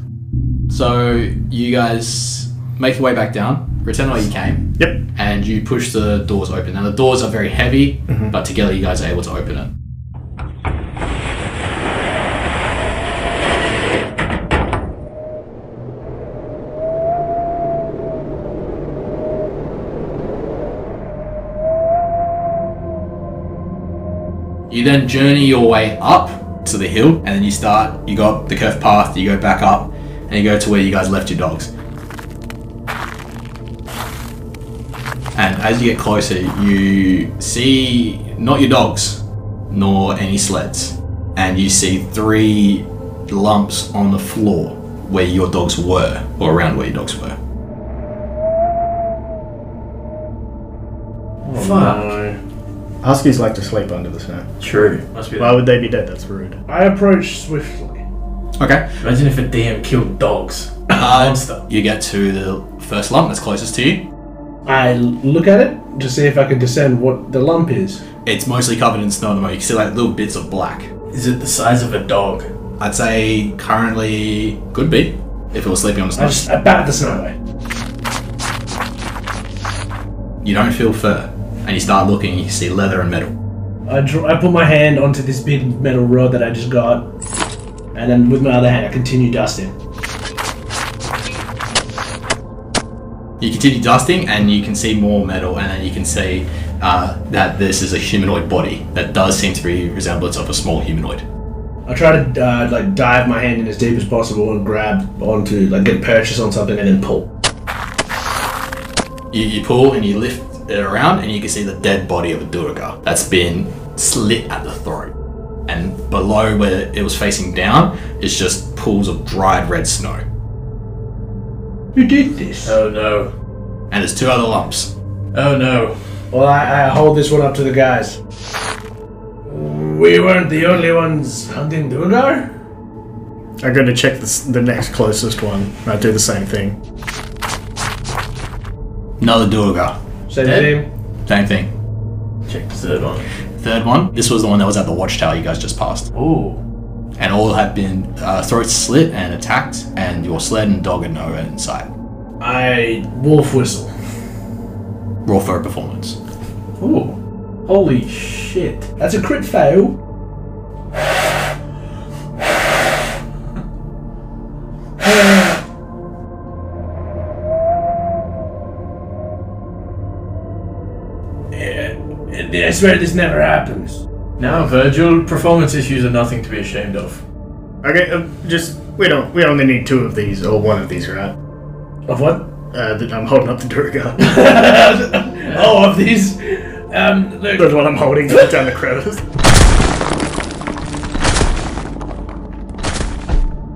Speaker 3: So you guys make your way back down, return the way you came,
Speaker 1: Yep.
Speaker 3: and you push the doors open. Now the doors are very heavy, but together you guys are able to open it. You then journey your way up to the hill, and then you start. You got the curved path. You go back up, and you go to where you guys left your dogs. And as you get closer, you see not your dogs, nor any sleds, and you see three lumps on the floor where your dogs were, or around where your dogs were.
Speaker 4: Oh,
Speaker 2: Uh,
Speaker 1: Huskies like to sleep under the snow.
Speaker 4: True. Must be.
Speaker 1: Why would they be dead? That's rude.
Speaker 2: I approach swiftly.
Speaker 3: Okay.
Speaker 4: Imagine if a DM killed dogs.
Speaker 3: Uh,
Speaker 4: Monster.
Speaker 3: You get to the first lump that's closest to you.
Speaker 2: I look at it to see if I can discern what the lump is.
Speaker 3: It's mostly covered in snow at the moment. You can see like little bits of black.
Speaker 4: Is it the size of a dog?
Speaker 3: I'd say currently could be if it was sleeping on the snow.
Speaker 2: I just I bat the snow away.
Speaker 3: You don't feel fur, and you start looking. You see leather and metal.
Speaker 2: I, draw, I put my hand onto this big metal rod that I just got, and then with my other hand I continue dusting.
Speaker 3: You continue dusting, and you can see more metal, and then you can see uh, that this is a humanoid body that does seem to be resemblance of a small humanoid.
Speaker 2: I try to uh, like dive my hand in as deep as possible and grab onto like get purchase on something and then pull.
Speaker 3: You, you pull and you lift it around, and you can see the dead body of a Durga that's been slit at the throat. And below where it was facing down is just pools of dried red snow.
Speaker 2: Who did this?
Speaker 4: Oh no.
Speaker 3: And there's two other lumps.
Speaker 4: Oh no.
Speaker 2: Well, I, I hold this one up to the guys. We weren't the only ones hunting Durgar.
Speaker 1: I'm going to check the, s- the next closest one. I do the same thing.
Speaker 3: Another Durga.
Speaker 2: Same thing.
Speaker 3: Same thing.
Speaker 4: Check the third one.
Speaker 3: Third one. This was the one that was at the watchtower you guys just passed.
Speaker 4: Ooh.
Speaker 3: And all have been uh, throats slit and attacked, and your sled and dog are nowhere in sight.
Speaker 2: I wolf whistle.
Speaker 3: Roll for a performance.
Speaker 4: Ooh. Holy shit.
Speaker 2: That's a crit fail. I swear this never happens.
Speaker 4: Now, Virgil, performance issues are nothing to be ashamed of.
Speaker 1: Okay, uh, just we don't we only need two of these or one of these, right?
Speaker 2: Of what?
Speaker 1: Uh, that I'm holding up the Durga.
Speaker 2: oh, of these. Um, look.
Speaker 1: That's what I'm holding down the crevice.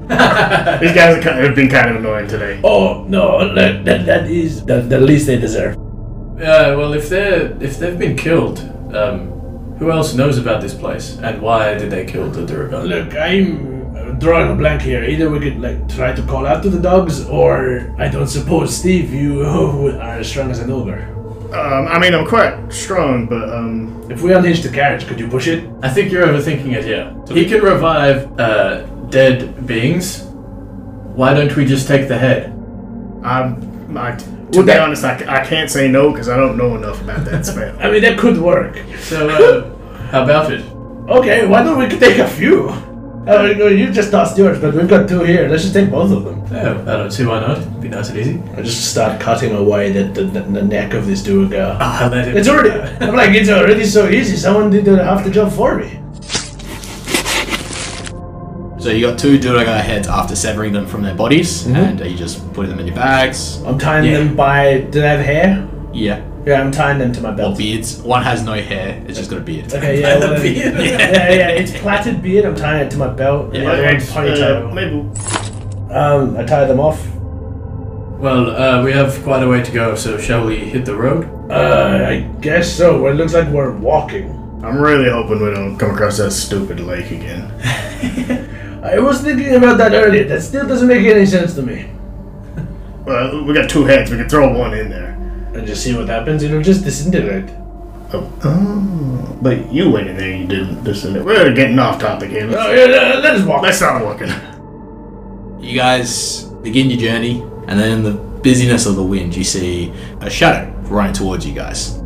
Speaker 1: These guys are kind of, have been kind of annoying today.
Speaker 2: Oh no, look, that that is the, the least they deserve.
Speaker 4: Yeah, Uh, well, if they're if they've been killed, um, who else knows about this place and why did they kill the Duragon?
Speaker 2: Look, I'm uh, drawing a blank here. Either we could like try to call out to the dogs, or I don't suppose Steve, you are as strong as an ogre.
Speaker 1: Um, I mean, I'm quite strong, but um,
Speaker 2: If we unhinge the carriage, could you push it?
Speaker 4: I think you're overthinking it here. He can revive uh, dead beings. Why don't we just take the head?
Speaker 1: I'm. I, to
Speaker 2: Would
Speaker 1: be
Speaker 2: that-
Speaker 1: honest, I, ca- I can't say no because I don't know enough about that spell.
Speaker 2: I mean, that could work.
Speaker 4: So, uh, how about it?
Speaker 2: Okay, why don't we take a few? Uh, you know, you just tossed yours, but we've got two here. Let's just take both of them.
Speaker 4: Yeah, Oh, I don't see why not. It'd be nice and easy.
Speaker 2: I just start cutting away the, the, the, the neck of this duergar.
Speaker 4: I let him.
Speaker 2: It's already. I'm like, it's already so easy. Someone did the- half the job for me.
Speaker 3: So you got two Durga heads after severing them from their bodies, and you just putting them in your bags.
Speaker 2: I'm tying
Speaker 3: Yeah.
Speaker 2: them by. Do they have hair?
Speaker 3: Yeah.
Speaker 2: Yeah, I'm tying them to my
Speaker 3: Or
Speaker 2: belt.
Speaker 3: beards. One has no hair. It's just got a beard.
Speaker 2: Okay, yeah, well, then-
Speaker 4: beard.
Speaker 2: yeah, yeah, it's plaited beard. I'm tying it to my belt. Yeah,
Speaker 3: Yeah.
Speaker 2: other one's
Speaker 1: Uh,
Speaker 2: ponytail.
Speaker 1: maybe
Speaker 2: Um, I tie them off.
Speaker 4: Well, uh, we have quite a way to go, so shall we hit the road?
Speaker 2: Uh, I guess so. Well, it looks like we're walking.
Speaker 1: I'm really hoping we don't come across that stupid lake again.
Speaker 2: I was thinking about that earlier. That still doesn't make any sense to me.
Speaker 1: Well, we got two heads. We can throw one in there.
Speaker 2: And just see what happens. It'll just disintegrate.
Speaker 1: Oh, oh. but you went in there. You didn't listen. to- We're getting off topic here.
Speaker 2: Oh,
Speaker 1: Let's,
Speaker 2: yeah, let- let us walk.
Speaker 1: let's start walking.
Speaker 3: You guys begin your journey, and then in the busyness of the wind, you see a shadow running towards you guys.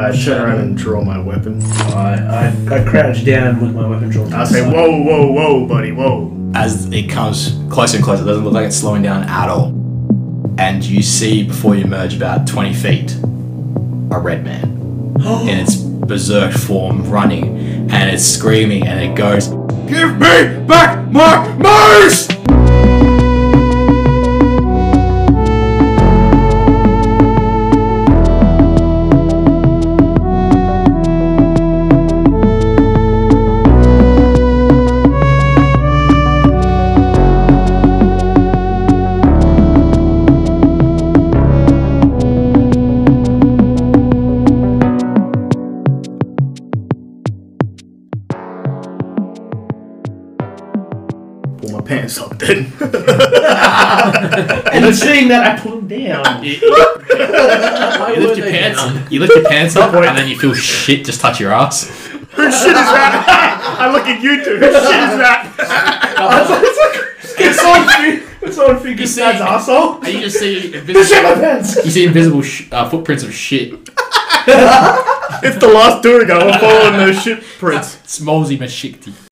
Speaker 1: I turn around and draw my weapon.
Speaker 2: I, I, I crouch down with my weapon drawn. to
Speaker 1: I
Speaker 2: the
Speaker 1: say,
Speaker 2: side.
Speaker 1: whoa, whoa, whoa, buddy, whoa.
Speaker 3: As it comes closer and closer, it doesn't look like it's slowing down at all. and you see before you merge about 20 feet a red man in its berserk form running and it's screaming and it goes, Give me back my moose!
Speaker 1: Pull my pants up then.
Speaker 2: And seeing that, I pull him down.
Speaker 3: You, you lift your pants, you lift your pants up, and then you feel shit just touch your ass.
Speaker 1: Whose shit is that? I look at you two. Whose shit is that?
Speaker 2: It's on figure. It's on figure.
Speaker 3: see-
Speaker 2: That's asshole.
Speaker 3: And you just see invisible,
Speaker 2: My pants.
Speaker 3: you see invisible sh- uh, footprints of shit.
Speaker 1: It's the last Durigo. I'm following those shit prints.
Speaker 3: Smolzy mashikti.